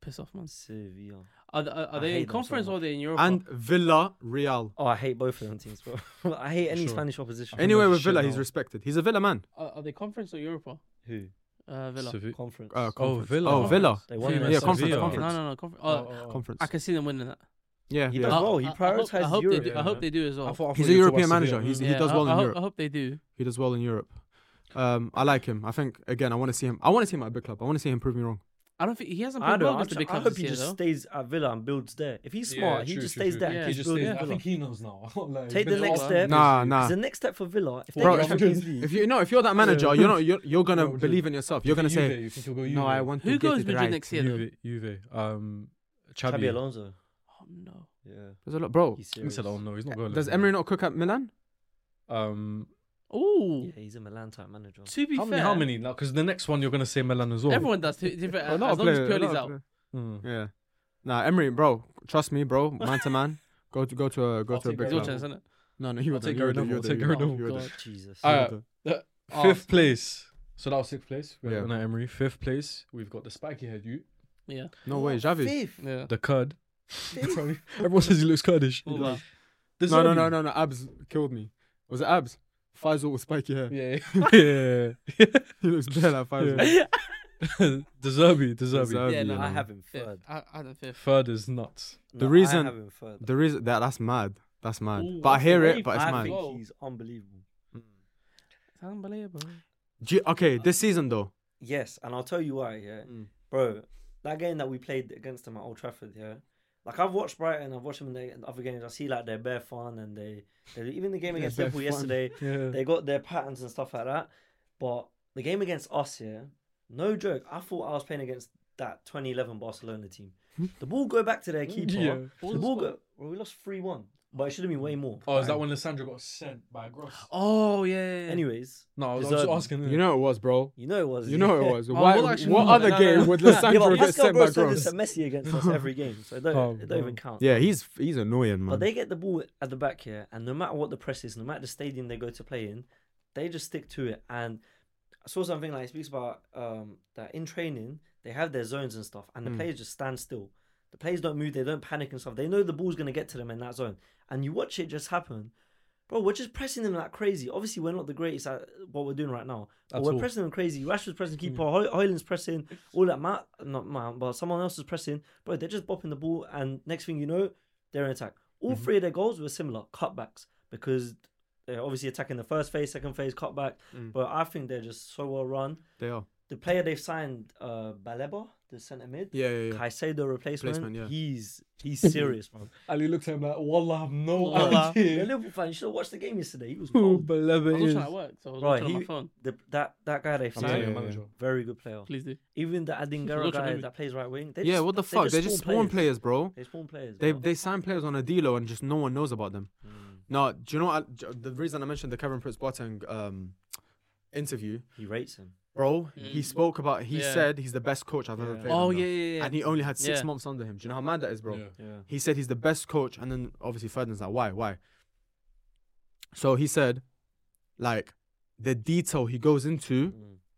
B: Piss off, man.
C: Sevilla.
B: Are, th- are, are
C: I
B: they
C: hate
B: in
C: them so
B: conference or
C: much.
B: are they in Europe?
A: and Villa Real.
C: Oh, I hate both of them teams, bro. I hate any
D: Sure.
C: Spanish opposition.
D: And-
A: Anyway,
D: that's
A: with
D: shit
A: Villa,
D: now.
A: he's respected. He's a Villa man.
B: Are, are they conference or Europa?
C: Who?
B: Uh, Villa.
D: Sevi-
C: Conference.
A: Uh,
D: Oh,
A: conference.
D: Villa.
A: Oh, Villa.
C: they won
D: Fiorentina,
C: against
A: Yeah, conference,
D: Sevilla.
B: No,
A: conference.
B: no, no. Confer-
D: Oh,
B: uh,
D: oh, oh.
A: Conference.
B: I can see them winning that.
A: Yeah,
C: He
A: yeah.
C: does
B: I-
C: well. He
B: I- I hope-
C: prioritises
B: I hope,
C: Europe,
B: They do, I
D: yeah.
B: hope they do as well.
D: I thought- I
A: He's
D: thought
A: a
D: you were talking
A: European
D: about
A: manager.
D: Sevilla.
A: He's- he
B: Yeah,
A: does
B: I-
A: well
B: I
A: in
B: hope-
A: Europe.
B: I hope they do.
A: He does well in Europe. Um, I like him. I think again. I want to see him. I want to see him at a big club. I want to see him prove me wrong.
B: I don't think he hasn't
C: I
B: played
C: don't.
B: well
C: I,
B: against the
C: ju-
B: big
C: I
B: clubs
C: hope
B: this
C: he
B: year,
C: just
B: though.
C: stays at Villa and builds there. If he's
D: Yeah,
C: smart, he
D: true,
C: just
D: true,
C: stays
D: true.
C: there.
B: Yeah.
C: and
D: He
C: keeps
D: just
C: building
D: stays.
C: Villa.
D: I think he knows now. Like, he's
C: Take the
D: been
C: next
D: all-
C: step.
A: Nah, nah.
C: The next step for Villa, if they
A: Bro,
C: get
A: if-
C: Champions League,
A: If you no, if you're that manager, you're not. You're, you're gonna
D: Bro, dude.
A: believe in yourself. You're gonna
D: Juve,
A: say,
D: you think he'll go Juve?
A: "No, I want to
B: Who
A: get
B: goes
A: it
B: Madrid
A: right."
B: next year, though?
D: Juve, Juve. Um,
C: Xabi
D: Chabi.
C: Alonso.
B: Oh, no.
C: Yeah,
A: There's a lot, bro.
C: he's
D: He
C: serious.
D: said, "Oh no, he's not going."
A: Does
D: there."
A: Emery not cook at Milan?
D: Um,
C: Yeah,
B: Ooh.
C: he's a Milan type manager.
B: To be
D: how
B: fair,
D: many? How many? Because the next one you're gonna say Milan as well.
B: everyone does. To, to be fair,
A: A
B: Uh, as
A: lot
B: long
A: of
B: as
A: player- a
B: Pioli's
A: lot of
B: out.
A: player.
D: Mm.
A: Yeah. Nah, Emery, bro. Trust me, bro. Man to man. Go to go to a go
D: I'll
A: to a
D: take
A: big
B: It's your
A: club.
D: Gary
B: chance, isn't it?
A: No, no, you
D: I'll
A: were there,
D: take
A: you were
D: Gary
A: there, you were
D: Neville, I'll take
A: there, you were there,
D: Gary
A: you were
B: Neville.
A: there.
C: Jesus.
A: You were
D: Uh,
A: there.
B: Oh,
D: Fifth place. So that was sixth place. We
A: Yeah.
D: had Unai Emery. Fifth place. We've got the spiky head, you,
B: Yeah.
A: No way, Javi.
C: Fifth.
B: Yeah.
D: the Kurd. Everyone says he looks Kurdish.
B: Oh, wow.
D: The
A: No, no,
D: Zerbi.
A: no, no, no. Abs killed me. Was it Abs? Faisal with spiky hair.
D: Yeah, yeah.
A: he looks bare like Faisal.
D: the Zerbi,
A: The
D: the Zerbi.
A: Zerbi,
B: Yeah, no,
A: you
C: I
A: know.
C: have him
B: Fifth.
C: third.
B: I, I had him fifth.
D: Third is nuts.
A: The
C: No,
A: reason-
C: I have him third.
A: There is that. That's mad. That's mad.
B: Ooh,
A: but I
B: that's
A: hear
B: the
A: it.
B: wave,
A: But it's
C: I
B: man.
A: mad.
C: think
B: Whoa.
C: he's unbelievable.
B: It's unbelievable.
A: Do you- okay, this season though.
C: Yes, and I'll tell you why. Yeah,
A: Mm.
C: bro, that game that we played against them at Old Trafford. Yeah, like I've watched Brighton, I've watched them in the in other games. I see like they're bare fun, and they, they even the game
A: They're
C: against
A: bare
C: Liverpool
A: fun.
C: yesterday,
D: Yeah.
C: they got their patterns and stuff like that. But the game against us here, no joke. I thought I was playing against that 2011 Barcelona team. The ball go back to their keeper.
D: Yeah.
C: The ball go. Well, we lost three one, but it should have been way more.
D: Oh, is that when Lissandra got sent by Gross?
B: Oh, yeah. yeah, yeah.
C: Anyways,
D: No, I was, I
C: The
D: was
C: Zerbi.
D: asking.
A: You know it was, bro.
C: you know it was.
A: You know it was. Why,
B: well, actually,
A: what
B: no,
A: other
B: no, no,
A: game
B: no.
A: would
C: yeah,
A: Lissandro
C: but
A: get
C: Pascal
A: sent by
C: Gross said this
A: Gross?
C: at Messi against us every game, so it don't,
D: Oh,
C: it don't
D: bro.
C: even count.
A: Yeah, he's he's annoying, man.
C: But they get the ball at the back here, and no matter what the press is, no matter the stadium they go to play in, they just stick to it. And I saw something like it speaks about um, that in training they have their zones and stuff, and the
A: Mm.
C: players just stand still. The players don't move, they don't panic and stuff. They know the ball's gonna get to them in that zone, and you watch it just happen. Bro, we're just pressing them like crazy. Obviously, we're not the greatest at what we're doing right now. But
D: At
C: we're
D: all. Hmm.
C: pressing them crazy. Rashford's pressing keeper, Hoy- Hoyland's pressing, all that Mount, not Mount, but someone else is pressing. Bro, they're just bopping the ball, and next thing you know, they're in attack. All
D: Mm-hmm.
C: three of their goals were similar cutbacks because they're obviously attacking the first phase, second phase, cutback.
A: Mm.
C: But I think they're just so well run.
A: They are.
C: The player they've signed, uh, Baleba, the centre mid,
A: Yeah, yeah, yeah.
C: Caicedo replacement.
A: Replacement, yeah.
C: He's he's serious, man.
D: Ali looked at him like, Wallah, I have no
B: Wallah.
C: You're a
D: idea.
C: Liverpool fan. You should have watched the game yesterday. He was
D: Oh, Who
C: cold.
B: I was
D: Belebe
B: watching
D: is?
B: at work, so I was
C: Right,
B: watching on my
C: he-
B: phone.
C: The, that that guy they've
D: I'm telling
A: Yeah,
D: you,
C: signed,
A: yeah,
D: manager.
C: very good player.
B: Please do.
C: Even the Adingra
B: Look at
C: guy
B: him.
C: that plays right wing. They
A: Yeah,
C: just-
A: what the fuck? They just spawn players, bro.
C: They spawn players.
A: They
C: bro.
A: they sign players on a dealer and just no one knows about them.
C: Mm.
A: No, do you know what? I- j- the reason I mentioned the Kevin Prince Boateng um, interview,
C: He rates him.
A: bro, he
B: Mm.
A: spoke about. He
B: Yeah.
A: said he's the best coach I've ever
C: Yeah.
A: played.
B: Oh,
A: under.
B: yeah, yeah, yeah.
A: And he only had six
B: Yeah.
A: months under him. Do you know how mad that is, bro?
D: Yeah.
C: Yeah.
A: He said he's the best coach, and then obviously Ferdinand's like, why, why? So he said, like the detail he goes into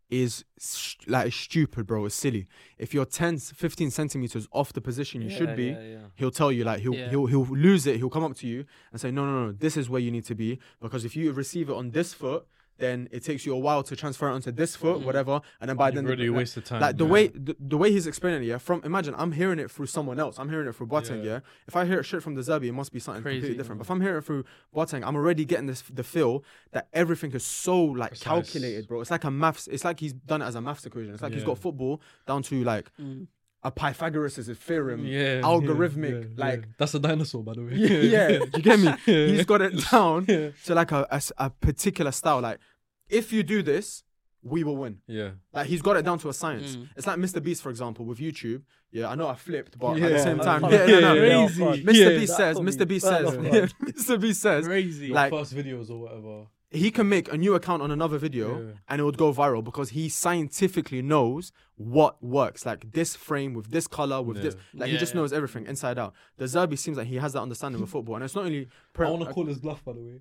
A: is st- like is stupid, bro. It's silly. If you're 10, 15 centimeters off the position you should be, he'll tell you like he'll
B: Yeah.
A: he'll he'll lose it. He'll come up to you and say, no, no, no, this is where you need to be because if you receive it on this foot, then it takes you a while to transfer it onto this foot,
B: Mm-hmm.
A: whatever, and then by
D: You've
A: then
D: already
A: like,
D: wasted time.
A: like the
D: yeah.
A: way the, the way he's explaining it, yeah. From imagine I'm hearing it through someone else. I'm hearing it through Boateng, yeah.
D: Yeah.
A: If I hear it straight from the Zabi, it must be something
B: Crazy.
A: completely different. But if I'm hearing it through Boateng, I'm already getting this the feel that everything is so like
D: Precise.
A: calculated, bro. It's like a maths. It's like he's done it as a maths equation. It's like he's
D: Yeah.
A: got football down to like
B: Mm.
A: a Pythagoras' theorem,
D: yeah,
A: algorithmic,
D: yeah,
A: like.
D: yeah. that's a dinosaur, by the way.
A: Yeah, you get me. He's got it down
D: Yeah.
A: to like a, a s- a particular style. Like, if you do this, we will win.
D: yeah.
A: Like he's got it down to a science.
B: Mm.
A: It's like Mr. Beast, for example, with YouTube. Yeah, I know I flipped, but at
D: Yeah.
A: the same
D: Yeah.
A: time,
D: Yeah.
A: yeah, no, no,
D: Yeah.
A: no.
D: Crazy.
A: Mr.
D: Yeah.
A: Beast says, Mr. Beast says, Mr. Beast says,
D: Crazy.
A: Like-
D: first videos or whatever.
A: he can make a new account on another video
D: Yeah.
A: and it would go viral because he scientifically knows what works. Like this frame with this color with this, like he
B: Yeah,
A: just
B: yeah.
A: knows everything inside out. The Zerbi seems like he has that understanding of football, and it's not only.
D: I want to call his bluff, by the way.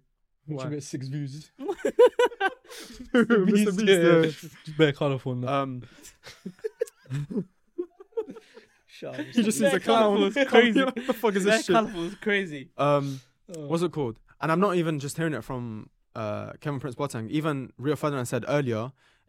D: Once
A: Why?
D: you get six views.
A: Mr. Beast,
D: yeah. Bear colourful now.
A: yeah. Um,
C: Shut up.
A: he just seems a
B: That
A: clown.
B: colourful is crazy.
A: What the fuck is
B: That
A: this shit?
B: colourful is crazy.
A: Um.
D: Oh.
A: what's it called? And I'm not even just hearing it from uh, Kevin Prince Boateng. Even Rio Ferdinand said earlier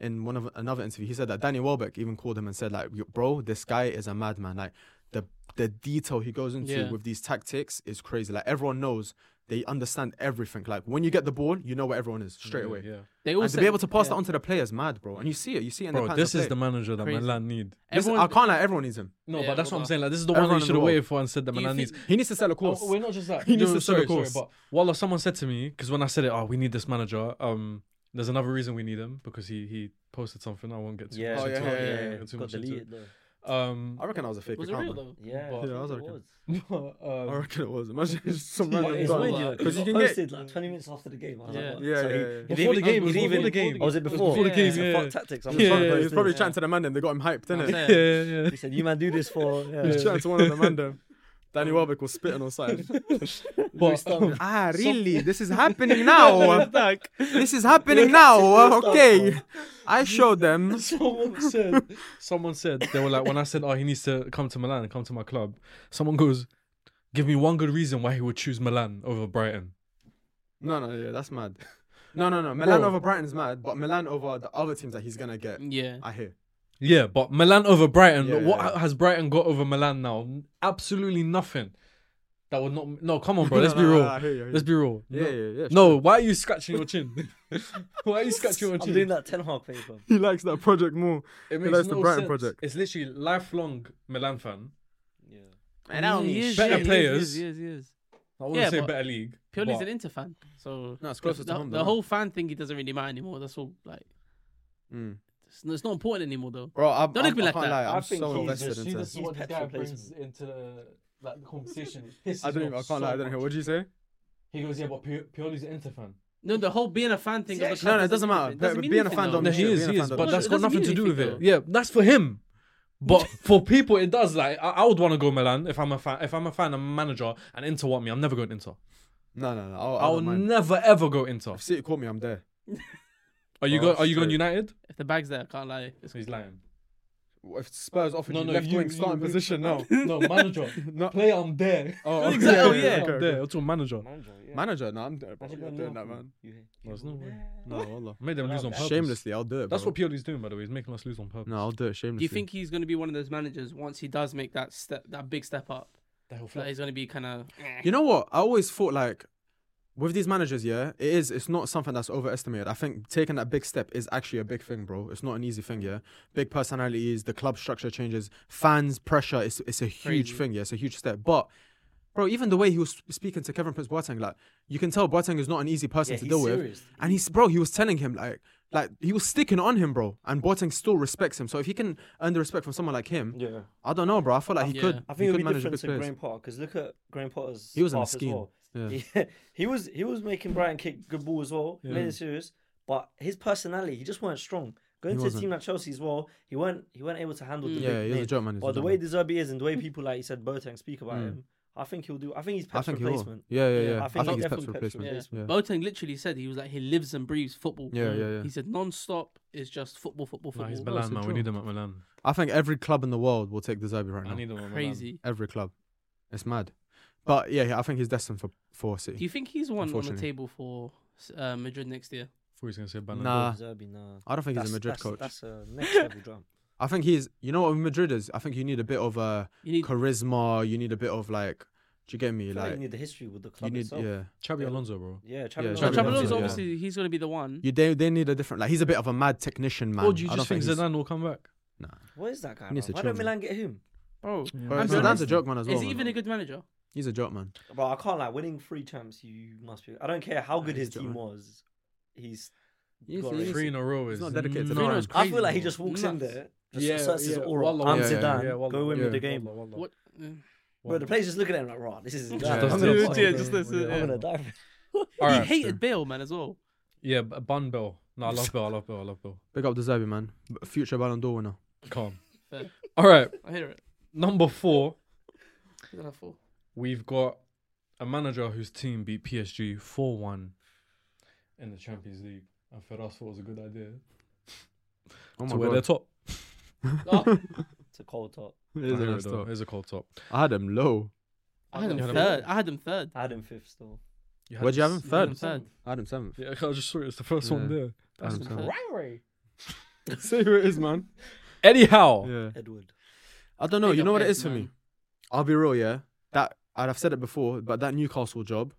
A: in one of another interview, he said that Danny Welbeck even called him and said like, "Yo, "Bro, this guy is a madman. Like the the detail he goes into
B: Yeah.
A: with these tactics is crazy. Like everyone knows." They understand everything. Like when you get the ball, you know where everyone is straight away.
D: Mm, Yeah.
B: They
A: And
B: also
A: to be able to pass
B: yeah.
A: that on to the players, mad, bro. And you see it. You see it in the
D: Bro,
A: patterns
D: this
A: of
D: is the
A: play.
D: manager that
B: Crazy.
D: Milan need.
A: This-
B: Everyone,
A: I can't lie. Everyone needs him.
D: No,
B: Yeah,
D: but that's
B: well
D: what I'm
B: done.
D: saying. Like, this is the one
A: Everyone in
D: that you
A: the
D: should have
A: world.
D: waited for and said that
B: do you
D: Milan needs.
B: think-
A: He needs to sell a course.
D: Oh, wait, not just that.
A: He
D: No,
A: needs
D: no,
A: to sell
D: sorry,
A: a
D: sorry,
A: course.
D: but Wallah, someone said to me because when I said it, oh, we need this manager. Um, there's another reason we need him because he he posted something. I won't get too
C: Yeah,
D: much
A: Oh,
D: into
A: yeah,
D: it.
A: yeah, yeah,
D: I won't
A: yeah.
D: get too
C: Got
D: much into
C: deleted though.
D: it. Um,
A: I reckon that was a fake
B: was it
A: account.
B: real
A: man.
B: though?
C: Yeah,
D: But-
C: I
A: Yeah, I was
C: think it
A: like-
C: was.
A: I
D: um,
A: reckon it was. Imagine it's some
D: Yeah,
A: random
C: It's
A: guy.
D: got
C: weird,
D: that.
C: you
A: 'Cause you can
C: know, Because you can
A: get-
C: posted like 20 minutes after the game. I was
B: Yeah.
C: like, what?
A: Yeah, yeah,
C: So he-
A: yeah.
C: he
D: Before the
C: didn't-
D: game,
C: he didn't
D: it was before
C: even-
D: the game.
C: Oh, was it before?
D: before the
B: Yeah.
D: game.
B: It's
C: So
D: Yeah,
C: fuck tactics. I'm
A: He was
C: sorry,
A: probably,
D: Yeah.
A: he was probably
C: yeah.
A: chatting to the man and they got him hyped,
B: I'm
A: didn't it?
B: saying.
D: yeah, yeah.
C: He said, "You man, do this for." Yeah.
A: He was chatting to one of the man them. Danny Welbeck was spitting on side.
D: But, um,
A: ah,
D: really?
A: this is happening now.
B: Like,
A: this is happening
C: now. Okay.
A: I showed them.
D: someone said, someone said they were like, when I said, oh, he needs to come to Milan and come to my club. Someone goes, give me one good reason why he would choose Milan over Brighton.
A: No, no, yeah, that's mad. No, no, no. Milan
D: Bro.
A: over Brighton's mad, but Milan over the other teams that he's gonna get.
B: yeah.
A: I hear.
D: Yeah, but Milan over Brighton.
A: Yeah,
D: what
A: yeah, yeah.
D: has Brighton got over Milan now? Absolutely nothing. That would not. No, come on, bro.
A: No,
D: Let's
A: no,
D: be
A: no,
D: real.
A: I hear you, I hear
D: Let's be real.
A: you.
D: no,
A: Yeah, yeah, yeah.
D: no, why are you scratching your chin? why are you scratching your
C: I'm
D: chin?
C: doing that Ten Hag thing, bro.
A: He likes that project more.
D: It
A: that's the Brighton project.
D: It's literally lifelong Milan fan.
C: Yeah.
B: And now he is.
D: Better
B: yeah, he is,
D: players.
B: He is, he is, he is.
D: I wouldn't
B: Yeah,
D: say
B: but
D: better league.
B: Purely's
D: but-
B: an Inter fan, so
A: No, it's closer
B: the,
A: to home.
B: the whole fan thing it doesn't really matter anymore. That's all. Like,
A: Mm.
B: it's, it's not important anymore though.
A: Bro, I'm,
B: Don't
A: I'm,
B: look at me
A: I
B: like
A: can't
B: that.
A: lie,
C: I
A: I'm
C: think
A: so
C: he's
A: invested
D: just-
A: in
D: see,
A: this.
D: this is what this
C: He's
D: guy
C: petrol
D: brings into the like the conversation. It pisses
A: I don't.
D: me
A: Even, I
D: off
A: can't
D: so
A: lie. I don't hear.
D: much.
A: What did you say?
D: He goes, yeah, but Pi- Pioli's an Inter fan.
B: No, the whole being a fan thing.
C: Yeah,
B: of the
C: actually-
A: No,
B: club
A: no, it doesn't
B: mean-
A: matter.
B: doesn't
A: But
B: mean
A: being a
B: anything
A: fan
B: now.
A: don't- No, he is, he is,
D: but
A: but
D: that's
B: it
D: got
B: doesn't
D: nothing
B: mean
D: to do with it.
B: anything,
D: Yeah, that's for him. But for people, it does. Like I, I would want to go Milan if I'm a fan. If I'm a fan, I'm a manager, and Inter want me. I'm never going Inter.
A: No, no, no. I'll, I
D: I'll
A: don't mind.
D: never ever go Inter.
A: If City call me, I'm there.
D: Are you
A: Oh,
D: going? Are you going
A: straight.
D: United?
B: If the bag's there, I can't lie. It's
D: He's lying.
A: If Spurs offered
D: No,
A: you
D: no,
A: left
D: you-
A: wing
D: you-
A: starting
D: you-
A: position now.
D: No manager.
A: No.
D: Play, I'm there.
A: Oh, okay.
B: Exactly,
A: okay,
B: yeah.
A: okay,
D: I'm
A: okay.
D: there. It's all manager.
C: Manager, yeah.
A: Manager, no, I'm there, bro.
C: Imagine
A: You're
C: going
A: doing that,
C: Liverpool.
A: man.
C: You hate-
D: No, there's no way.
A: No, wallah.
D: Made them lose on purpose.
A: Shamelessly, I'll do it.
D: That's
A: bro.
D: what Pioli's doing, by the way. He's making us lose on purpose.
A: No, I'll do it
B: Do
A: shamelessly.
B: you think he's going to be one of those managers once he does make that step, that big step up?
D: They'll flop.
B: That he's going to be kind of.
A: You know what? I always thought like with these managers, yeah, it is. It's not something that's overestimated. I think taking that big step is actually a big thing, bro. It's not an easy thing, yeah. Big personalities, the club structure changes, fans pressure. It's it's a huge
B: Crazy.
A: thing, yeah. It's a huge step, but. Bro, even the way he was sp- speaking to Kevin Prince Boateng, like you can tell Boateng is not an easy person
C: Yeah,
A: to
C: he's
A: deal with.
C: serious.
A: And he's bro, he was telling him like like he was sticking on him, bro. And Boateng still respects him. So if he can earn the respect from someone like him,
C: Yeah.
A: I don't know, bro. I feel like he
B: Yeah.
A: could.
C: I
A: he
C: think
A: could
C: it'll be
A: manage a
C: different
A: big
C: to
A: players.
C: Graham Potter because look at Graham Potter's
A: He was in the
C: half as
A: scheme.
C: well.
A: Yeah.
C: He, he was he was making Brighton kick good ball as well, made it serious. But his personality, he just weren't strong. Going
A: He
C: to a
A: wasn't. Mm.
C: team like Chelsea as well, he weren't he weren't able to handle the
A: Yeah,
C: big
A: he was a
C: names.
A: joke man, he was
C: But
A: a
C: the
A: joke
C: way the Zerbi is and the way people like you said Boateng speak about
A: Mm.
C: him, I think he'll do. I think he's
A: I
C: Pep's
A: think he will.
C: replacement.
A: Yeah, yeah,
C: Yeah,
A: yeah.
C: I
A: he's
C: think he's
A: Pep's
C: definitely Pep's
A: replacement.
C: replacement.
A: Yeah.
B: Boateng literally said he was like he lives and breathes football.
A: Yeah, yeah, yeah.
B: He said non-stop is just football, football, football.
D: Nah, he's
A: so
D: Milan, man. We
A: true.
D: need him at Milan.
A: I think every club in the world will take the Zerbi right
D: I
A: now.
D: need him at Milan.
B: Crazy.
A: Every club. It's mad. But yeah, I think he's destined for, for City.
B: Do you think he's one on the
A: Unfortunately.
B: table for uh, Madrid next year?
D: Thought he was gonna say Ballon
A: Nah.
D: d'Or.
C: Zerbi, Oh, nah.
A: Uh, I don't think
C: That's,
A: he's a Madrid
C: that's,
A: coach.
C: That's a next level drum.
A: I think he's. You know what Madrid is? I think you need a bit of uh,
B: You need
A: charisma. You need a bit of like. Do you get me?
C: You, like,
A: Like
C: you need the history with the
A: you
C: club
A: need.
C: itself.
A: Yeah.
D: Chabi Alonso, bro.
C: Yeah,
A: Yeah,
C: Chabi
B: Well,
A: Xabi
B: Xabi
A: Alonso,
B: Alonso,
A: yeah.
B: obviously, he's going to be the one.
A: You they they need a different. Like he's a bit of a mad technician man.
D: Or do you
A: I don't
D: just think
A: he's-
D: Zidane will come back?
A: Nah.
C: What is that guy?
A: He needs to
C: man? Why
A: chill,
C: don't Milan get him?
B: Bro,
D: Bro,
A: But
B: to be
A: Zidane's a
B: honest,
A: joke man as well.
B: is he
A: man.
B: even a good manager?
A: He's a joke man.
C: Bro, I can't like winning three champs. You must be. I don't care how
A: Nah,
C: good
A: he's
C: his
A: a joke,
C: team
A: man.
C: was. He's.
A: Yes,
C: got
A: he
C: it.
A: is.
D: Three in a row
A: He's
D: is
A: not dedicated to
D: nuts.
A: Milan.
C: I feel like he
D: bro.
C: just walks in
B: Nuts.
C: there. Just asserts his aura.
D: wallah,
C: I'm
D: yeah, yeah,
C: Zidane.
D: yeah, wallah,
C: go win
A: yeah.
C: with the game.
D: wallah, wallah.
B: What? mm.
C: Bro, the players just looking at him like, raw, this is.
D: Yeah,
A: Yeah,
D: that's
A: I'm
D: the
A: gonna
D: whole
A: watch
D: thing.
A: it, just
B: listen,
D: Yeah.
C: I'm gonna die.
D: Alright,
B: he hated
D: sure.
B: Bale, man, as well.
D: Yeah, b- Bun Bill. No, I love Bill. I love Bill. I love Bill.
A: Big up the Zerbi man. B- Future Ballon d'Or winner.
D: Calm.
B: Fair.
D: All right,
B: I hear it.
D: number four.
B: He's gonna have four.
D: We've got a manager whose team beat PSG 4 1 in the Champions League. And for us, thought it was a good idea.
A: Oh
D: to
A: my
D: wear their
A: god.
D: top.
B: Oh,
C: It's a cold top.
A: It
D: I
A: is a
D: hear
A: good
D: It though.
A: start.
D: It is a cold top.
A: I had him low.
B: I had him
D: You had him-
B: third. I had him third.
C: I had him fifth still.
A: Where'd you have him?
D: s-
A: Third.
B: Third.
A: I had him seventh.
D: Yeah, I just saw it. It's the first one
A: Yeah.
D: there.
A: I had him
B: That's
A: seventh.
B: fair.
A: See who it is, man.
D: Anyhow,
A: Yeah.
C: Edward.
A: I don't know.
B: Big
A: You
B: up
A: know what it
B: Ed,
A: is for me.
B: man.
A: I'll be real, yeah. That and I've said it before, but that Newcastle job.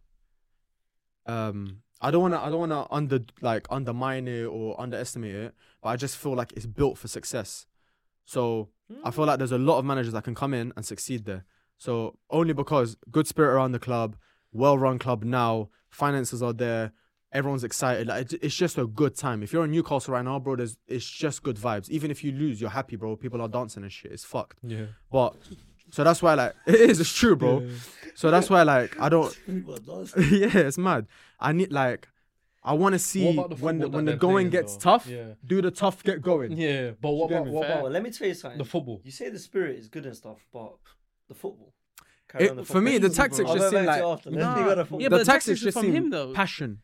A: Um, I don't wanna, I don't wanna under like undermine it or underestimate it, but I just feel like it's built for success. So I feel like there's a lot of managers that can come in and succeed there. So only because good spirit around the club, well-run club now, finances are there, everyone's excited. Like it's, it's just a good time. If you're in Newcastle right now, bro, there's it's just good vibes. Even if you lose, you're happy, bro. People are dancing and shit. It's fucked.
D: yeah,
A: But so that's why like it is, it's true, bro. So that's why like I don't Yeah, it's mad. I need like I wanna see
D: about the
A: when the
D: football that
A: when the
D: they're
A: going
D: playing,
A: gets
D: though?
A: tough,
D: Yeah.
A: do the tough get going.
D: yeah. But what
A: You get
D: about
A: me?
D: what
B: Fair.
D: about
C: Well, Oh, let me tell you something.
D: the football?
C: You say the spirit is good and stuff, but the football. Carry
A: It-
C: on the
A: for me, the
C: football.
A: tactics
C: I'll
A: just
C: go
A: seem
C: back to
A: like
C: you after. Let's
B: Nah.
C: leave out the football.
B: Yeah, but
A: the
B: the
A: tactics
B: tactics are
A: just
B: from him
A: seem
B: though. Ah.
A: passion.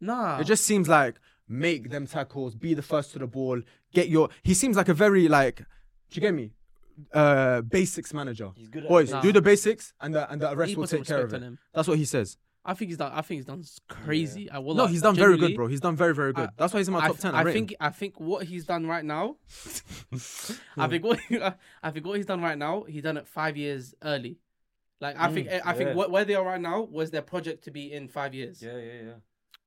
B: Nah.
A: It just seems like make them tackles, be the first to the ball, get your he seems like a very like do you get me? Uh basics manager.
C: He's good at
A: Boys,
C: the
B: Nah.
A: do the basics and the and the
B: He
A: rest will
B: put some
A: take care of
B: respect
A: it.
B: on him.
A: That's what he says.
B: I think he's done. I think he's done s- crazy. I will.
A: No,
B: like,
A: he's done very
B: genuinely,
A: good, bro. He's done very, very good.
B: I-
A: That's why he's in my
B: I
A: top
B: th-
A: ten.
B: I,
A: rate him.
B: think I think what he's done right now. I think what uh, I think what he's done right now. He done it five years early. Like I think
D: Mm,
B: I think
C: yeah.
B: what, where they are right now was their project to be in five years.
C: Yeah, yeah, yeah.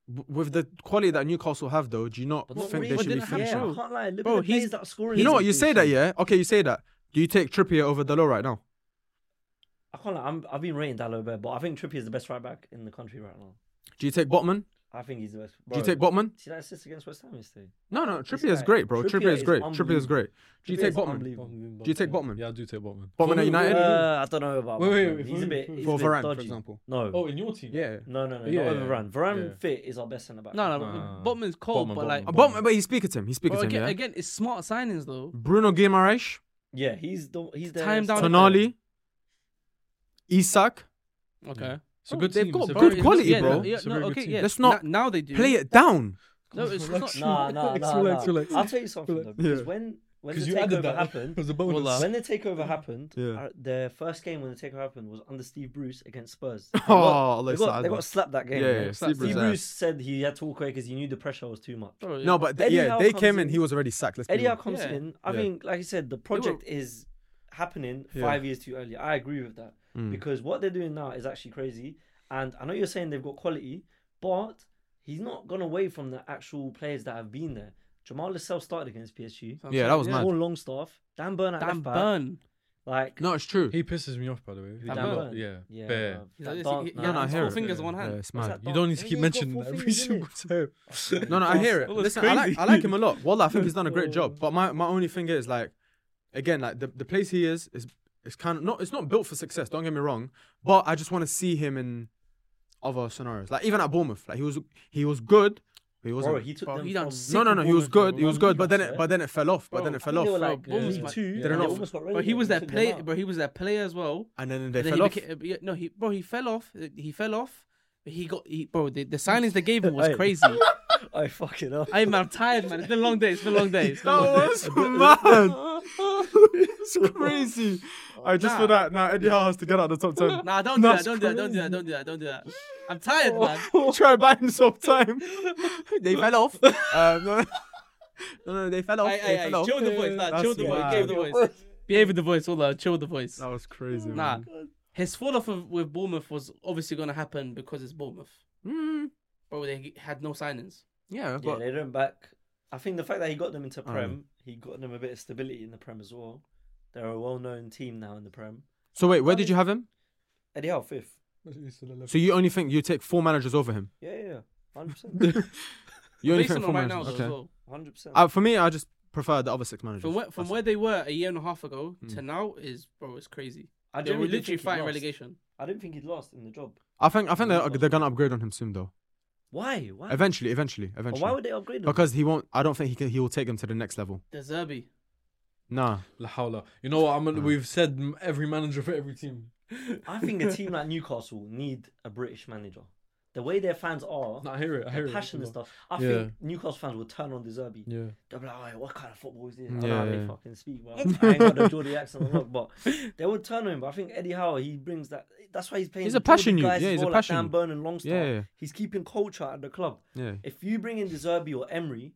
A: W- with the quality that Newcastle have, though, do you not
C: not
A: think
C: really,
A: they should be
B: didn't have
A: finishing?
C: Yeah, I
B: bro.
C: can't lie. Look
B: Bro,
C: at the
B: he's-
C: players that are scoring.
A: You know
C: these
A: what? You
C: days,
A: say that,
C: man.
A: yeah. Okay, you say that. Do you take Trippier over Dalot right now?
C: I can't lie. I'm, I've been rating Dalot a bit, but I think Trippier is the best right back in the country right now.
A: Do you take Botman?
C: I think he's the best.
A: Do
C: Bro,
A: you take Botman?
C: See that assist against West Ham yesterday?
A: No, no. Trippier is
C: like-
A: great, bro. Trippier,
C: Trippier
A: is great.
C: is
A: Trippier is great. Do you
C: Trippier
A: take
C: is
A: Botman?
C: unbelievable.
A: Do you take Botman?
D: Yeah, I do take Botman.
A: Botman
D: For
A: at
D: who?
A: United?
C: Uh, I don't know about
D: Wait, wait,
C: Botman.
D: wait,
C: He's a
D: who-
C: bit.
D: who-
C: He's
A: For
C: a bit
A: Varane, for
C: dodgy.
A: example.
C: No.
D: Oh, in your team.
A: Yeah.
C: No, no, no.
D: Yeah,
C: not
D: yeah,
C: over Varane. Varane
D: yeah.
C: fit is our best centre back.
B: No, no.
D: Nah.
B: Botman's cold,
D: Botman,
B: but like
A: Uh,
D: Botman.
A: Botman, but he's speaking to him. He's speaking
B: Bro,
A: to him.
B: again,
A: Yeah.
B: again, it's smart signings though.
A: Bruno Guimaraes,
C: Yeah, he's the he's the
B: Time down-
A: Tonali, Isak.
B: Okay.
D: It's a good
A: They've
D: team.
A: got
D: it's a
A: good
D: very
B: it's-
A: quality,
B: yeah,
A: bro.
B: No, yeah,
D: Mm. It's a
B: no,
D: very good
B: okay,
D: team.
B: yeah.
A: Let's not
B: now, now they do.
A: Play it down.
B: No, it's
D: Relax,
B: not.
C: Nah, nah,
D: Relax,
C: nah,
D: relax,
C: nah.
D: relax.
C: I'll tell you something though, because
A: Yeah.
C: when when the
D: Because you added
C: takeover
D: that
C: happened,
D: as a bonus.
B: Wallah.
C: when the takeover happened,
A: Yeah.
C: uh, their first game when the takeover happened was under Steve Bruce against Spurs. They got-
A: Oh,
C: they
A: let's
C: got, they got slapped that game.
A: Yeah,
C: right?
A: yeah,
C: Slapped.
A: Steve
C: Steve
A: Bruce
C: Bruce said he had to walk away because he knew the pressure was too much.
B: Bro,
A: No, but th-
C: Eddie
A: yeah,
C: Howe
A: they
C: comes
A: came in.
C: in.
A: He was already sacked. Let's be
C: Eddie
A: real.
C: Howe comes
B: Yeah.
C: in. I
A: Yeah.
C: think, like I said, the project is happening
A: Yeah.
C: five years too early. I agree with that
A: Mm.
C: because what they're doing now is actually crazy. And I know you're saying they've got quality, but he's not gone away from the actual players that have been there. Jamal Lascelles started against PSG.
B: Sounds
A: Yeah, that
B: like-
A: was
B: yeah.
A: mad.
C: Paul Longstaff, Dan Burn at
B: Dan
C: left back,
B: Burn.
C: like
A: No, it's true.
D: He pisses me off, by the way.
C: Dan
D: Ballon.
C: Burn.
D: Yeah,
C: yeah,
D: Bear.
C: bruv.
B: He's
C: That
B: like,
C: dance-
B: he- he-
A: No, no, I
B: he's
A: hear
B: four
A: it.
B: fingers on one hand.
A: Yeah, it's
C: What's
A: mad.
C: that
D: You
C: dance?
D: don't need to keep
C: He's got
D: mentioning
C: four
D: that every
C: fingers, innit?
D: single time.
A: No, no, I hear it.
D: Well, it's
A: Listen, I like,
D: crazy.
A: I like him a lot. Wallah, I think he's done a great job. But my, my only thing is like, again, like the, the place he is is it's kind of not it's not built for success. Don't get me wrong, but I just want to see him in other scenarios. Like even at Bournemouth, like he was he was good. He wasn't.
C: Bro, he took
B: Bro,
C: them.
B: he done
C: from-
B: sick
A: no, no, no. He was good. He was good, but then
C: Yeah.
A: it, but then it fell off. But then it fell
C: I
A: off.
C: think They were like
B: Bro,
C: yeah.
B: League
C: League
B: Two,
C: Two.
A: They're
C: and
A: not-
C: they almost got
B: But he
C: relegated.
B: was
C: They
B: their
C: took them
B: play,
C: out.
B: but he was their player as well.
A: and then they
B: But then
A: fell
B: he
A: off.
B: beca- yeah, no, he bro, he fell off. He fell off. But he got he, bro. The, the silence they gave him was
C: Hey.
B: crazy.
C: I fucking up.
B: I'm, I'm tired, man. It's been a long day. It's been a long day. It's been a
A: That
B: long day.
A: was mad. it's crazy. I just for
B: Nah.
A: that. Now Eddie Howe has to get out of the top ten.
B: Nah, don't do that.
A: That's
B: Don't do that. Don't do that. Don't do that. Don't do that. I'm tired, man.
A: Try and buy himself time. they fell off. Um, no, no, no, they fell off.
B: Hey,
A: Oh. they
B: hey, hey,
A: fell off.
B: chill with the voice. Nah,
A: That's
B: chill with the voice.
A: mad. Oh
B: Behave with the voice. Behave with the voice. All that. Chill with the voice.
A: That was crazy.
B: Nah.
A: man.
B: His fall off of, with Bournemouth was obviously going to happen because it's Bournemouth.
A: Mm,
B: Bro, they had no signings.
A: yeah,
C: Yeah,
A: but
C: they didn't back. I think the fact that he got them into
A: Oh.
C: Prem, he got them a bit of stability in the Prem as well. They're a well-known team now in the Prem.
A: so wait, where did you have him?
C: Eddie Howe fifth.
A: So you only think you take four managers over him?
C: Yeah, yeah, yeah, hundred percent,
A: You only
B: Based
A: think
B: on
A: four
B: right now,
A: managers?
B: though,
A: okay.
B: as well.
C: hundred percent.
A: Uh, for me, I just prefer the other six managers.
B: From where, from
A: That's-
B: where they were a year and a half ago to
A: Mm.
B: now is bro, it's crazy.
C: I
B: They were
C: genuinely
B: literally
C: think he'd
B: fighting
C: lost.
B: relegation.
C: I don't think he'd lost in the job.
A: I think I think
C: Yeah,
A: they're,
C: that's
A: they're gonna upgrade on him soon though.
C: Why? Why?
A: Eventually, eventually,
C: But
A: eventually.
C: why would they upgrade him?
A: because he won't. I don't think he can. He will take them to the next level.
B: The Zerbi.
A: Nah.
D: La hawla. You know what? I'm gonna,
A: Mm.
D: we've said m- every manager for every team.
C: I think a team like Newcastle need a British manager. The way their fans are,
D: No, I hear it. I hear
C: their
D: it.
C: passion and stuff. I
D: Yeah.
C: think Newcastle fans will turn on the Zerbi.
D: Yeah.
C: They'll be like, "Oi, what kind of football is this? I don't know
A: Yeah,
C: how they
A: yeah.
C: fucking speak. Well, I ain't got the Geordie accent a lot, but they would turn on him. But I think Eddie Howe, he brings that. That's why he's playing.
A: He's
C: the
A: a passion
C: Geordie
A: youth.
C: guys
A: Yeah,
C: as
A: he's a
C: well,
A: passion
C: Like Dan
A: youth.
C: Burn and Longstar.
A: Yeah, yeah, yeah.
C: He's keeping culture at the club.
A: Yeah.
C: If you bring in the Zerbi or Emery,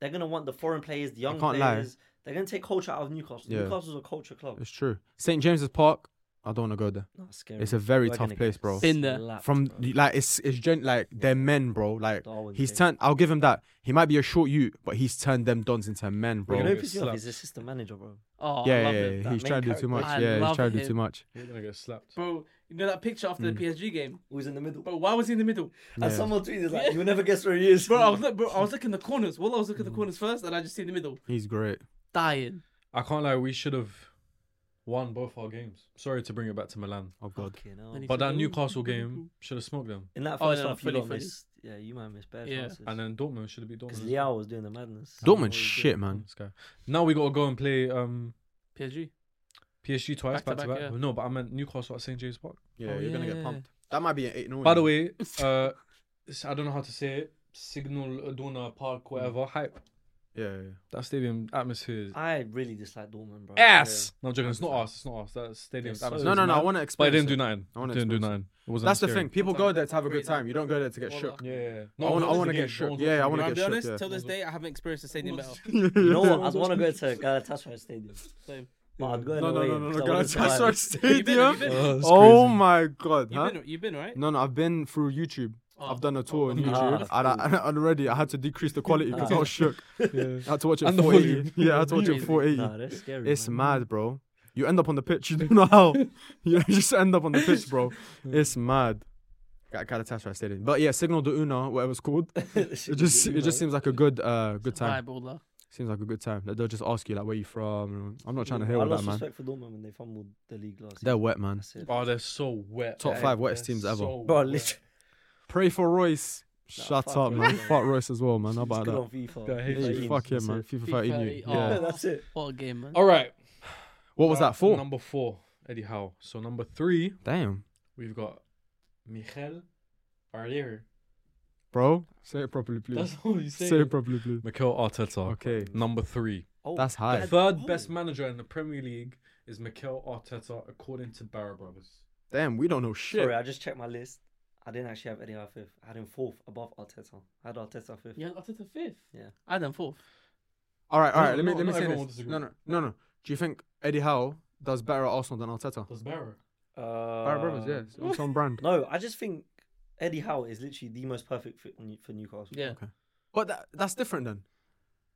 C: they're gonna want the foreign players, the young
A: can't lie.
C: players. They're gonna take culture out of Newcastle.
A: Yeah.
C: Newcastle's a culture club.
A: It's true. St James's Park. I don't want to go there.
C: Nah, scary.
A: It's a very
C: We're
A: tough
C: gonna
A: place,
C: get
A: bro.
B: Been there.
C: slapped,
A: From
C: bro.
A: like it's it's gen- like they're men, bro. Like
C: Darwin
A: he's
C: James.
A: turned. I'll give him that. He might be a short you, but he's turned them dons into men,
C: You
A: bro.
C: know,
D: gonna
A: Yeah,
C: who
D: get
C: pisses me off?
D: slapped.
C: He's assistant manager, bro.
B: Oh,
A: yeah,
B: I love
A: yeah,
B: it.
A: yeah.
C: that
A: He's
C: main
A: trying to do too
C: character.
A: much.
B: I
A: yeah,
B: love
A: he's trying to do
B: him.
A: too much.
D: You're gonna get slapped.
B: Bro, you know that picture after
A: Hmm.
B: the PSG game?
C: Who's in the middle?
B: Bro, why was he in the middle?
A: Yeah.
C: And someone tweeted like, "You'll never guess where he is."
A: Hmm.
B: Bro, I was look, bro, I was looking the corners. Well, I was looking the corners first, and I just see the middle
A: He's great.
B: dying.
D: I can't lie. We should have won both our games. Sorry to bring it back to Milan,
A: Oh god.
C: Fucking hell.
B: And he
D: but
B: said,
D: that
B: "Oh,
D: Newcastle
B: cool, cool,
D: game should have smoked them.
C: In that
B: Oh,
C: first
B: no,
C: half,
B: fully,
C: you lot
B: fully.
C: missed. Yeah, you might miss bare
B: Yeah.
C: chances.
D: And then Dortmund should have beat
C: because
D: Dortmund. as well.
C: Liao was doing the madness. I don't know what
A: Dortmund,
C: he was
A: shit,
C: doing.
A: man.
D: This guy. Now we gotta go and play um,
B: cool. PSG.
D: PSG twice back to back.
B: yeah.
D: No, but I meant Newcastle at St James Park.
A: Yeah,
B: Oh,
A: you're gonna
B: yeah.
A: get pumped. That might be an eight.
D: By the way, uh, s- I don't know how to say it. Signal Iduna Park, whatever. Hype.
A: Yeah, yeah, yeah.
D: That stadium atmosphere is
C: I really dislike Dortmund, bro.
D: ass. No, I'm joking. It's not us. It's not us. That stadium
C: It's so-
A: No, no, no. I want to
D: But I
A: explain.
D: didn't do nine.
A: I wanna
D: didn't do
A: experience
D: nine. It wasn't.
A: That's the
D: scary.
A: thing. People go there to have a good
B: Great time.
A: time. You don't go there to get
B: Well,
A: shook.
B: uh,
D: Yeah, Yeah. yeah.
A: I wanna-
D: no one's
A: I wanna
D: watching
A: get
D: the
A: shook.
D: game. No one's
A: Yeah, I
D: watching the
A: wanna
D: game.
B: I'll
A: get
B: be
A: shook,
B: honest,
A: yeah.
B: till this day, I haven't experienced the stadium better.
C: You know what? I'd want to go to Galatasaray Stadium.
B: Same.
C: But I'd go in
A: No,
C: a
A: no,
C: way
A: no, no, no.
C: because I wanna
A: Galatasaray
B: You've
C: survive.
B: been,
A: Stadium.
B: you've been,
D: Oh, it's
A: Oh
D: crazy.
A: my god.
B: you've
A: Huh?
B: been, you've been, right? Oh,
A: No, no. I've been through YouTube.
C: Oh.
A: I've done a tour on
D: okay.
A: YouTube,
C: Ah,
A: and, I, and already I had to decrease the quality because I was shook. I had to watch it
D: And
A: at
D: the
A: 480.
D: volume.
A: Yeah, I had to watch it at
B: Really?
A: 480.
C: Nah, that's scary.
A: it's
C: man.
A: mad, bro. You end up on the pitch. You don't know how. you just end up on the pitch, bro. It's mad. Got Galatasaray Stadium, but yeah, Signal de Una, whatever it's called. It just it just seems like a good uh good time.
B: Vibe, all that.
A: Seems like a good time. Like, They'll just ask you like where you from. I'm not trying to hear
C: I
A: all that,
C: lost
A: man.
C: respect for Dortmund when they fumbled the league last.
A: They're
C: season.
A: wet, man.
C: That's it.
D: Oh, they're so wet.
A: Top
D: They're-
A: five worst
D: they're
A: teams ever.
D: so
C: Bro,
D: wet.
C: literally.
A: Pray for Royce.
C: Nah,
A: Shut up,
C: fuck Royce,
A: man.
C: man.
A: Fuck Royce as well, man. How
C: It's
A: about
C: good
A: that?
C: on FIFA.
D: Yeah, he's
C: FIFA
A: Hey,
D: like-
A: fuck yeah,
C: that's
A: man.
C: it.
A: FIFA
B: FIFA
A: 13 you.
B: 13,
A: Yeah.
B: oh.
C: That's it.
B: What a game, man.
D: All right.
A: What was
D: Uh,
A: that for?
D: Number four, Eddie Howe. So number three,
A: Damn.
D: we've got Michel Arteta.
A: Bro, say it properly,
D: That's
A: please.
D: all you say.
A: Say it properly, please.
D: Mikel Arteta.
A: Okay.
D: Number three.
C: Oh,
A: That's high.
C: God.
D: Third
C: Oh.
D: best manager in the Premier League is Mikel Arteta, according to Barra Brothers.
A: Damn, we don't know shit.
C: Sorry, I just checked my list. I didn't actually have Eddie Howe fifth. I had him fourth above Arteta. I had Arteta fifth.
B: Yeah, I took the fifth.
C: Yeah.
B: I done fourth.
A: All right, all right.
D: No,
A: let me
D: no,
A: let me
D: not
A: say
D: everyone will
A: this.
D: disagree.
A: No, no, no, no. Do you think Eddie Howe does better at Arsenal than Arteta?
D: Does Barra?
C: Uh,
A: Barry Brothers, yes. It's on brand.
C: No, I just think Eddie Howe is literally the most perfect fit on- for Newcastle.
B: Yeah.
A: But that, that's different then.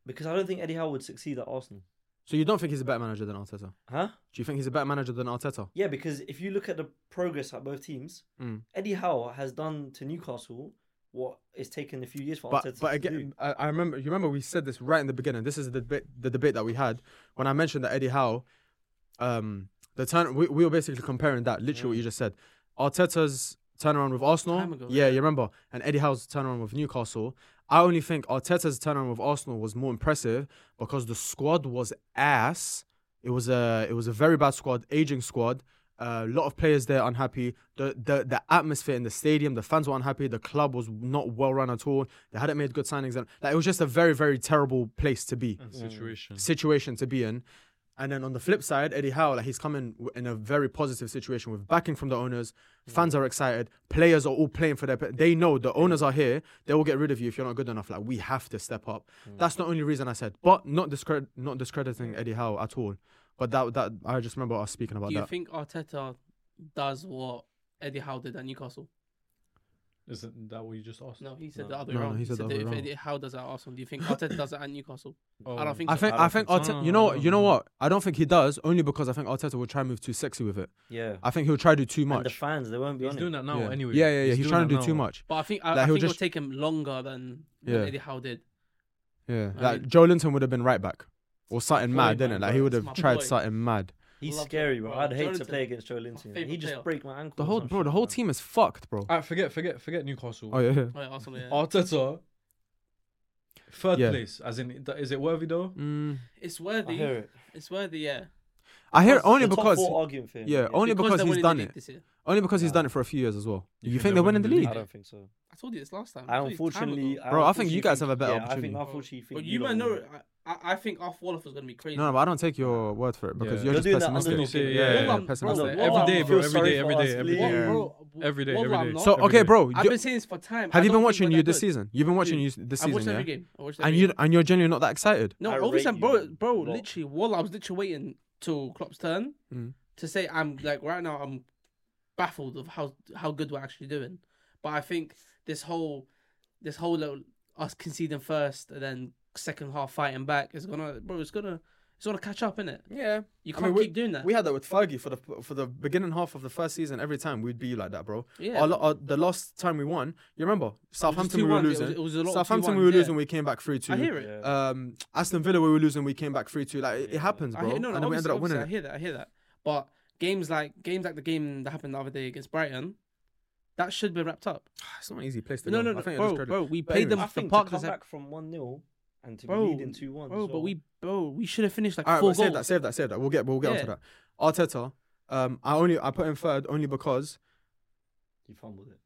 C: Because I don't think Eddie Howe would succeed at Arsenal.
A: So you don't think he's a better manager than Arteta? Do
C: Huh?
A: you think he's a better manager than Arteta?
C: Yeah, because if you look at the progress at both teams,
A: Mm.
C: Eddie Howe has done to Newcastle what it's taken a few years for
A: But
C: Arteta
A: but
C: to
A: again,
C: do.
A: I, I remember you remember we said this right in the beginning. This is the debate the debate that we had when I mentioned that Eddie Howe, um, the turn we, we were basically comparing that literally what you just said, Arteta's turnaround with Arsenal.
B: Time ago,
A: yeah,
B: yeah.
A: you remember, and Eddie Howe's turnaround with Newcastle. I only think Arteta's turnaround with Arsenal was more impressive because the squad was ass. It was a it was a very bad squad, aging squad. A lot of players there unhappy. The, the the atmosphere in the stadium, the fans were unhappy. The club was not well run at all. They hadn't made good signings, and like, it was just a very very terrible place to
D: Mm.
A: be
D: situation.
A: situation to be in. And then on the flip side, Eddie Howe, like he's coming w- in a very positive situation with backing from the owners. Fans are excited. Players are all playing for their. pa- They know the owners are here. They will get rid of you if you're not good enough. Like we have to step up. That's the only reason I said, but not discredit, not discrediting Eddie Howe at all. But that that I just remember us speaking about
B: Do you
A: that.
B: think Arteta does what Eddie Howe did at Newcastle?
D: Isn't that what you just asked?
B: No, he said
D: No.
B: the other
A: No,
B: way
A: no,
B: around.
A: he
B: He,
A: said
B: said
A: the
B: that
A: other way
B: if
A: around. Oh.
B: Eddie Howe does that at Arsenal, do you think Arteta does it at Newcastle?
D: Oh.
B: I don't think
A: I
B: so.
A: think
C: I don't
A: I, think
D: think so.
A: Arteta, you
D: No,
A: know
D: I
A: what
D: don't
A: you know
D: know.
A: what I don't think he does only because I think Arteta will try and move too sexy with it.
C: Yeah.
A: I think he'll try to do too
C: And the
A: much.
C: fans, they won't be
D: He's
C: on
D: doing
C: it.
D: that now
A: yeah.
D: anyway.
A: yeah, yeah, yeah. He's,
D: doing
A: trying to
D: that
A: do too
D: now.
A: much.
B: But I think I,
A: Like,
B: I
A: he'll
B: think it'll
A: just-
B: take him longer than what
A: Yeah.
B: Eddie Howe did.
A: Yeah,
B: I
A: like
B: mean-
A: Joe Linton would have been right back or something
B: boy,
A: mad, didn't
B: man,
A: it? Like
B: bro.
A: he would
B: It's
A: have
B: my
A: tried
B: boy.
A: something mad.
C: He's
B: Love him,
C: scary, bro.
B: bro.
C: I'd hate to
B: Jonathan,
C: play against Joe Linton.
B: favourite
C: He just
B: player.
C: break my ankle.
A: The
C: or
A: whole
C: some
A: bro,
C: shit,
A: the whole
C: man.
A: team is fucked, bro.
D: All right, forget, forget, forget Newcastle.
A: Oh yeah, yeah.
B: Oh, yeah, Arsenal, yeah.
D: Arteta, third
A: Yeah.
D: place. As in, th- is it worthy though?
A: Mm.
B: It's
C: I
B: worthy.
C: hear it.
B: It's worthy, yeah.
A: I hear it
C: Because
A: only
C: the top
A: because
C: four arguing for him.
A: yeah, only
B: Because
A: because,
B: they're
A: he's
B: winning the
A: done
B: league
A: it.
B: this year.
A: Only because he's
C: Nah.
A: done it for a few years as well. You,
D: You think
A: think
D: they're
A: they're winning the
D: winning
A: league?
D: the
C: I don't think so.
B: I told you this last time.
C: I
B: told you time
C: unfortunately,
B: ago.
A: Bro, I think you guys have a better
C: yeah, I
A: opportunity.
C: think unfortunately,
B: But
C: think
B: you might
C: lot
B: know.
C: will.
B: I, I- I think off Wallace was gonna be crazy.
A: No, no, but I don't take your word for it because you're
D: Yeah.
C: They're
A: just
C: doing that
A: pessimistic.
C: underdog
D: You say,
C: thing.
D: yeah,
A: Yeah,
D: yeah,
B: Wallah,
A: pessimistic.
B: bro,
D: Every
B: wallah,
D: day,
B: I
D: bro.
C: feel
D: Every
C: sorry
D: day,
C: for
D: every day,
C: us,
D: every
C: please.
D: day.
A: Yeah.
D: Every day, every day.
A: So
D: Every
A: okay,
D: day.
A: bro,
B: I've
A: you-
B: been saying this for time. I
A: have you
B: don't
A: been
B: think
A: watching
B: we're
A: you
B: that
A: this
B: good.
A: season? You've been watching
B: Dude,
A: you this
B: I watched
A: season,
B: every
A: yeah.
B: game. I watched every
A: And you
B: game.
A: and you're genuinely not that excited.
B: No,
C: I
B: obviously,
C: rate
B: bro,
C: you
B: bro,
C: a lot.
B: literally, Wall. I was literally waiting till Klopp's turn
A: Mm.
B: to say I'm like right now. I'm baffled of how how good we're actually doing. But I think this whole this whole little us conceding first and then second half fighting back is gonna bro. It's gonna it's gonna catch up in it.
A: Yeah, I
B: You can't
A: mean, we-
B: keep doing that.
A: we had that with Fergie for the for the beginning half of the first season. Every time we'd be like that, bro.
B: Yeah.
A: Our, lo- our, the last time we won, you remember Southampton we were
B: 2-1, it was-
A: losing.
B: it was a lot of
A: Southampton
B: 2-1,
A: we were
B: yeah.
A: losing. We came back three two.
B: I hear it.
C: Yeah. Uh,
A: Um, Aston Villa we were losing. We came back three two. Like it, it happens,
B: I
A: bro.
B: hear, no, no,
A: and then we ended
B: obviously-
A: up winning.
B: obviously,
A: it.
B: I hear that. I hear that. But games like games like the game that happened the other day against Brighton, that should be wrapped up.
A: It's not an easy place to
B: No,
A: go.
B: no,
A: I
B: no,
A: think I
B: bro,
A: discredit-
B: bro. We
A: But
B: played
A: anyway.
B: them
C: I
B: off the
C: think to
B: park.
C: come
B: this-
C: back from one 0 and to be
B: Bro,
C: leading two one.
B: Bro, but we, bro, we should have finished like
A: All right,
B: four
A: but save that,
B: goals.
A: save that, save that. We'll get, we'll get onto
B: Yeah.
A: that. Arteta, um, I only I put him third only because
C: you fumbled it.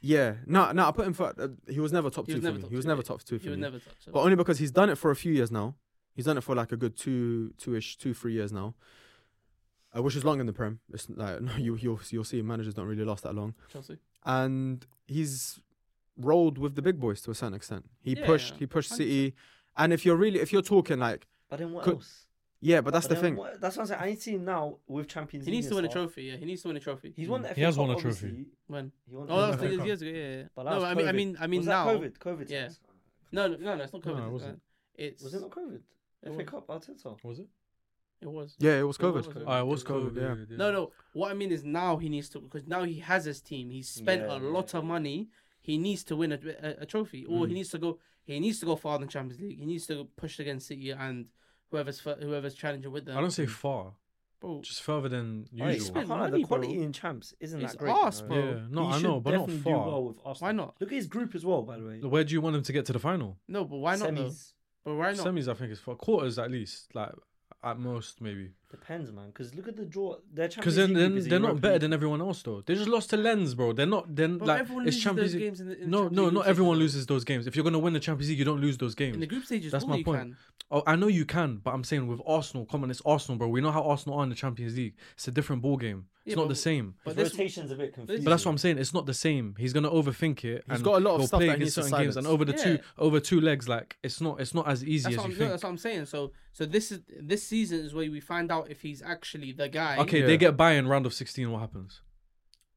A: yeah, no, no, I put him third. Uh, he was never top
B: He
A: two
B: was
A: for
B: never
A: me.
B: top
A: He was
B: two,
A: never
B: yeah.
A: top two for
B: You would
A: me.
B: never touch it.
A: but only because he's done it for a few years now. He's done it for like a good two, two-ish, two, three years now, uh, which is long in the prem. It's like no, you, you'll you'll see managers don't really last that long,
B: Chelsea.
A: and he's rolled with the big boys to a certain extent. He
B: Yeah,
A: pushed, he pushed City, and if you're really, if you're talking like,
C: But then what
A: Could-
C: else?
A: yeah, but that's
C: But
A: the
C: then
A: thing.
C: what- that's what I'm saying. I ain't seen now with Champions
B: He
C: League.
B: needs to
C: and
B: win a
C: stuff.
B: trophy. Yeah, he needs to win a trophy.
C: He's won the
D: He
C: FA
D: has
C: Cup,
D: won a trophy.
C: obviously.
B: When?
C: He won the
B: Oh, that was
C: FA
B: three
C: Cup.
B: years ago. Yeah, yeah.
C: But
B: no,
C: last
B: I mean, I
C: COVID.
B: mean, I mean
C: was
B: now.
C: that COVID? COVID.
B: Yeah.
C: times.
B: No, no, no, no, it's not
D: No,
B: COVID.
D: it
B: it's
D: wasn't.
B: not. It's
C: Was it not COVID?
B: It
C: FA
B: was.
C: Cup Arteta.
D: Was it?
B: It was.
A: Yeah, it was
B: It was,
A: COVID.
B: it was.
D: Oh, it was
A: COVID,
D: COVID.
A: yeah.
D: yeah.
B: No, no. What I mean is now he needs to because now he has his team. He's spent
C: Yeah,
B: a
C: yeah,
B: lot of money. He needs to win a, a, a trophy, or he needs to go. He needs to go far in the Champions League. He needs to push against City and whoever's fir- whoever's challenging with them.
D: I don't say far,
B: bro.
D: just further than
C: Alright, I
D: usual.
B: spent
C: can't lie,
B: money,
C: the quality
B: bro.
C: in champs isn't
B: It's
C: that great.
B: arse,
C: you know?
B: bro.
D: Yeah, no,
C: He
D: I
C: should
D: know, but not
C: definitely
D: far.
C: Do well with Arsenal.
B: Why not?
C: Look at his group as well, by the way.
D: Where do you want him to get to the final?
B: No, but why not? Though?
C: Semis
B: But why not?
D: Semis, I think, is far. Quarters, at least, like at most, maybe.
C: depends, man. Because look at the draw. Their Champions
D: Because then,
C: League
D: then
C: group is
D: they're not
C: Europa
D: better
C: League.
D: than everyone else, though. They just lost to Lens, bro. They're not. Then
B: But
D: like
B: everyone
D: it's
B: loses
D: Champions
B: those
D: League.
B: games in the, in the
D: No,
B: Champions
D: no,
B: League group
D: not
B: stages,
D: everyone
B: though.
D: loses those games. If you're gonna win the Champions League, you don't lose those games.
B: in the group stages.
D: That's
B: all
D: my
B: you
D: point.
B: Can.
D: Oh, I know you can, but I'm saying with Arsenal, come on, it's Arsenal, bro. We know how Arsenal are in the Champions League. It's a different ball game. It's
B: Yeah,
D: not
B: but-
D: the same.
B: But
C: His
B: this,
C: rotation's a bit confusing.
D: But that's what I'm saying. It's not the same. He's gonna overthink it.
A: He's
D: and
A: got a lot of
D: he'll
A: stuff
D: play
A: that he
D: against
A: needs to
D: certain games, and
A: silence.
D: over the two, over two legs, like it's not, it's not as easy
B: that's,
D: as
B: what
D: you
B: I'm, no,
D: think.
B: that's what I'm saying. So, so this is this season is where we find out if he's actually the guy.
D: okay,
A: Yeah.
D: they get by in round of 16. What happens?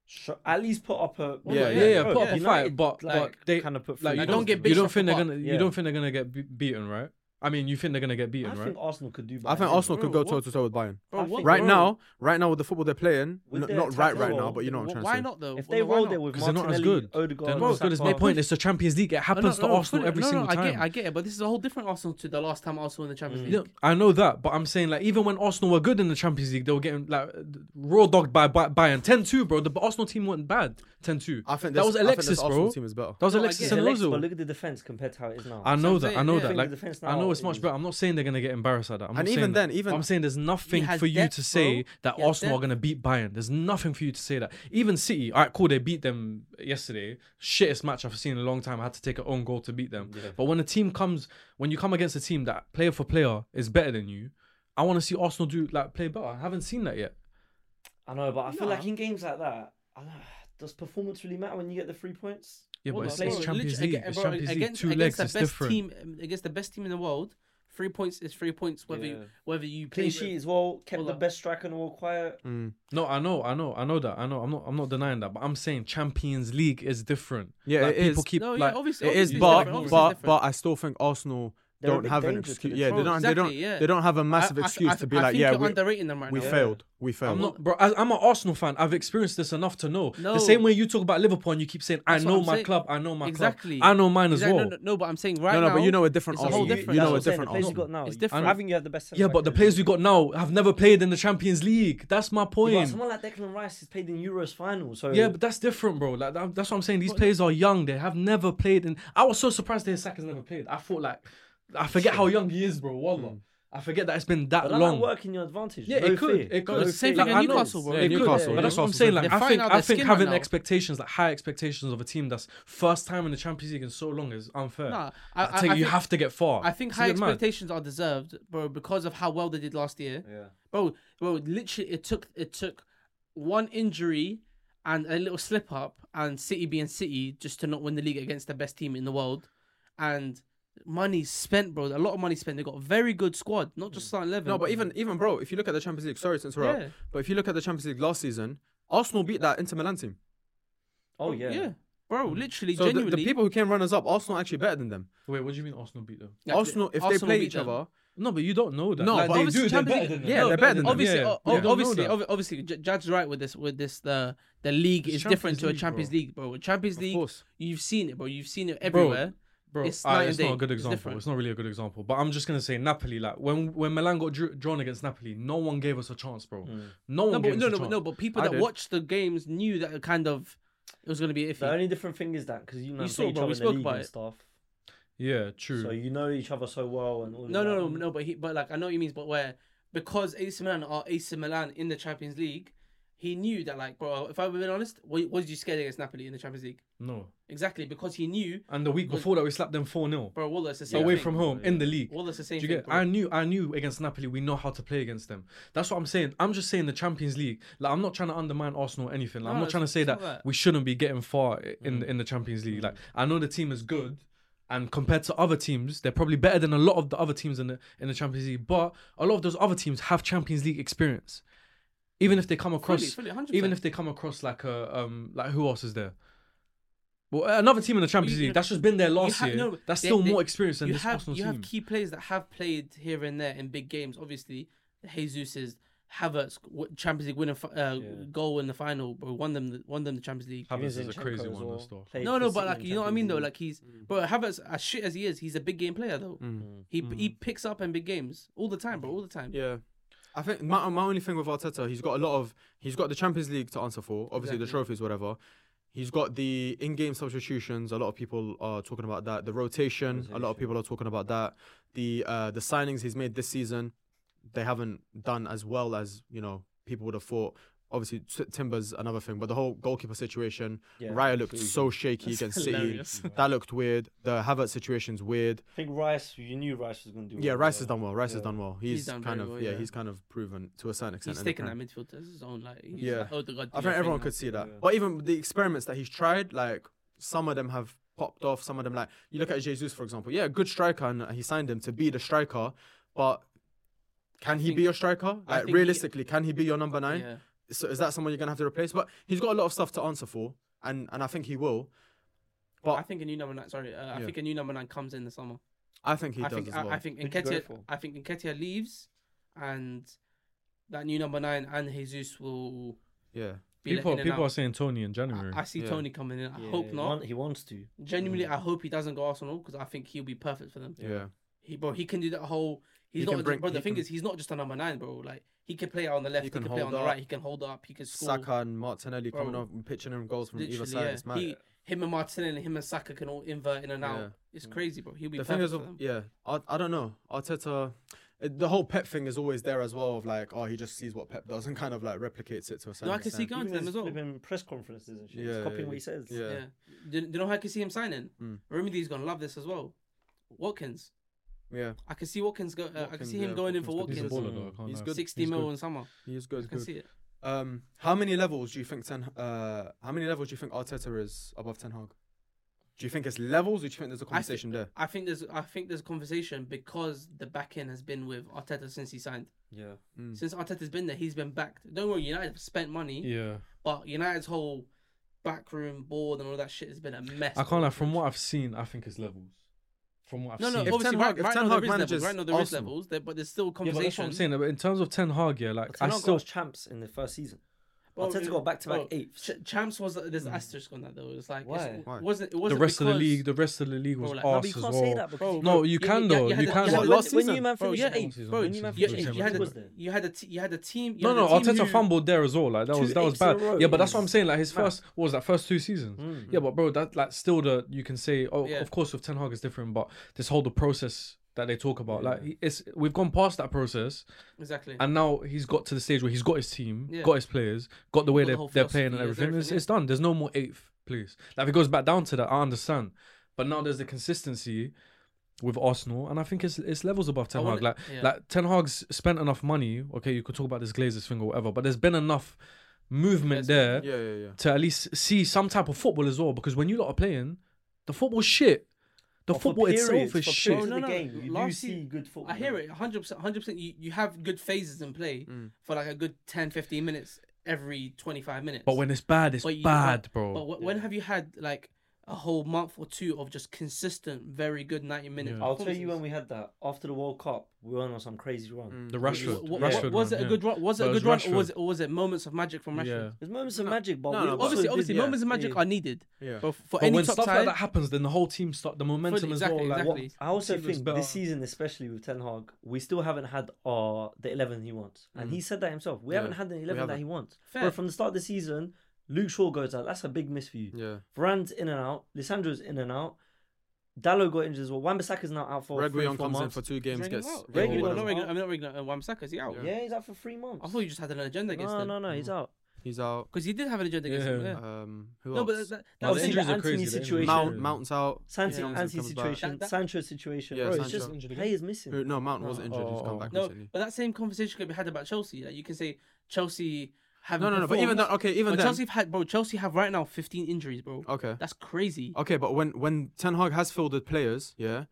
C: Sh- At least put up a.
B: Yeah,
D: yeah,
B: yeah,
D: yeah,
B: bro.
D: put up a
B: United,
D: fight, but but they
C: kind of put. three
D: like you
B: Like,
D: don't
B: don't
C: goals
B: get
C: in.
B: beat
D: You don't
B: off
D: think
B: the
D: they're
B: park.
D: gonna,
C: Yeah.
D: you don't think they're gonna get be- beaten, right? I mean, you think they're gonna get beaten,
C: I
D: right?
C: think Arsenal could do.
A: I think
C: better.
A: Arsenal could
D: Bro,
A: go
D: what-
A: toe to toe with Bayern.
C: I think-
A: Right now, right now with the football they're playing,
C: With
A: n-
C: their
A: not right right
C: tactical-
A: now, but you know what I'm
B: Why
A: trying to
B: not though?
C: if
B: Well,
C: they
B: no, why
C: roll
B: not?
C: there with
D: because they're
C: Martinelli,
D: not as good.
C: Odegaard,
D: They're not as good. It's my
C: Saka,
D: point. It's the Champions League. It
B: No,
D: happens
B: no,
D: to
B: no,
D: Arsenal
B: fully-
D: every
B: no, no,
D: single time.
B: I get, it, I get it, but this is a whole different Arsenal to the last time Arsenal in the Champions League.
D: No, I know that, but I'm saying like even when Arsenal were good in the Champions League, they were getting like raw dogged by, by Bayern 10-2, bro. The Arsenal team wasn't bad 10-2.
A: I think this- I think
D: that was
A: this
D: Alexis,
A: Arsenal
D: bro.
A: team is better.
D: That was
B: No, I
D: Alexis
B: get it.
D: and
C: Alex, but
D: Ozil.
C: look at the defense compared to how it is now.
D: I know
B: That's what
D: that. I
B: I'm
D: know
B: saying,
D: that.
B: yeah.
D: Like
C: The defense
D: I
C: now
D: know it's
C: is-
D: much better. I'm not saying they're gonna get embarrassed at that. I'm
A: And
D: not
A: even
D: saying
A: then,
D: that.
A: even-
D: I'm saying there's nothing
B: has
D: for you
B: depth,
D: to say
B: bro.
D: that
B: He has
D: Arsenal are
B: depth.
D: gonna beat Bayern. There's nothing for you to say that. Even City, all right, cool, they beat them yesterday. Shittest match I've seen in a long time. I had to take an own goal to beat them. But when a team comes, when you come against a team that player for player is better than you, I want to see Arsenal do like play better. I haven't seen that yet.
C: I know, but I feel
B: Nah.
C: like in games like that, I don't- does performance really matter when you get the three points?
D: Yeah,
B: Well,
D: but it's,
B: bro,
D: it's
B: literally,
D: Champions
B: aga-
D: League. It's
B: bro,
D: Champions League.
B: against-
D: Two
B: against
D: legs
B: the
D: is
B: best
D: different.
B: Team, against the best team in the world, three points is three points. Whether you
C: Yeah.
B: whether you play
C: Clean
B: with-
C: sheet as well. Kept
B: Hold
C: the
B: up.
C: best striker in the world quiet.
A: Mm.
D: No, I know, I know, I know that. I know. I'm not. I'm not denying that. But I'm saying Champions League is different.
A: Yeah,
D: Like,
A: it
D: people
A: is.
D: keep
B: No, yeah,
D: like
B: obviously,
A: It is,
B: obviously it's
A: but
B: different, obviously
A: but
B: it's
A: but I still think Arsenal
C: They're a
A: don't
C: big
A: have an
C: danger to
A: excuse.
C: the
A: Yeah, they don't.
C: team.
A: They
B: Exactly,
A: don't.
B: yeah.
A: They don't have a massive
B: I- I-
A: excuse
B: I-
A: to be
B: I
A: like,
B: think
A: yeah,
B: you're
A: we,
B: underrating them right
A: we
B: now.
A: failed. We failed.
D: I'm not, bro. As, I'm an Arsenal fan. I've experienced this enough to know.
B: No.
D: The same way you talk about Liverpool, and you keep saying, "I
B: That's what
D: know
B: I'm
D: my
B: saying.
D: club. I know my
B: Exactly.
D: club. I know mine as
B: Exactly,
D: well."
B: No, no, no, but I'm saying right
A: no, no,
B: now.
A: but you know a different
B: it's a
A: Arsenal.
B: whole
A: You-
B: different-
A: You
C: That's
A: know
C: what
A: a
C: I'm saying,
A: different
C: The players you
A: Arsenal.
C: got now,
B: It's
C: you-
B: different.
C: I think you have the best. centre
D: Yeah,
C: back
D: but the
C: in
D: players we got now have never played in the Champions League. That's my
C: Yeah, but
D: point.
C: someone like Declan Rice has played in Euros final, so
D: Yeah, but that's different, bro. Like that, that's what I'm saying. These players are young. They have never played, and I was so surprised that Saka's never played. I thought like, I forget how young he is, bro. Wallah, I forget that it's been that
C: But
D: long.
C: long work in your advantage.
D: Yeah,
C: no
D: it could.
C: fear.
D: It could.
B: But the same
D: Like,
B: thing
D: I
B: at
D: know.
B: Newcastle, bro.
A: Yeah, Newcastle,
D: But that's what I'm
A: Newcastle's
D: saying.
A: been
D: Like,
B: They're
D: I
B: fighting
D: think,
B: out
D: I
B: their
D: think
B: skin right
D: having
B: now.
D: expectations, like high expectations of a team that's first time in the Champions League in so long is unfair.
B: Nah, I-
D: I,
B: I-
D: think
B: I
D: you
B: think-
D: have to get far.
B: I think
D: It's a
B: high
D: bit mad.
B: expectations are deserved, bro, because of how well they did last year.
C: Yeah.
B: Bro, bro, literally, it took it took one injury and a little slip up, and City being City, just to not win the league against the best team in the world, and money spent, bro. A lot of money spent. They got a very good squad, not just starting eleven.
A: Mm. No, but even even bro, if you look at the Champions League, sorry to interrupt,
B: Yeah.
A: but if you look at the Champions League last season, Arsenal beat that Inter Milan team.
C: Oh
B: yeah,
C: yeah.
B: bro, literally,
A: Mm. So the,
B: genuinely,
A: the people who came runners up, Arsenal are actually better than them.
D: Wait, what do you mean Arsenal beat them?
B: Yeah,
A: Arsenal, if
B: Arsenal
A: they play
B: beat
A: each
B: them.
A: other,
D: No, but you don't know that.
A: No,
D: like,
A: but
D: they
B: obviously
D: do. They're
B: Champions
D: better
B: League-
D: than them.
A: yeah, they're better than them.
B: obviously,
D: Yeah,
B: o-
D: yeah.
B: o-
D: You don't know
B: obviously,
D: that.
B: ob- obviously, J- Jad's right with this. With this, the the league
D: It's
B: is different
D: Champions
B: to a
D: League, bro.
B: Champions League, bro. With Champions
A: Of
B: League,
A: course.
B: you've seen it, bro. You've seen it
D: Bro,
B: everywhere.
D: Bro,
B: It's
D: it's,
B: night
D: not,
B: and
D: it's
B: day.
D: not a good
B: It's
D: example.
B: different.
D: It's, not really a good example. But I'm just gonna say Napoli. Like when when Milan got drew, drawn against Napoli, no one gave us a chance, bro. No one
B: Mm. No,
D: gave
B: but, no,
D: us a
B: no,
D: chance.
B: no, but people
A: I
B: that
A: did.
B: watched the games knew that it kind of it was going to be iffy.
C: The only different thing is that because you know
B: We
C: you
B: saw,
C: each
B: bro,
C: other
B: we
C: in the
B: spoke
C: league
B: about
C: and
B: it.
C: stuff,
D: yeah, true.
C: so you know each other so well and all. of
B: no, no,
C: that.
B: no, no, but he, but like I know what he means, but where because AC Milan are AC Milan in the Champions League, he knew that like, bro, if I've been honest, wa- was you scared against Napoli in the Champions League?
D: no.
B: Exactly because he knew,
D: And the week before that, we slapped them four 0
B: bro, Wallace the same
D: away
B: thing.
D: from home in the league.
B: Wallace the
D: Do
B: same
D: you
B: thing.
D: get?
B: bro.
D: I knew, I knew against Napoli, we know how to play against them. That's what I'm saying. I'm just saying the Champions League. Like I'm not trying to undermine Arsenal or anything.
B: No,
D: Like, I'm not
B: it's-
D: trying to say
B: it's
D: that,
B: not that. Mm.
D: we shouldn't be getting far i- in the in the Champions League. Like I know the team is good, and compared to other teams, they're probably better than a lot of the other teams in the in the Champions League. But a lot of those other teams have Champions League experience, even if they come across,
B: fully, 100%.
D: even if they come across like a um like who else is there. Well, another team in the Champions
B: you-
D: League that's just been there last
B: have-
D: year.
B: no,
D: that's
B: they-
D: still
B: they-
D: more experience than
B: you
D: this
B: have
D: Arsenal
B: you
D: team.
B: have key players that have played here and there in big games. Obviously, Jesus's Havertz w- Champions League winning fi- uh,
C: Yeah.
B: goal in the final, bro, won them the, won them the Champions League.
D: Havertz
C: Even
D: is a
C: Zinchenko
D: crazy
C: as
D: one,
C: well,
D: that's though.
C: played
B: No,
C: for
B: no,
C: City
B: but like
C: in
B: you know what I mean though.
C: Champions
B: Like he's bro Havertz as shit as he is, he's a big game player though. Mm. He he picks up in big games all the time, bro, all the time.
A: Yeah. I think my, my only thing with Arteta, he's got a lot of he's got the Champions League to answer for, obviously the
B: Exactly.
A: trophies, whatever. He's got the in-game substitutions. A lot of people are talking about that. The rotation. A lot of people are talking about that. The uh, the signings he's made this season, they haven't done as well as you know people would have thought. Obviously, T- Timber's another thing, but the whole goalkeeper situation.
C: Yeah,
A: Raya looked
C: absolutely.
A: so shaky
B: That's
A: against
B: hilarious.
A: City. That looked weird. The Havertz situation's weird.
C: I think Rice, you knew Rice was going to do.
A: Yeah,
C: well,
A: Rice has
C: so-
A: done well. Rice
C: yeah.
A: has done well. He's,
B: He's done
A: kind
B: very
A: of
B: well,
A: yeah,
B: yeah.
A: he's kind of proven to a certain extent.
B: He's
A: in the
B: taking that
A: Prem.
B: midfield as his own, like he's
A: Yeah.
B: like, oh the god.
A: I
B: do your
A: think
B: thing
A: everyone
B: now.
A: could see that.
C: yeah.
A: But even the experiments that he's tried, like some of them have popped off. Some of them, like you look at Jesus for example. Yeah, good striker, and he signed him to be the striker. But can he be
B: think-
A: your striker?
B: I
A: Like
B: think he-
A: realistically, can he be your number nine?
B: Yeah.
A: So is that someone you're gonna have to replace? But he's got a lot of stuff to answer for, and and I think he will. But
B: I think a new number nine. Sorry, uh, I
A: Yeah.
B: think a new number nine comes in the summer.
A: I think he
B: I
A: does
B: think
A: as
B: I,
A: well.
B: I think
C: Who'd you go
B: Nketiah
C: for?
B: I think Nketiah leaves, and that new number nine and Jesus will
A: yeah.
B: be
D: people
B: let in and
D: people are
B: out.
D: saying Tony in January.
B: I, I see
A: Yeah. Mm.
B: Tony coming in. I
C: Yeah,
B: hope
C: he
B: not.
C: want- he wants to.
B: Genuinely, I hope he doesn't go Arsenal because I think he'll be perfect for them.
A: Yeah.
B: He bro, he can do that whole. He's
A: He
B: not.
A: can
B: a-
A: bring-
B: bro, the
A: he
B: thing
A: can-
B: is, he's not just a number nine, bro. Like he can play out on the left, he
A: can
B: can, play
A: hold
B: on the
A: up.
B: right, he can hold up, he can score.
A: Saka and Martinelli coming
B: Bro.
A: off and pitching him goals from either
B: Literally,
A: side.
B: yeah.
A: It's mad.
B: He, him and Martinelli, him and Saka can all invert in and out.
A: Yeah. Mm.
B: It's crazy, bro. He'll be
A: the thing
B: perfect
A: is,
B: for them.
A: yeah, I, I don't know. Arteta, it, the whole Pep thing is always there as well. Of like, oh, he just sees what Pep does and kind of like replicates it to a certain
B: I can see
A: extent.
B: going to them as well.
C: Even press conferences and shit.
A: Yeah,
C: He's copying
A: yeah,
C: what he says.
A: yeah.
B: Yeah. Do, do you know how I can see him signing?
D: Hmm.
A: Mm.
B: Remedy's gonna love this as well. Watkins.
A: Yeah,
B: I can see Watkins go. Uh, I can
A: Watkins,
B: see him
A: yeah,
B: going in for
A: Watkins,
D: He's a
B: Watkins.
D: baller though. I can't
A: He's
D: lie.
A: good.
B: Sixty
D: He's
B: mil
D: good.
B: in summer.
A: he is
B: I
A: good.
B: can
A: good.
B: see it.
A: Um, how many levels do you think Ten? Uh, how many levels do you think Arteta is above Ten Hag? Do you think it's levels? Or do you think there's a conversation there?
B: I think there's. I think there's conversation because the back end has been with Arteta since he signed.
C: Yeah.
A: Mm.
B: Since Arteta's been there, he's been backed. Don't worry, United have spent money,
D: Hmm. Yeah,
B: but United's whole backroom board and all that shit has been a mess.
D: I can't lie. From what I've seen, I think it's levels. From what I've
B: No, no,
D: seen,
A: If
B: obviously,
A: Ten
B: right,
A: Hag- if
B: right
A: Ten
B: now
A: Hag
B: there is levels.
A: manages
B: Right now there is
A: Arsenal-
B: levels, there, but there's still
D: yeah, but that's what I'm
B: conversation.
D: saying. but In terms of Ten Hag, yeah, like
C: Arteta
D: I still
C: got champs in the first season.
B: Well,
C: Arteta
B: it-
C: got back-to-back
B: well,
C: eighths.
B: Ch- Champs was there's an asterisk on that though. It's like
C: Why?
B: It's,
A: Why?
B: it wasn't it
D: the
B: wasn't
D: rest of the
B: because-
D: league. The rest of the league was
B: Bro, like- No,
C: but
D: arse
C: you
D: as
C: can't
D: well.
C: say that because
B: Bro,
C: you-
D: No, you can
B: yeah,
D: though.
B: yeah,
D: You
B: yeah,
D: can.
B: yeah,
D: though.
A: Like,
B: yeah,
A: last
C: when you
A: season.
C: man
B: Bro,
C: finished
B: yeah,
C: eighth,
D: Season,
B: bro, you,
D: season, season,
B: you, had,
D: season, season.
B: you had a you had a te- you had a team. You
D: No,
B: had
D: no,
B: a team
D: Arteta
B: who-
D: fumbled there as well. Like that
C: Two
D: was that was
C: eights in a
D: bad.
C: row
D: Yeah, but that's
C: is
D: what I'm saying. Like his
C: mad.
D: first what was that first two seasons. Yeah, but bro, that like still the you can say. Oh,
B: Yeah.
D: of course, with Ten Hag is different, but this whole the process that they talk about, like he- it's we've gone past that process,
B: Exactly.
D: and now he's got to the stage where he's got his team,
B: Yeah.
D: got his players, got the way
B: Got the
D: they're,
B: whole
D: they're playing and
B: philosophy,
D: everything. It's,
B: everything,
D: it's done. There's no more eighth, please. Like if it goes back down to that, I understand, but now there's the consistency. With Arsenal, and I think it's it's levels above
B: I
D: Ten Hag.
B: wanna-
D: Like
B: yeah.
D: like Ten Hag's spent enough money. Okay, you could talk about this Glazers thing or whatever, but there's been enough movement there
A: Yeah, yeah, yeah.
D: to at least see some type of football as well. Because when you lot are playing, the football's shit. The
C: But for
D: football
C: periods,
D: itself is
C: for
D: shit.
C: periods
B: No,
C: of
B: no,
C: the game, you do
B: last
C: see
B: season-
C: good football.
B: I hear it 100%. 100% you, you have good phases in play
D: Mm.
B: for like a good 10, 15 minutes every 25 minutes.
D: But when it's bad, it's
B: But you-
D: bad,
B: but-
D: bro.
B: But wh- when have you had like a whole month or two of just consistent, very good 90 minute
D: Yeah.
C: I'll tell you when we had that after the World Cup, we went on some crazy run.
A: Mm.
D: the
B: W-
D: Rashford,
B: w- w-
D: Rashford
B: was it
D: one,
B: a
D: yeah.
B: good run? Was it
D: But
B: a
D: it
B: good
D: was
B: run, or was
D: Rashford.
B: it or was it moments of magic from Rashford?
D: Yeah.
C: There's moments of magic, but
A: No,
C: we
A: no,
C: also
B: Obviously,
C: did-
B: obviously,
A: yeah.
B: moments of magic are needed.
A: Yeah.
B: But for
D: But
B: any
D: when
B: top
D: stuff
B: side,
D: like that happens, then the whole team start the momentum as
B: exactly,
D: well. Like,
B: exactly.
D: what-
C: I also
D: Team looks
C: think
D: better.
C: this season, especially with Ten Hag, we still haven't had uh, the eleven he wants, and he said that himself. We
A: Yeah,
C: haven't had the
A: we
C: eleven that
A: haven't.
C: he wants.
B: Fair.
C: But from the start of the season, Luke Shaw goes out. That's a big miss for you.
A: Yeah.
C: Varane's in and out. Lisandro's in and out. Dallo got injured as well. Wan-Bissaka's now out for three,
A: Reguilon
C: four
A: comes in
C: months.
A: for two games,
B: Regular
A: gets
B: out.
A: yeah, one
C: Regular,
B: Well,
A: of
B: not
A: them.
B: regular. I'm not regular. Uh, Wamsaka is he out?
A: Yeah. Mm.
C: Yeah, he's out for three months.
B: I thought you just had an agenda against
C: no,
B: him.
C: no, no, he's out.
A: He's out.
B: Because he did have an agenda against him.
D: Yeah.
B: Yeah.
A: Um, who
B: No,
A: else?
B: but that, that,
D: No,
B: that
C: I've
B: was
D: the
C: seen
B: injury.
D: injuries
C: the
D: are
C: Anthony
D: crazy, the injuries.
C: situation.
A: Mount, Mount's out.
C: Santi,
A: Yeah.
C: Anti
A: Comes back.
C: situation,
B: That- that-
C: Sancho situation.
A: Yeah,
C: bro,
A: Sancho.
C: it's just
D: Injured again.
C: players missing.
A: Who, no, Mount
D: No.
A: was injured. He's
D: Oh.
A: come back
B: No,
A: recently.
B: but that same conversation could be had about Chelsea. Like you can say Chelsea have
A: No, no, no. But even that, okay, even
B: But
A: then. Oh.
B: Chelsea have had bro. Chelsea have right now 15 injuries, bro.
A: Okay.
B: That's crazy.
A: Okay, but when when Ten Hag has fielded players, yeah,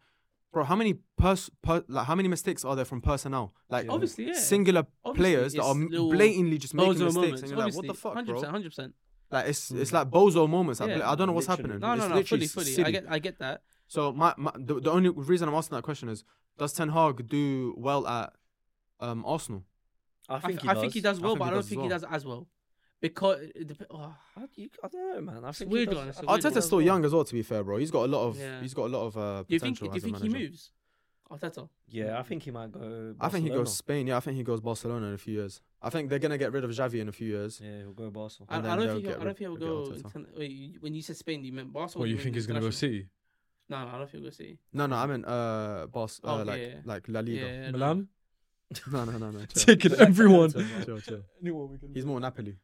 A: bro, how many pers- per- like how many mistakes are there from personnel? Like
B: Yeah. Obviously, yeah.
A: singular
B: Obviously,
A: players that
B: it's
A: are m-
B: little
A: blatantly just making
B: Those are
A: mistakes,
B: moments.
A: and you're like,
B: Obviously,
A: what the fuck,
B: 100%,
A: bro?
B: 100%.
A: Like it's it's like bozo moments. I
B: Yeah.
A: bl- I don't know what's
C: Literally.
A: happening.
B: No,
A: it's
B: no, no.
A: literally
B: Fully, fully.
A: silly.
B: I get, I get that.
A: So my, my the, the only reason I'm asking that question is, does Ten Hag do well at um Arsenal?
C: I
B: I,
C: think
B: th-
C: he
B: I
C: does.
B: think he does well,
A: think
B: but
A: he
B: I don't
A: does as
B: think he
A: well.
B: does as well because it dep- oh,
C: How do you, I don't know, man. I think
B: weird
C: he
B: one,
C: does.
B: it's a
C: I
B: weird
C: think he
B: one.
A: Arteta's
C: does
A: still
C: well.
A: young as well. To be fair, bro, he's got a lot of
B: Yeah.
A: he's got a lot of uh, potential.
B: do you think do you
A: as a
B: think he
A: manager.
B: moves? Arteta.
C: Yeah, I think he might go.
A: I think he
C: Barcelona.
A: goes Spain. Yeah, I think he goes Barcelona in a few years. I think they're gonna get rid of Xavi in a few years.
C: Yeah, he'll go Barcelona.
B: I, I
A: And then
B: don't
A: they'll
B: think he'll,
A: get
B: I don't
A: rid-
B: think he'll
A: they'll
B: go.
A: get Arteta.
B: inter- wait, you- when you said Spain, do you meant Barcelona?
D: What
B: or
D: you
B: mean
D: think he's gonna go
B: international?
D: City,
B: No, no, I don't think he'll go City.
A: No, no, I meant uh, Bas-
B: Oh,
A: uh, like
B: yeah.
A: like La Liga.
B: yeah, no.
D: Milan,
A: No, no, no, no. chill.
D: taking everyone.
A: Chill, chill, chill. He's more Napoli.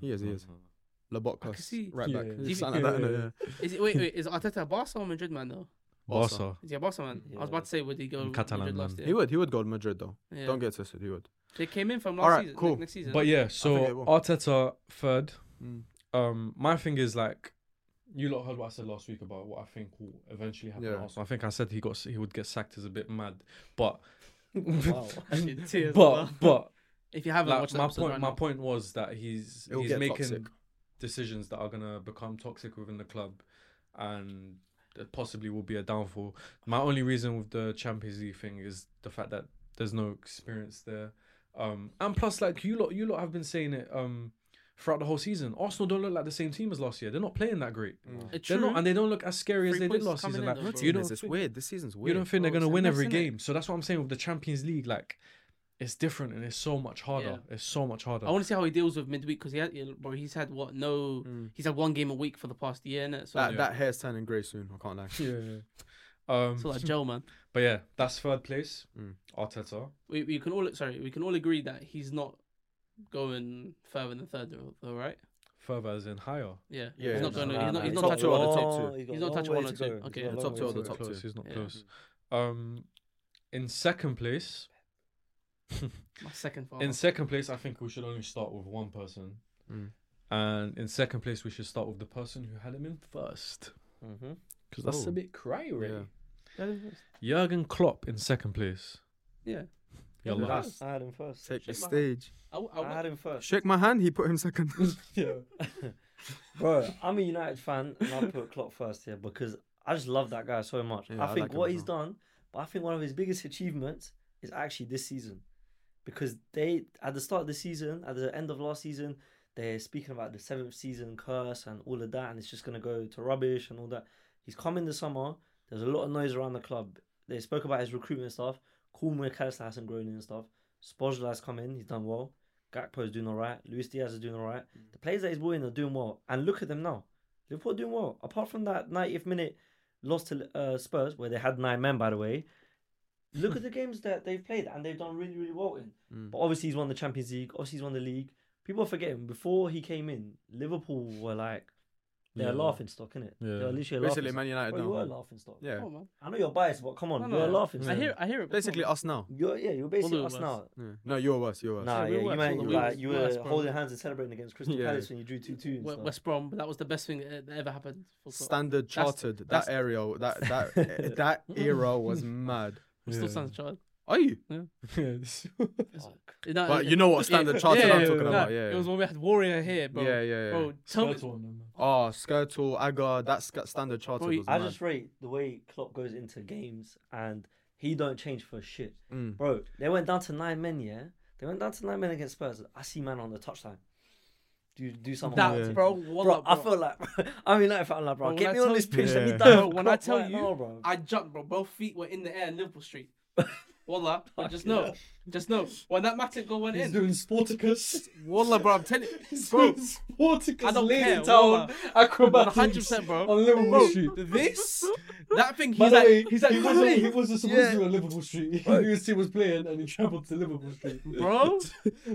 A: He is, he is.
B: I
A: Labocca,
B: can see.
A: right back.
D: Yeah.
A: It's something like that,
D: Yeah.
A: innit? Yeah.
B: Is it, wait, wait, is Arteta a Barca or Madrid man though?
D: Barca.
B: Is he a Barca man? I was
C: Yeah.
B: about to say, would he go
D: Catalan
B: Madrid last
D: man.
B: year?
A: He would, he would go to Madrid though.
B: Yeah.
A: Don't get twisted, he would.
B: They came in from last
A: Alright,
B: season,
A: cool.
B: like, next season.
D: But yeah,
A: think it
D: so
A: will.
D: Arteta third.
A: Mm.
D: um my thing is like you lot heard what I said last week about what I think will eventually happen
A: Yeah.
D: at Arsenal. I think I said he got he would get sacked as a bit mad, but
A: Mm.
C: Wow.
B: Actually, tears
D: but
B: as well.
D: but
B: if you haven't
D: like
B: watched
D: my
B: that
D: point
B: right
D: my
B: now.
D: point was that he's
A: It'll
D: he's
A: get
D: making
A: toxic.
D: decisions that are gonna become toxic within the club, and that possibly will be a downfall. My only reason with the Champions League thing is the fact that there's no experience there. Um, and plus, like you lot, you lot have been saying it um, throughout the whole season. Arsenal don't look like the same team as last year. They're not playing that great.
B: Uh,
D: They're
B: true.
D: not, and they don't look as scary as
B: Three
D: they did
B: points
D: last
B: coming
D: season.
B: in
D: Like
B: though, bro.
A: You
D: you
A: know,
D: don't
A: it's
D: think,
A: weird. This season's weird.
D: you don't think they're
B: bro.
D: gonna
B: It's a
D: win
B: mess,
D: every
B: innit?
D: game. So that's what I'm saying with the Champions League. Like, it's different and it's so much harder. It's so much harder.
B: I want to see how he deals with midweek because he had, bro, he's had what? No, he's had one game a week for the past year, innit? So,
A: that
D: Yeah.
A: that hair's turning grey soon. I can't lie.
D: yeah. Um,
B: so like Joe, man.
D: but yeah, that's third place.
A: Mm.
D: Arteta.
B: We, we can all sorry, we can all agree that he's not going further than third, though- though, right?
D: Further as in higher.
B: Yeah,
A: Yeah,
B: he's not
A: no,
B: going.
A: no,
B: He's
A: no,
B: not. He's
A: he's
B: not
A: top
B: touching
A: two out
B: one
A: of
B: or
A: the
B: two.
A: top
C: Oh,
A: two.
C: got
B: He's
C: a
B: not
C: long
B: touching
C: way
B: one or
C: to go.
B: two. Okay,
C: He's got a
A: top
C: long
A: two
C: way
A: out
C: to
A: of the
C: go.
A: top two.
D: Close. He's not
B: Yeah.
D: close. Um, in second place.
B: My second father.
D: In second place, I think we should only start with one person.
A: Mm.
D: And in second place, we should start with the person who had him in first.
C: Mhm.
D: Because that's
A: Oh.
D: a bit cry, really.
B: yeah,
D: Jurgen Klopp in second place.
B: yeah.
A: Yeah.
D: Yeah, last.
A: Last.
C: I had him first.
A: Take the
B: Shake my
A: stage.
B: I, w- I
C: I
B: w-
C: had him first.
A: Shake my hand. He put him second.
C: Bro, I'm a United fan and I put Klopp first here because I just love that guy so much.
A: Yeah, I
C: I think
A: like him
C: what
A: as
C: he's done, but I think one of his biggest achievements is actually this season. Because they at the start of the season, at the end of last season, they're speaking about the seventh season curse and all of that, and it's just gonna go to rubbish and all that. He's come in the summer, there's a lot of noise around the club. They spoke about his recruitment stuff. Cool McAllister hasn't grown in and stuff. Spojla's come in, he's done well. Gakpo's doing all right. Luis Diaz is doing all right.
B: Mm.
C: The players that he's brought in are doing well. And look at them now. Liverpool are doing well. Apart from that 90th minute loss to uh, Spurs, where they had nine men, by the way, look at the games that they've played and they've done really, really well in.
B: Mm.
C: But obviously, he's won the Champions League. Obviously, he's won the league. People are forgetting, before he came in, Liverpool were like, they're
D: Yeah.
C: a laughing stock, innit?
D: Yeah.
C: They're literally a
A: Basically,
C: laughing
A: Man United
C: stock. Well, you were a
A: now.
C: laughing stock.
A: Yeah.
B: come on,
C: I know you're biased, but come on,
B: No,
C: you're
B: no,
C: a
B: no.
C: laughing
B: man. I
C: stock.
B: hear. I hear it. but come
A: Basically,
B: on.
A: us now.
C: You're, yeah, you're basically
B: All of
C: us
B: us.
C: now.
A: Yeah. No, you're worse. You're worse.
C: Nah,
B: we
C: yeah, you,
B: were
C: meant,
B: actually
C: like,
B: the
C: you
B: worst,
C: were
B: bro.
C: holding hands and celebrating against Crystal
A: Yeah.
C: Palace when you drew 2 2.
B: We- West Brom, that was the best thing that ever happened. For Klopp.
A: Standard
B: That's-
A: chartered.
B: that's-
A: that area. That that that era was mad.
B: It still stands child.
A: Are you?
B: No, it-
A: But you know what standard chartered I'm talking
B: no,
A: about, yeah.
B: It was when we had Warrior here, bro.
A: Yeah, yeah, yeah.
B: Bro, tell me,
A: Oh, Skirtle, Agar, that's sc- standard
B: Bro,
A: chartered.
B: he-
A: was
C: I
A: mad.
C: just rate the way Klopp goes into games and he don't change for shit.
A: Mm.
C: Bro, they went down to nine men, yeah? They went down to nine men against Spurs. I see man on the touchline. Do do something.
B: that,
C: about it.
B: bro.
C: Bro,
B: wallah,
C: I
B: bro.
C: feel like I'm United fan, like, bro.
B: Bro,
C: get
B: when
C: me
B: I
C: on
B: tell
C: this
B: you-
C: pitch. Let me
A: Yeah.
C: die.
B: Bro, when I tell you,
C: bro.
B: I jumped, bro. Both feet were in the air in Liverpool Street. Wallah, but just know, just know when that Matic goal went
D: He's
B: in.
D: doing Sporticus.
B: Wallah, bro, I'm telling you,
D: He's
B: bro.
D: doing Sporticus.
B: I don't
D: Lady
B: care,
D: Town. Acrobatics.
B: 100%, bro.
D: On Liverpool
B: Bro,
D: Street.
B: This, that thing,
D: By
B: he's
D: the
B: like,
D: way,
B: he's like,
D: he was,
B: "Hey,
D: a, he was a supposed to on Liverpool Street. He knew his team was playing and he travelled to Liverpool Street.
B: Bro.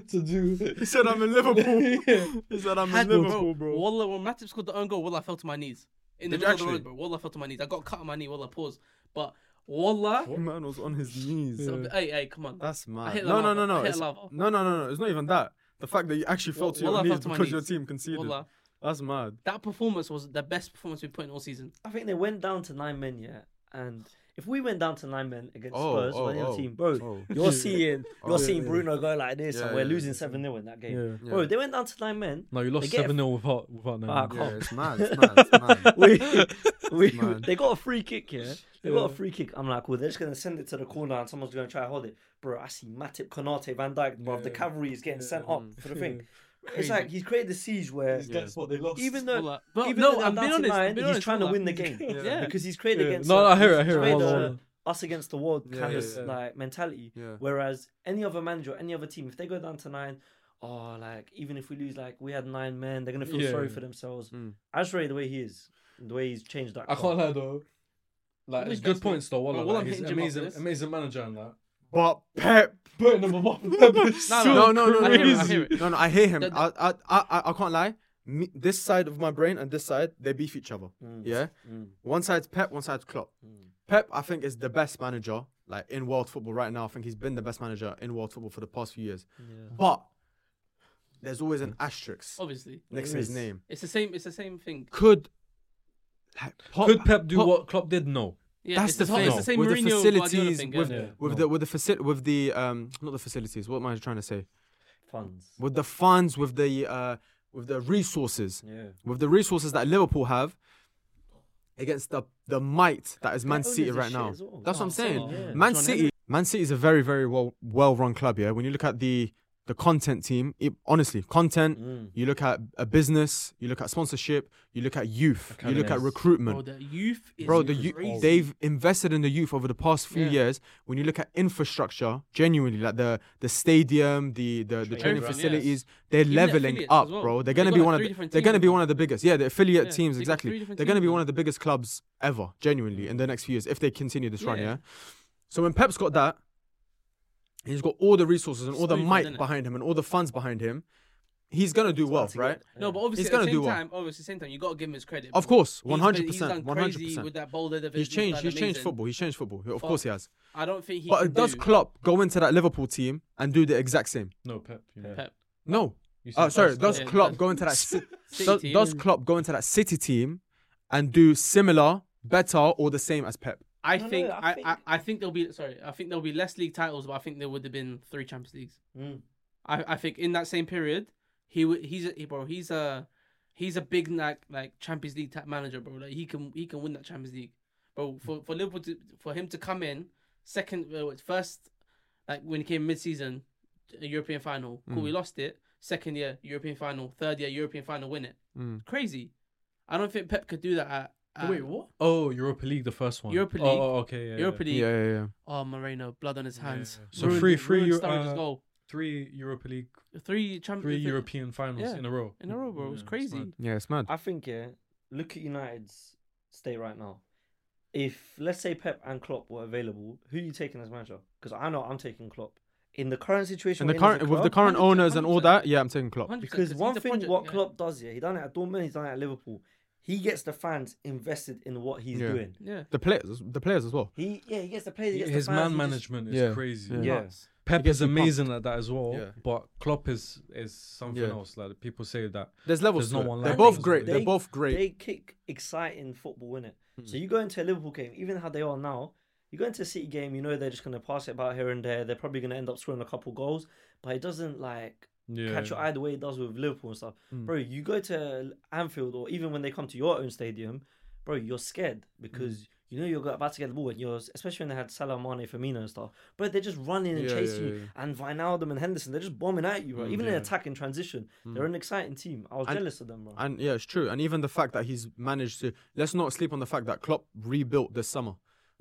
D: to do.
A: He said I'm in Liverpool.
D: Yeah.
A: he said I'm
B: had
A: in Liverpool, bro.
B: Wallah, when Matip scored the own goal, Wallah, I fell to my knees. In the
A: Did you
B: middle of the road,
A: actually?
B: bro. Wallah, I fell to my knees. I got cut on my knee, Wallah, pause. But Wallah,
A: Man was on his knees.
B: so- hey, hey, come on.
A: That's
B: I hit
A: mad.
B: the
A: Ah, No, no,
B: lava.
A: no,
B: I
A: no.
B: hit
A: It's,
B: the
A: no,
B: lava.
A: no, no, no. It's not even that. The fact that you actually fell to
B: Wallah, I
A: your
B: fell
A: knees
B: to my
A: because your
B: knees.
A: team conceded.
B: Wallah.
A: That's mad.
B: That performance was the best performance we've put in all season.
C: I think they went down to nine men, yeah. And if we went down to nine men against
A: Oh,
C: Spurs
A: oh,
C: or any other
A: oh,
C: team, bro,
A: oh.
C: you're seeing you're
A: Oh,
C: seeing
A: yeah.
C: Bruno go like this,
A: Yeah,
C: and we're
A: yeah,
C: losing
A: yeah.
C: seven 0 in that game.
D: Yeah.
C: Bro,
A: Yeah.
C: they went down to nine men.
D: No, you lost
C: They get a-
D: 7 0 without, without
C: Ah,
D: knowing.
A: Yeah,
C: can't.
A: it's mad. It's mad. It's mad.
C: we, we,
A: mad.
C: they got a free kick here. They got a
D: Yeah.
C: free kick. I'm like, well, they're just gonna send it to the corner, and someone's gonna try to hold it, bro. I see Matip, Konate, Van Dijk, bro. The
D: Yeah.
C: cavalry is getting sent
D: Yeah.
C: up for the thing. It's
B: Crazy.
C: like he's created the siege where
D: That's what they lost.
C: even though
B: Wallah. But
C: even
B: no,
C: though
B: I'm
C: I'm
B: being
C: down to
B: honest. I'm
C: nine,
B: being
C: he's
B: honest,
C: trying to
B: Wallah.
C: win the game
B: Yeah.
C: because he's created
D: Yeah.
C: against
D: No,
C: a-
D: no, I hear it, I
C: he's
D: hear it.
C: created
D: Wallah,
C: a
D: wallah.
C: us against the world
A: Yeah,
C: kind
A: yeah,
C: of
A: yeah.
C: like mentality.
A: Yeah.
C: Whereas any other manager, any other team, if they go down to nine, oh, like even if we lose, like we had nine men, they're gonna feel
D: Yeah,
C: sorry
D: yeah.
C: for themselves.
A: Mm.
C: I just rate the way he is, the way he's changed that.
D: I
C: club.
D: can't lie though. Like,
B: What
D: it's
B: is
D: good
B: best thing?
D: points though. Wallah,
B: But Wallah
D: like, he's
B: hitting him up for
D: amazing,
B: this.
D: amazing manager and that.
A: But Pep.
D: Putting him above the
B: No,
A: No, no, no, no,
B: I hear it, I
A: no.
B: hear it.
A: No, no, I hear him.
B: The- the-
A: I, I, I, I- I can't lie. Me, this side of my brain and this side, they beef each other.
C: Mm.
A: Yeah.
C: Mm.
A: One side's Pep, one side's Klopp. Pep, I think, is the best manager like in world football right now. I think he's been the best manager in world football for the past few years. But there's always an asterisk
D: Oh,
B: Obviously,
A: next
C: there
A: to his
C: is.
A: name.
B: it's the same. It's the same thing.
A: Could like, Pop-
D: Could Pep do
A: Pop-
D: what Klopp did? No.
B: Yeah,
A: That's
B: it's
A: the
B: the, same.
A: thing
B: It's the same
A: with the
B: Mourinho Guardiola
A: facilities,
B: thing, yeah.
A: with,
D: yeah.
A: with
D: No.
A: the with the faci- with the um not the facilities. What am I trying to say?
C: Funds.
A: With the funds, with the uh with the resources.
C: Yeah.
A: with the resources that Liverpool have, against the the might that is Man
C: Their
A: City
C: owners are
A: right
C: shit
A: now.
C: as well.
A: That's what
B: Oh,
A: I'm saying.
B: so-
C: Yeah.
A: Man
B: John
A: City,
B: Henry.
A: Man City is a very very well well run club. Yeah, when you look at the the content team, it, honestly, content.
C: Mm.
A: You look at a business, you look at sponsorship, you look at youth, you look at
D: Academies.
A: recruitment.
B: Bro, the youth is
A: Bro, the
D: youth-
A: you,
B: crazy.
A: they've invested in the youth over the past few
B: Yeah.
A: years. When you look at infrastructure, genuinely, like the the stadium, the the, the
D: Training
A: training
D: ground, yes.
A: facilities, they're
B: Even the
A: leveling
B: affiliates
A: up,
B: as well.
A: bro. They're
B: They've
A: gonna be
B: got
A: one of
B: three
A: the,
B: different
A: they're gonna
B: teams
A: be
B: now.
A: one of the biggest. Yeah, the affiliate
B: Yeah,
A: teams
B: they've got three
A: exactly.
B: different
A: They're gonna
B: teams
A: be
B: now.
A: one of the biggest clubs ever, genuinely, in the next few years if they continue this run.
B: Yeah.
A: Yeah. So when Pep's got that, and he's got all the resources and all the
B: Smooth one,
A: might
B: innit?
A: behind him and all the funds behind him. He's gonna do well,
C: That's
A: right?
C: good.
B: No, but obviously
A: He's
B: at the
A: gonna
B: same
A: do well.
B: time, obviously same time, you gotta give him his credit.
A: Of
B: bro.
A: course,
B: He's been-
A: one hundred
B: he's done
A: percent, one hundred
B: crazy
A: percent.
B: With that boulder division,
A: He's changed.
B: done
A: He's changed
B: amazing.
A: football. He's changed football. Of
B: But-
A: course, he has.
B: I don't think he.
A: But
B: can
A: it does
B: do
A: Klopp go into that Liverpool team and do the exact same?
D: No, Pep. You know.
B: Pep.
A: No.
D: You
A: Uh,
D: said
A: sorry,
D: Arsenal.
A: does
B: Yeah,
A: Klopp
B: does-
A: go into that? Ci-
B: City
A: does,
B: team
A: does
B: and-
A: Klopp go into that City team and do similar, better, or the same as Pep?
B: I
C: No, no,
B: think
C: I
B: I, I,
C: think-
B: I think there'll be sorry. I think there'll be less league titles, but I think there would have been three Champions Leagues.
C: Mm.
B: I, I think in that same period, he would he's a, he, bro he's a he's a big like like Champions League type manager, bro. Like he can he can win that Champions League, bro. For for Liverpool to, for him to come in second uh, first like when he came mid season European final, cool,
D: Mm.
B: we lost it. Second year European final, third year European final, win it.
A: Mm.
B: Crazy. I don't think Pep could do that at, at
E: Wait, what?
D: Oh, Europa League, the first one.
B: Europa
D: Oh,
B: League.
D: Oh, okay. Yeah,
B: Europa League.
A: Yeah, yeah, yeah.
B: Oh, Moreno, blood on his
D: Yeah, yeah,
B: hands.
D: yeah. So
B: Ruined-
D: three- three
B: ruined
D: Eu-
B: Sturridge's
D: uh,
B: goal.
D: Three Europa League,
B: Three champions.
D: three European finals
B: Yeah.
D: in a row.
B: in a row, bro. It was
D: Yeah, it's
B: crazy.
D: mad.
A: Yeah, it's mad.
C: I think yeah. Look at United's state right now. If let's say Pep and Klopp were available, who you taking as manager? Because I know I'm taking Klopp. In the current situation,
A: And the
C: we're in as a
A: current with the
C: club,
A: current
B: 100%,
A: owners and all
B: 100%.
A: that, yeah, I'm taking Klopp.
B: 100%,
C: Because
B: he's
C: one
B: a
C: thing
B: project
C: what
B: guy.
C: Klopp does, yeah, he done it at Dortmund, he's done it at Liverpool. He gets the fans invested in what he's
A: Yeah.
C: doing.
B: Yeah.
A: The players, the players as well.
C: He yeah, he gets the players. He gets
D: His
C: the fans,
D: man
C: he just-
D: management is
A: Yeah.
D: crazy.
A: Yeah.
C: Yeah.
B: Nuts.
A: He
D: Pep
A: gets
D: is
A: you pumped.
D: amazing at that as well,
A: Yeah.
D: but Klopp is is something
A: Yeah.
D: else. Like people say that
A: There's levels.
D: There's
A: to
D: no
A: it.
D: one
A: They're
D: like
A: both
D: them.
A: great. They're
C: They-
A: both great. Hmm.
C: They kick exciting football in it. So you go into a Liverpool game, even how they are now. You go into a City game, you know they're just going to pass it about here and there. They're probably going to end up scoring a couple goals, but it doesn't like
D: yeah.
C: catch your eye the way it does with Liverpool and stuff.
A: Mm.
C: Bro, you go to Anfield or even when they come to your own stadium, bro, you're scared because you know you're about to get the ball and you're especially when they had Salah, Mane, Firmino and stuff. Bro, they're just running and
A: Yeah, yeah,
C: chasing
A: yeah,
C: you. And Vinaldum and Henderson, they're just bombing at you, bro. even in
D: yeah.
C: attack and transition, they're an exciting team. I was
A: And-
C: jealous of them, bro.
A: And yeah, it's true. And even the fact that he's managed to let's not sleep on the fact that Klopp rebuilt this summer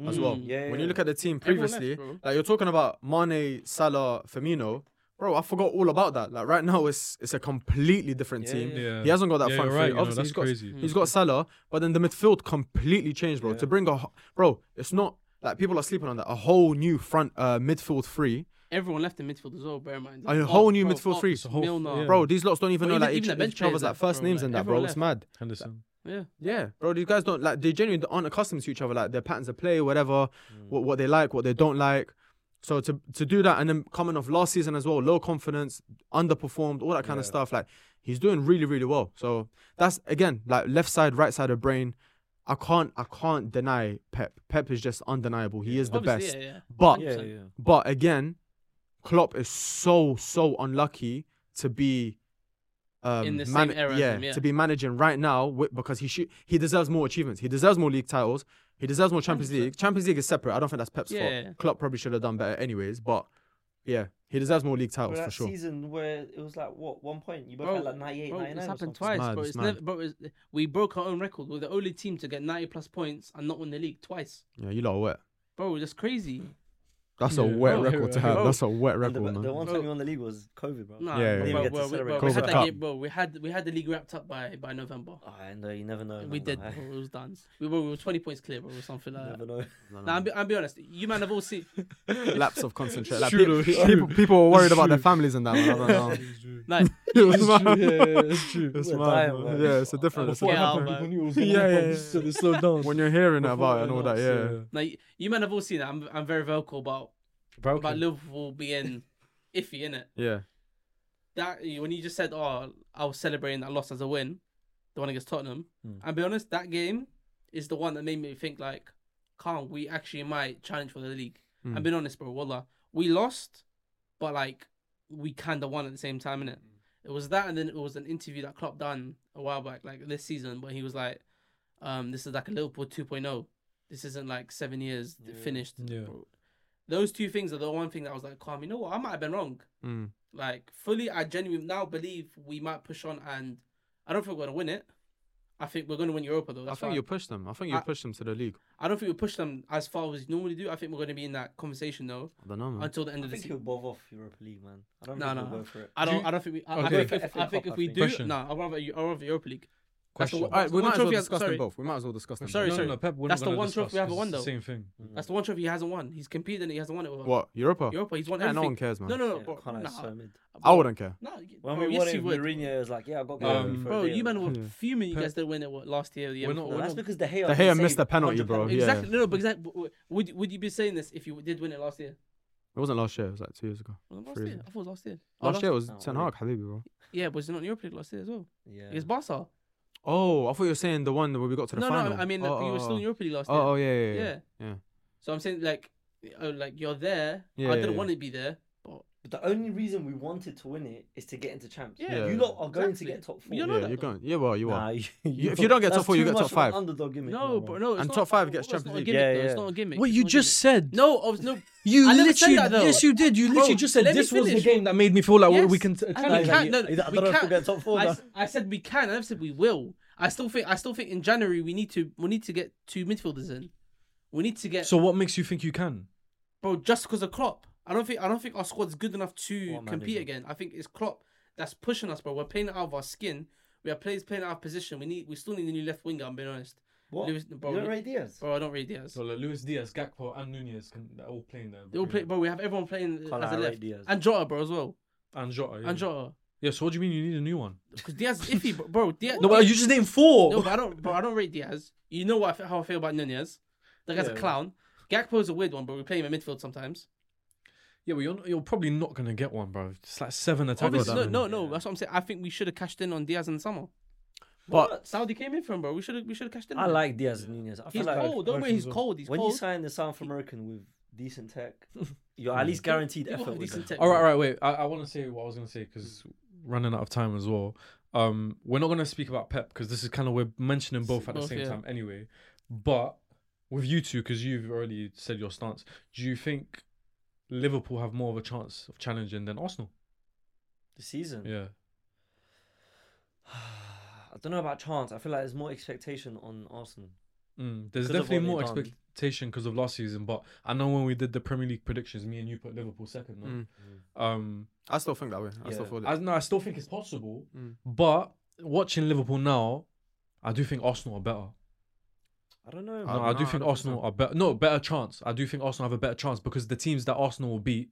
A: as well.
C: Mm, yeah,
A: when
C: yeah.
A: you look at the team
B: Everyone left,
A: previously,
B: bro.
A: like you're talking about Mane, Salah, Firmino, bro, I forgot all about that. Like right now, it's it's a completely different
C: Yeah,
A: team.
C: yeah.
D: Yeah.
A: He hasn't got that
D: Yeah,
A: front
D: you're right,
A: three.
D: you know,
A: Obviously,
D: that's
A: he's got
D: crazy.
A: he's
B: Hmm.
A: got Salah, but then the midfield completely changed, bro. To bring a ho- bro, it's not like people are sleeping on that. A whole new front uh, midfield three,
B: Everyone left in midfield as well. Bear in mind.
A: A whole new
B: bro,
A: midfield
B: Ox,
A: three. It's
D: a whole-
B: Milner.
D: yeah.
A: bro. These lots don't even
B: Well,
A: know
B: even-
A: like
B: even the
A: each,
B: bench
A: each other's
B: players
A: like
B: left,
A: first
B: bro,
A: names
B: like,
A: and that, bro.
B: everyone
A: It's
B: left.
A: mad.
D: Henderson.
B: Yeah.
A: Yeah, bro, these guys don't like they genuinely aren't accustomed to each other, like their patterns of play, whatever, what, what they like, what they don't like. So to to do that and then coming off last season as well, low confidence, underperformed, all that kind of stuff, like he's doing really, really well. So that's again, like left side, right side of brain. I can't I can't deny Pep. Pep is just undeniable. He is the
B: Obviously,
A: best.
B: Yeah, yeah.
A: But
C: yeah,
B: 100%.
C: yeah.
A: but again, Klopp is so so unlucky to be um,
B: In the same
A: mana-
B: era as
A: yeah,
B: him, yeah.
A: to be managing right now wi- because he should he deserves more achievements. He deserves more league titles. He deserves more Champions
B: 100%.
A: League. Champions League is separate. I don't think that's Pep's
B: Yeah.
A: fault. Klopp probably should have done better anyways. But yeah, he deserves more league
C: Bro,
A: titles
C: that
A: for sure.
C: season where it was like what one point you both
B: Bro,
C: had like 98,
B: Bro,
C: 99
B: it's
C: or
B: happened
C: something.
B: twice,
A: Mad,
B: bro.
A: it's
B: It's
A: mad.
B: never, bro. It's, we broke our own record. We're the only team to get ninety plus points and not win the league twice,
A: Yeah, you lot are wet.
B: bro. That's crazy.
A: That's a
D: Yeah.
A: wet
D: Bro,
A: record to have.
B: bro.
A: That's a wet
C: And
A: record,
C: the, the
A: man.
C: one time
B: Bro.
C: you won the league was COVID, bro.
A: Yeah,
B: Nah,
A: yeah.
B: bro, bro,
C: Didn't even get to
B: we, bro,
C: celebrate.
B: we had
A: Covid
B: that
A: Cup.
B: game, bro. We had we had the league wrapped up by by November.
C: I know you never know.
B: we
C: man,
B: did.
C: like,
B: Bro, it was done. We were, we were twenty points clear, bro, or something
C: you
B: like
C: never
B: that.
C: know.
B: Now, I'm be, I'm be honest. You man have all seen.
A: Lapse of concentration. Like,
D: True,
A: people,
D: it's
A: people,
D: true.
A: people were worried
D: It's
A: about their
D: true.
A: families and that. Man. I don't know.
B: Like,
A: It was
D: It's true,
A: mad.
D: yeah, yeah, it's true.
A: It's
C: We're
A: mad,
C: dying,
A: man.
C: man.
A: Yeah, it's a different. it's a
D: Before it
B: Yeah,
A: different-
D: happened,
B: man.
D: people knew it was gonna
A: Yeah,
D: happen,
A: yeah,
D: so they slowed down.
A: when you're hearing
D: Before
A: about it
D: it
A: and all that,
D: announced,
A: yeah.
B: like you man have all seen that. I'm I'm very vocal about
D: Broken.
B: about Liverpool being iffy in it.
A: Yeah.
B: That when you just said, "Oh, I was celebrating that loss as a win," the one against Tottenham.
D: Hmm.
B: And be honest, that game is the one that made me think like, "Can't we actually might challenge for the league?"
A: Hmm.
B: And being honest, bro, wallah, we lost, but like we kind of won at the same time, innit? It was that, and then it was an interview that Klopp done a while back, like this season, where he was like, um, this is like a Liverpool 2.0. This isn't like seven years th-
C: Yeah.
B: finished.
D: Yeah.
B: Those two things are the one thing that I was like, calm. You know what? I might have been wrong.
A: Mm.
B: Like fully, I genuinely now believe we might push on, and I don't think we're gonna win it. I think we're gonna win Europa though.
A: I
B: That's
A: think
B: why
A: you pushed them. Mm. I think you
B: I-
A: pushed them to the league.
B: I don't think we push them as far as we normally do. I think we're gonna be in that conversation though
A: I don't know, man.
B: until the end
C: I
B: of the
C: think
B: season.
C: he'll bob off Europa League, man. I don't
B: No,
C: think
B: no,
C: he'll
B: no.
C: go for it.
B: I
D: Do
B: don't.
D: you-
B: I don't think we. I, I
D: Okay.
B: think if,
C: FA
B: I think if
C: Cup, I
B: we
C: think.
B: do,
D: Question.
B: no, I'd rather you, I'd rather Europa League. That's the
D: Question.
B: one-
A: All right, we
B: one
A: might as well
B: trophy I-
A: discuss
B: sorry.
A: them both. We might as well discuss them.
B: Sorry,
A: both.
D: no,
B: sorry.
D: No, no, Pep, we're
B: That's
D: not
B: the
D: gonna
B: one
D: discuss
B: trophy I haven't
D: this,
B: won,
D: it's the
B: though.
D: Same thing.
B: That's the one trophy he hasn't won. He's competed and he hasn't won it. With
A: Hmm. What Europa?
B: Europa, he's won
A: Yeah, no
B: everything.
A: one cares, man.
B: no, no, no,
C: Yeah,
B: bro,
C: Connor's
B: nah,
C: so mid.
A: I wouldn't care.
B: No, y-
C: When
B: bro,
C: we
B: yes,
C: won
B: you
C: it,
B: would.
C: Mourinho was like, "Yeah, I got to go
D: Um,
C: for a
B: Bro,
C: day
B: you
C: or
B: man were
A: Yeah.
B: fuming. You
D: Pep-
B: guys didn't win it what, last year. or The year
D: We're not-
B: before.
C: No,
D: We're
C: that's because the Gea.
A: De Gea missed the penalty, bro. Yeah.
B: exactly. No, no, but exactly. but- but Would would you be saying this if you did win it last year?
A: It wasn't last year. It was like two years ago.
B: Was it Last
A: Freezing.
B: year, I thought it was last year. Oh,
A: Last year was
C: No,
A: Ten
C: really.
A: Hag, Habibi, bro.
B: Yeah, but it's not in Europa League last year as well.
C: Yeah.
B: It's Barca.
A: Oh, I thought you were saying the one where we got to the
B: No, no,
A: final.
B: I- I mean
A: oh,
B: you were still in Europa League last year.
A: Oh, oh yeah, yeah, yeah.
B: yeah.
A: yeah.
B: So I'm saying like, oh, like you're there.
A: Yeah,
B: I didn't
A: yeah,
B: want to be there. But
C: But the only reason we wanted to win it is to get into champs.
B: Yeah.
A: Yeah.
C: You lot are going
B: Exactly.
C: to get top four.
A: You
B: You're not
A: are
B: that though.
A: going. Yeah, well, you are.
C: Nah,
A: you- if you don't get top
C: that's
A: four, you
C: too
A: get top
C: much of an
A: five.
C: Underdog gimmick.
B: no,
C: man.
B: but no. It's
A: And
B: not-
A: top five gets
B: that's not
A: Champions
B: a
A: League.
B: gimmick,
C: Yeah,
B: though. It's
C: yeah.
B: not a gimmick.
D: What
B: It's
D: you
B: not a
D: just said.
B: gimmick. No, I was no.
D: You
B: I never said
D: literally,
B: that, though.
D: yes, you did. You literally just said
B: let me
D: this was the
B: finish.
D: game that made me feel like well, we
B: Yes.
D: can. T-
B: I
D: can
B: know,
D: it.
B: we can't- no,
C: I don't
B: we
C: know if
B: can't-
C: we'll get top four.
B: I,
C: though.
B: s- I said we can. I never said we will. I still think. I still think in January we need to. We need to get two midfielders in. We need to get
D: So what makes you think you can?
B: bro just because of Klopp. I don't think. I don't think our squad's good enough to
C: What a
B: compete
C: manager.
B: again. I think it's Klopp that's pushing us, bro. We're playing out of our skin. We are players playing out of position. We need. We still need a new left winger. I'm being honest.
C: What?
B: Lewis-
C: You
B: bro,
C: don't
B: Lu-
C: rate Diaz?
B: Bro, I don't read Diaz.
D: So like Luis Diaz, Gakpo, and Nunez can they're all playing there.
B: They all play, bro. We have everyone playing
C: Can't
B: as a
C: I rate
B: left.
C: Diaz.
B: And Jota, bro, as well.
D: and Jota. Yeah.
B: And Jota,
D: yeah. So what do you mean you need a new one?
B: because Diaz is iffy, bro. bro Diaz,
D: No, but you just named four.
B: No, but I don't, bro. I don't rate Diaz. You know what? I fe- how I feel about Nunez. That guy's
D: Yeah.
B: a clown. Gakpo's a weird one, but we play him in midfield sometimes.
D: Yeah, but you're not, you're probably not gonna get one, bro. It's like seven attackers.
B: Obviously, no,
A: that
B: no, no. That's what I'm saying. I think we should have cashed in on Diaz in the summer.
C: What?
B: Saudi came in for him, bro. We should have, we should have cashed in.
C: I
B: on him.
C: like Diaz and Nunez. I feel
B: He's
C: like
B: cold. Don't worry, he's
D: Well.
B: cold. He's
C: when you
B: cold.
C: sign the South American with decent tech, you're at least guaranteed
B: People
C: effort.
B: have
C: With
B: decent
C: them.
B: tech,
D: All
B: bro.
D: right, all right. Wait, I, I want to say what I was gonna say because running out of time as well. Um, we're not gonna speak about Pep because this is kind of we're mentioning both at the
B: Both,
D: same
B: yeah.
D: time anyway. But with you two, because you've already said your stance, do you think Liverpool have more of a chance of challenging than Arsenal?
C: The season.
D: Yeah.
C: I don't know about chance. I feel like there's more expectation on Arsenal.
D: Mm, there's
C: 'Cause of
D: definitely
C: what
D: more
C: they've done.
D: expectation because of last season, but I know when we did the Premier League predictions, me and you put Liverpool second. No?
A: Mm.
D: Um,
A: I still think that way. I still
C: Yeah.
A: feel it.
D: I, no, I still think it's possible,
A: Mm.
D: but watching Liverpool now, I do think Arsenal are better.
C: I don't know.
A: I
D: No,
A: don't
D: I do
A: know, I
D: think
A: don't think so.
D: Arsenal are better. No, better chance. I do think Arsenal have a better chance because the teams that Arsenal will beat,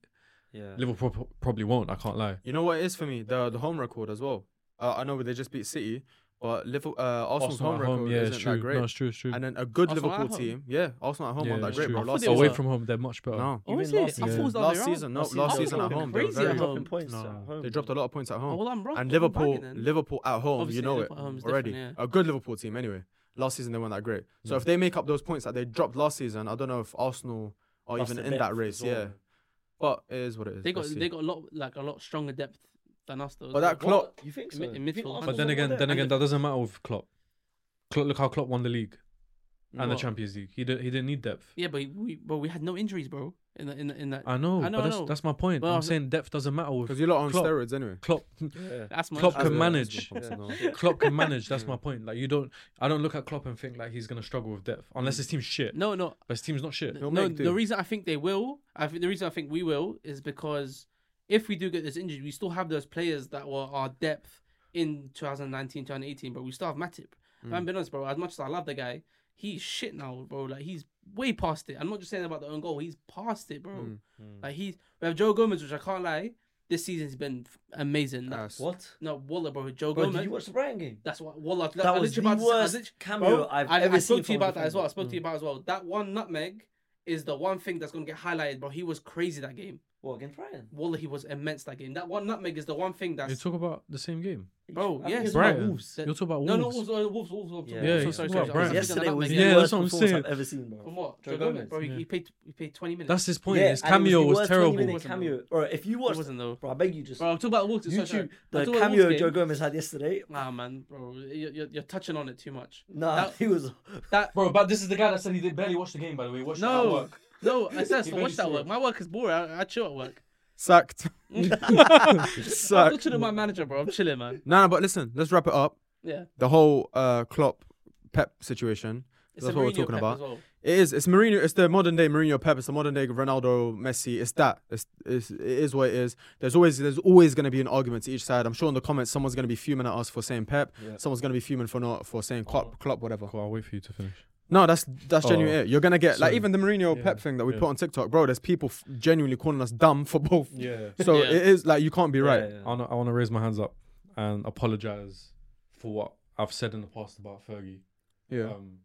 C: yeah.
D: Liverpool pro- probably won't. I can't lie.
A: You know what it is for me? The the home record as well. Uh, I know they just beat City, but Liverpool, uh, Arsenal's
D: Arsenal
A: home
D: at
A: record
D: yeah,
A: isn't
D: it's true.
A: that great.
D: No, it's true. It's true.
A: and then a good
B: Arsenal at
A: Liverpool
B: home?
A: team, yeah, Arsenal at home
D: yeah,
A: won that
D: it's
A: great,
D: true.
A: bro.
B: I
A: Last
B: thought it was
A: season,
D: away
B: a-
D: from home, they're much better.
A: no,
B: Oh,
C: Even
B: is it?
C: last
B: I
D: season.
B: thought it was the other
A: last
B: way
A: season,
B: around.
A: no,
C: Last
A: last
C: season,
A: season at
B: Liverpool
A: home, they,
B: were
A: were
B: crazy at
A: very,
C: dropping
B: home.
C: points
A: No.
C: at home.
A: they dropped a lot of points at
B: Oh,
A: home.
B: well, I'm right.
A: and
B: I'm
A: Liverpool,
B: bagging then.
A: Liverpool at home,
B: Obviously,
A: you know
B: Liverpool at home
A: it
B: is
A: already.
B: different,
A: A good Liverpool team, anyway. Last season they weren't that great. So if they make up those points that they dropped last season, I don't know if Arsenal are
C: Plus
A: even
C: the
A: in
C: depth
A: that
C: as
A: race.
C: well.
A: Yeah, but it is what it is.
B: They got
A: Let's see.
B: they got a lot like a lot stronger depth than us though.
A: But that
C: What?
A: Klopp-
C: You think
B: In
C: so?
B: mid- in
C: You think
B: midfield.
C: Arsenal
D: But then
C: were
D: again,
C: there?
D: then
C: And
D: again,
C: the-
D: that doesn't matter with Klopp. Klopp look how Klopp won the league and
A: What?
D: the Champions League. He did. He didn't need depth.
B: yeah, but we but we had no injuries, bro. In the, in the, in that
A: Uh,
D: I know,
B: I know, I
D: but that's,
B: know.
D: that's my point.
B: Well, I
D: I'm
B: was-
D: saying depth doesn't matter
A: because
D: with
A: you lot on
D: Klopp.
A: steroids anyway.
D: Klopp.
C: Yeah.
B: that's my
D: Klopp
A: As
D: can
A: the-
D: manage.
A: as the- no.
D: Klopp can manage. That's my point. Like you don't. I don't look at Klopp and think like he's gonna struggle with depth unless his team's shit.
B: Mm. No, no,
D: But his team's not shit.
A: He'll
B: no,
A: make
B: the
A: do.
B: reason I think they will, I think the reason I think we will is because if we do get this injured, we still have those players that were our depth in 2019, 2018, but we still have Matip. If
C: Mm.
B: I'm being honest, bro, as much as I love the guy, he's shit now, bro. Like he's way past it. I'm not just saying about the own goal; he's past it, bro.
C: Mm.
B: Like he's we have Joe Gomez, which I can't lie, this season's been f- amazing. That,
A: Ass.
C: What?
B: no, Waller, bro, Joe
C: Uh. Bro,
B: Gomez.
C: did you watch the Brighton game?
B: That's what Wallah.
C: That was the worst cameo I've
B: I,
C: ever
B: I spoke
C: seen
B: to you
C: from a
B: about that as well. I
C: defender.
B: spoke to you about as well. That one nutmeg is the one thing that's gonna get highlighted, bro. He was crazy that game.
C: What against Brighton?
B: Wallahi was immense that game. That one nutmeg is the one thing
D: You
B: that's
D: talk about the same game.
B: bro.
C: I think
B: Yes,
C: it's about
D: Brighton.
C: Wolves.
B: That-
D: You're talking about
B: No, no,
D: Wolves.
B: Wolves, uh, Wolves, Wolves, Wolves. Wolves.
C: Yeah. Yeah,
B: sorry, sorry,
D: he's talking
B: sorry,
D: about
B: sorry.
D: Brighton.
C: Yesterday was
D: Yeah,
C: the worst
D: that's what I'm
C: performance
D: saying.
C: I've ever seen, bro.
B: From what?
C: Joe
B: Joe Gomez,
C: Gomez.
B: bro. He,
D: Yeah.
B: he played. He played twenty minutes.
D: That's his point.
C: Yeah,
D: his
C: and it
D: cameo
C: the
D: was,
C: worst 20
D: terrible.
C: minute
B: Wasn't
C: cameo, or if you
B: It
C: watched,
B: wasn't though.
C: bro, I beg you just
B: Bro, I'm talking about Wolves. sorry,
C: YouTube
B: sorry.
C: the
B: I'm talking about
C: cameo
B: Wolves
C: Joe
B: game.
C: Gomez had yesterday.
B: Nah, man, bro, you're, you're, you're touching on it too much.
C: Nah,
B: That-
C: he was.
B: That
D: Bro, but this is the guy that said he did barely watch the game. By the way, watch
B: no, no, I said
D: He
B: so
D: made
B: watch
D: it
B: that
D: through.
B: work. My work is boring. I, I chill at work.
A: Sacked.
B: I'm
A: Sacked.
B: not chilling with my manager, bro. I'm chilling, man.
A: No, no, but listen, let's wrap it up.
B: Yeah,
A: The whole uh, Klopp Pep situation.
B: it's
A: That's
B: a
A: what we're
B: Mourinho
A: talking
B: pep
A: about.
B: as well.
A: It is. It's Mourinho. It's the modern day Mourinho Pep. It's the modern day Ronaldo, Messi. It's that. It's, it's it is what it is. There's always there's always going to be an argument to each side. I'm sure in the comments someone's going to be fuming at us for saying Pep.
D: Yeah.
A: Someone's going to be fuming for not for saying Klopp, Klopp whatever.
D: I'll wait for you to finish.
A: No, that's that's
D: Oh,
A: genuine. It. You're gonna get like
D: sorry.
A: even the Mourinho
D: Yeah,
A: Pep thing that we
D: yeah.
A: put on TikTok, bro. There's people f- genuinely calling us dumb for both.
D: Yeah.
A: So
B: Yeah.
A: it is like you can't be right.
D: I want to I wanna raise my hands up and apologize for what I've said in the past about Fergie.
A: Yeah.
D: Um,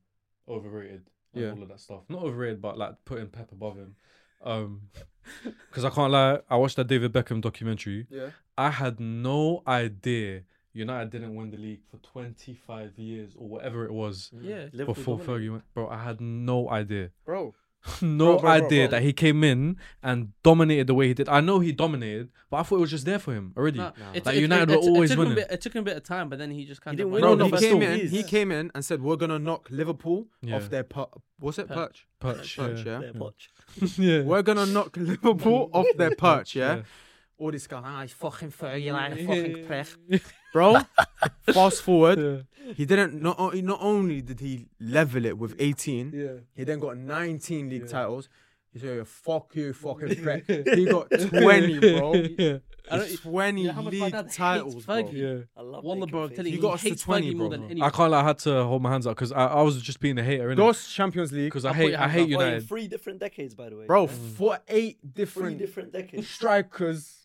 D: overrated. And
A: Yeah.
D: All of that stuff. Not overrated, but like putting Pep above him. Um, because I can't lie, I watched that David Beckham documentary.
A: Yeah.
D: I had no idea United didn't win the league for 25 years or whatever it was
B: Yeah,
C: Mm, Liverpool
D: before
C: dominated.
D: Fergie went. Bro, I had no idea.
A: bro.
D: no
A: Bro, bro, bro,
D: idea
A: bro.
D: that he came in and dominated the way he did. I know he dominated, but I thought it was just there for him already.
B: Nah, it-
D: Like,
B: it-
D: United
B: it-
D: were
B: it-
D: always
B: it took him a
D: winning.
B: bit- It took him a bit of time, but then he just kind
C: didn't
B: of went
C: win
A: Bro,
D: No,
B: on
D: no,
A: he
D: but
B: first
A: came
D: still-
B: goal.
A: in. He
C: Yeah.
A: came in and said we're gonna knock Liverpool
D: Yeah.
A: off their per- what's it perch?
B: Perch.
D: Perch,
A: Perch,
D: yeah.
A: yeah.
C: Yeah, Poch.
D: yeah.
A: We're gonna knock Liverpool off their perch, yeah.
D: Yeah.
A: All this guy, ah, he's fucking Fergie, like fucking prick, bro. fast forward, he didn't. Not o- not only did he level it with 18,
D: Yeah.
A: He then got 19 league
D: Yeah.
A: titles. He said, "Fuck you, fucking prick." he got 20, bro.
D: Yeah.
B: I don't- e-,
A: 20
B: you know how much my
A: league
B: dad hates
A: titles, bro.
B: Fergie?
D: yeah.
C: I love
B: Wallah,
C: Beckham
B: bro, I'm
C: face.
B: telling you,
A: You got
B: he
A: us to
B: hates
A: 20,
B: Fergie
A: bro.
B: more than
D: I
B: anyone.
D: can't lie, I had to hold my hands up because I, I was just being a hater, innit?
A: Those Champions League,
D: Because I
B: I'll put
D: hate
B: your
D: I
B: hands
D: hate
B: up.
C: Oh, in
D: United.
C: three different decades, by the way.
A: bro,
B: Mm.
A: for eight
C: three
A: different
C: different decades.
A: strikers.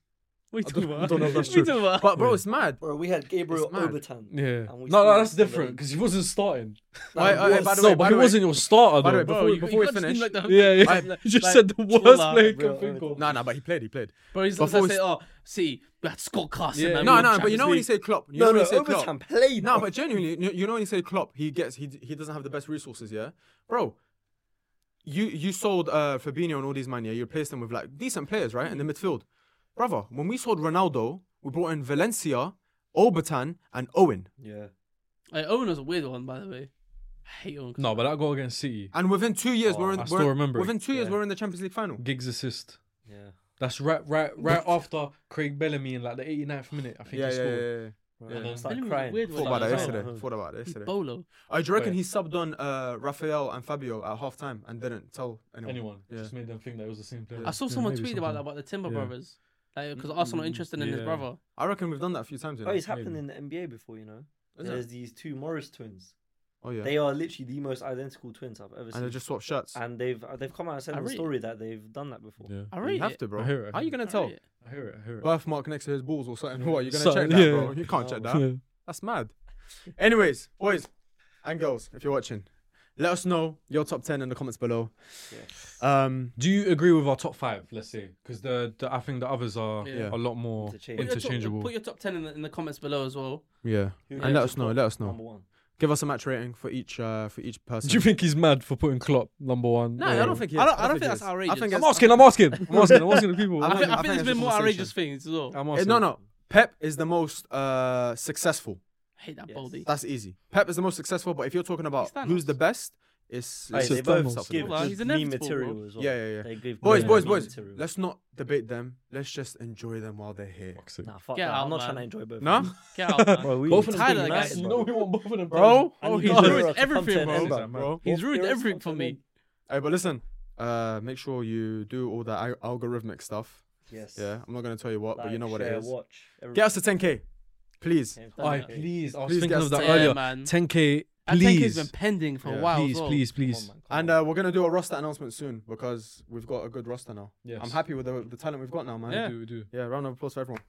B: What
A: I
B: are you
A: don't-
B: talking
A: I
B: about?
A: don't know if that's
B: What are you
A: true.
B: talking about?
A: But bro, it's mad.
C: Bro, we had Gabriel
A: It's mad.
C: Obertan.
D: Yeah.
C: And
D: No,
C: we
D: no,
C: still
D: that's
C: won the
D: different
C: league.
D: because he wasn't starting.
C: Nah,
A: Wait,
C: he
A: wait,
C: was.
A: by the
D: no,
A: way,
D: but he
A: the way-
D: wasn't your starter.
A: by the way,
D: though.
A: before
B: Bro,
A: we,
B: you-
A: before we
B: you can't just
A: finish,
B: seem like the-
D: yeah, yeah.
A: I-
D: you just
B: like,
D: said the
B: chill
D: worst
B: out,
D: player you
C: bro.
D: can think of.
A: no, no, but he played. He played.
B: Bro, he's
A: Before
B: before
A: we
B: say,
A: s-
B: oh, see, we had Scott Carson. man,
D: Yeah.
A: No,
B: we
A: no,
B: won
A: but you
B: Champions
A: know when you
B: League.
A: say Klopp, you
C: No,
A: know when
C: no,
A: you say Klopp.
C: Obertan played.
A: No,
C: bro.
A: but genuinely, you- you know when you say Klopp, he gets he he doesn't have the best resources, yeah, bro. You you sold uh Fabinho and all these man, yeah. You replaced them with like decent players, right, in the midfield, brother. When we sold Ronaldo, we brought in Valencia, Obertan, and Owen,
C: yeah.
B: Like, Owen was a weird one, by the way. I hate Owen.
D: No, but that goal against City,
A: and within two years
C: Oh,
A: we're in.
D: I still
A: we're-
D: remember it.
A: Within two years
C: Yeah.
A: we're in the Champions League final.
D: Giggs assist.
C: Yeah.
D: That's right, right, right after Craig Bellamy in like the 89th minute. I think
A: Yeah, yeah,
D: he scored.
A: yeah, yeah.
C: Right.
D: Yeah.
C: I started
B: Bellamy was a
C: crying.
B: weird
A: Thought
B: one.
A: about that
B: Yeah.
A: yesterday.
C: Yeah.
A: Thought about it
B: He's
A: yesterday.
B: Bolo.
A: I do you reckon
D: Wait.
A: he subbed on uh Raphael and Fabio at half time and didn't tell anyone.
D: Anyone
A: Yeah.
D: just made them think that it was the same player.
B: I saw
D: Yeah,
B: someone
D: maybe
B: tweet about that
D: sometime.
B: about the Timber
D: Yeah.
B: brothers, like because Arsenal are interested in his
D: Yeah.
B: brother.
A: I reckon we've done that a few times. You know?
C: Oh, it's happened
D: Maybe.
C: in the NBA before, you know.
A: Isn't it?
C: There's these two Morris twins.
A: oh yeah.
C: They are literally the most identical twins I've ever
A: and
C: seen.
A: they just swapped shirts.
C: And they've uh, they've come out and said
B: I
C: in the
B: read-
C: story that they've done that before.
D: Yeah.
B: I
A: You
B: rate
A: have
B: it.
A: to, bro.
D: I hear it, I
A: How are
D: hear
A: you
D: it.
A: gonna
B: I
A: tell?
B: rate it.
D: I hear it. I hear it.
A: Birthmark next to his balls or something? What you gonna
D: So-
A: check that,
D: yeah.
A: bro? You can't check
C: No.
A: that. That's mad. Anyways, boys and girls, if you're watching, let us know your top ten in the comments below. Um,
D: Do you agree with our top five? Let's say because the, the I think the others are
B: Yeah.
D: a lot more
C: Interchangeable.
B: Put your top-
D: interchangeable.
B: Put your top ten in the, in the comments below as well.
A: yeah,
C: Who
A: and
C: ranked
A: let
C: your
A: us know.
C: top
A: Let us know.
C: Number one.
A: Give us a match rating for each uh, for each person.
D: Do you think he's mad for putting Klopp number one?
A: No, I
D: or-
A: don't think. He is.
B: I don't- I don't think that's
A: he is.
B: outrageous.
A: I think
D: I'm
A: it's-
D: asking. I'm asking. I'm asking. I'm asking the people.
A: I
B: I,
D: I'm,
A: think-
B: think,
A: I
B: I think
A: think
B: there's been
A: it's a
B: more
A: conversation.
B: outrageous things as well. I
D: I'm
A: Eh,
D: asking.
A: No, no. Pep is the most uh, successful.
B: hate that
C: Yes.
B: Baldy.
A: That's easy. Pep is the most successful. But if you're talking about
B: Thanos.
A: who's the best, it's,
C: Hey,
A: it's
C: they
D: just
C: both
D: Thanos.
C: give
B: Well,
C: good
B: he's
C: meme
B: inevitable,
C: material
B: bro.
C: as well.
A: Yeah, yeah, yeah.
C: They give
A: Boys,
C: good
A: boys,
C: meme
A: boys.
C: material.
A: Let's not debate them. Let's just enjoy them while they're here.
D: Fuck's sake.
C: Nah, fuck
B: Get
C: that.
B: out,
C: I'm not
B: man.
C: trying to enjoy both.
A: No?
C: of them.
B: Get out, man.
D: Bro, we
A: Both of
B: them Tyler, being like, nice,
D: you
C: bro.
D: know we want both of them.
A: Bro,
C: I need
B: Oh, he's
C: Jorginho
B: ruined
C: to come
B: everything,
C: turn
B: bro.
C: Ember.
D: Bro.
B: He's ruined
C: You're
B: everything for me.
A: Hey, but listen, uh, make sure you do all that al- algorithmic stuff.
C: Yes.
A: Yeah, I'm not gonna tell you what, but you
C: Like,
A: know what it
C: share,
A: is.
C: Watch. everything.
A: Get us to 10k, please.
C: Same
D: Aye,
C: thing.
D: please. I was
A: Please
D: thinking
A: get
D: of that
A: us
B: Yeah,
D: earlier.
B: man.
D: 10k,
B: And 10K has
D: please.
B: been pending for
A: Yeah.
B: a while. as
D: please,
B: well.
C: Come
D: please,
C: on,
D: please.
C: man, come
A: And
C: on.
A: uh, we're gonna do a roster announcement soon because we've got a good roster now.
D: Yes.
A: I'm happy with the, the talent we've got now, man.
D: We do, we do.
A: Yeah, round of applause for everyone.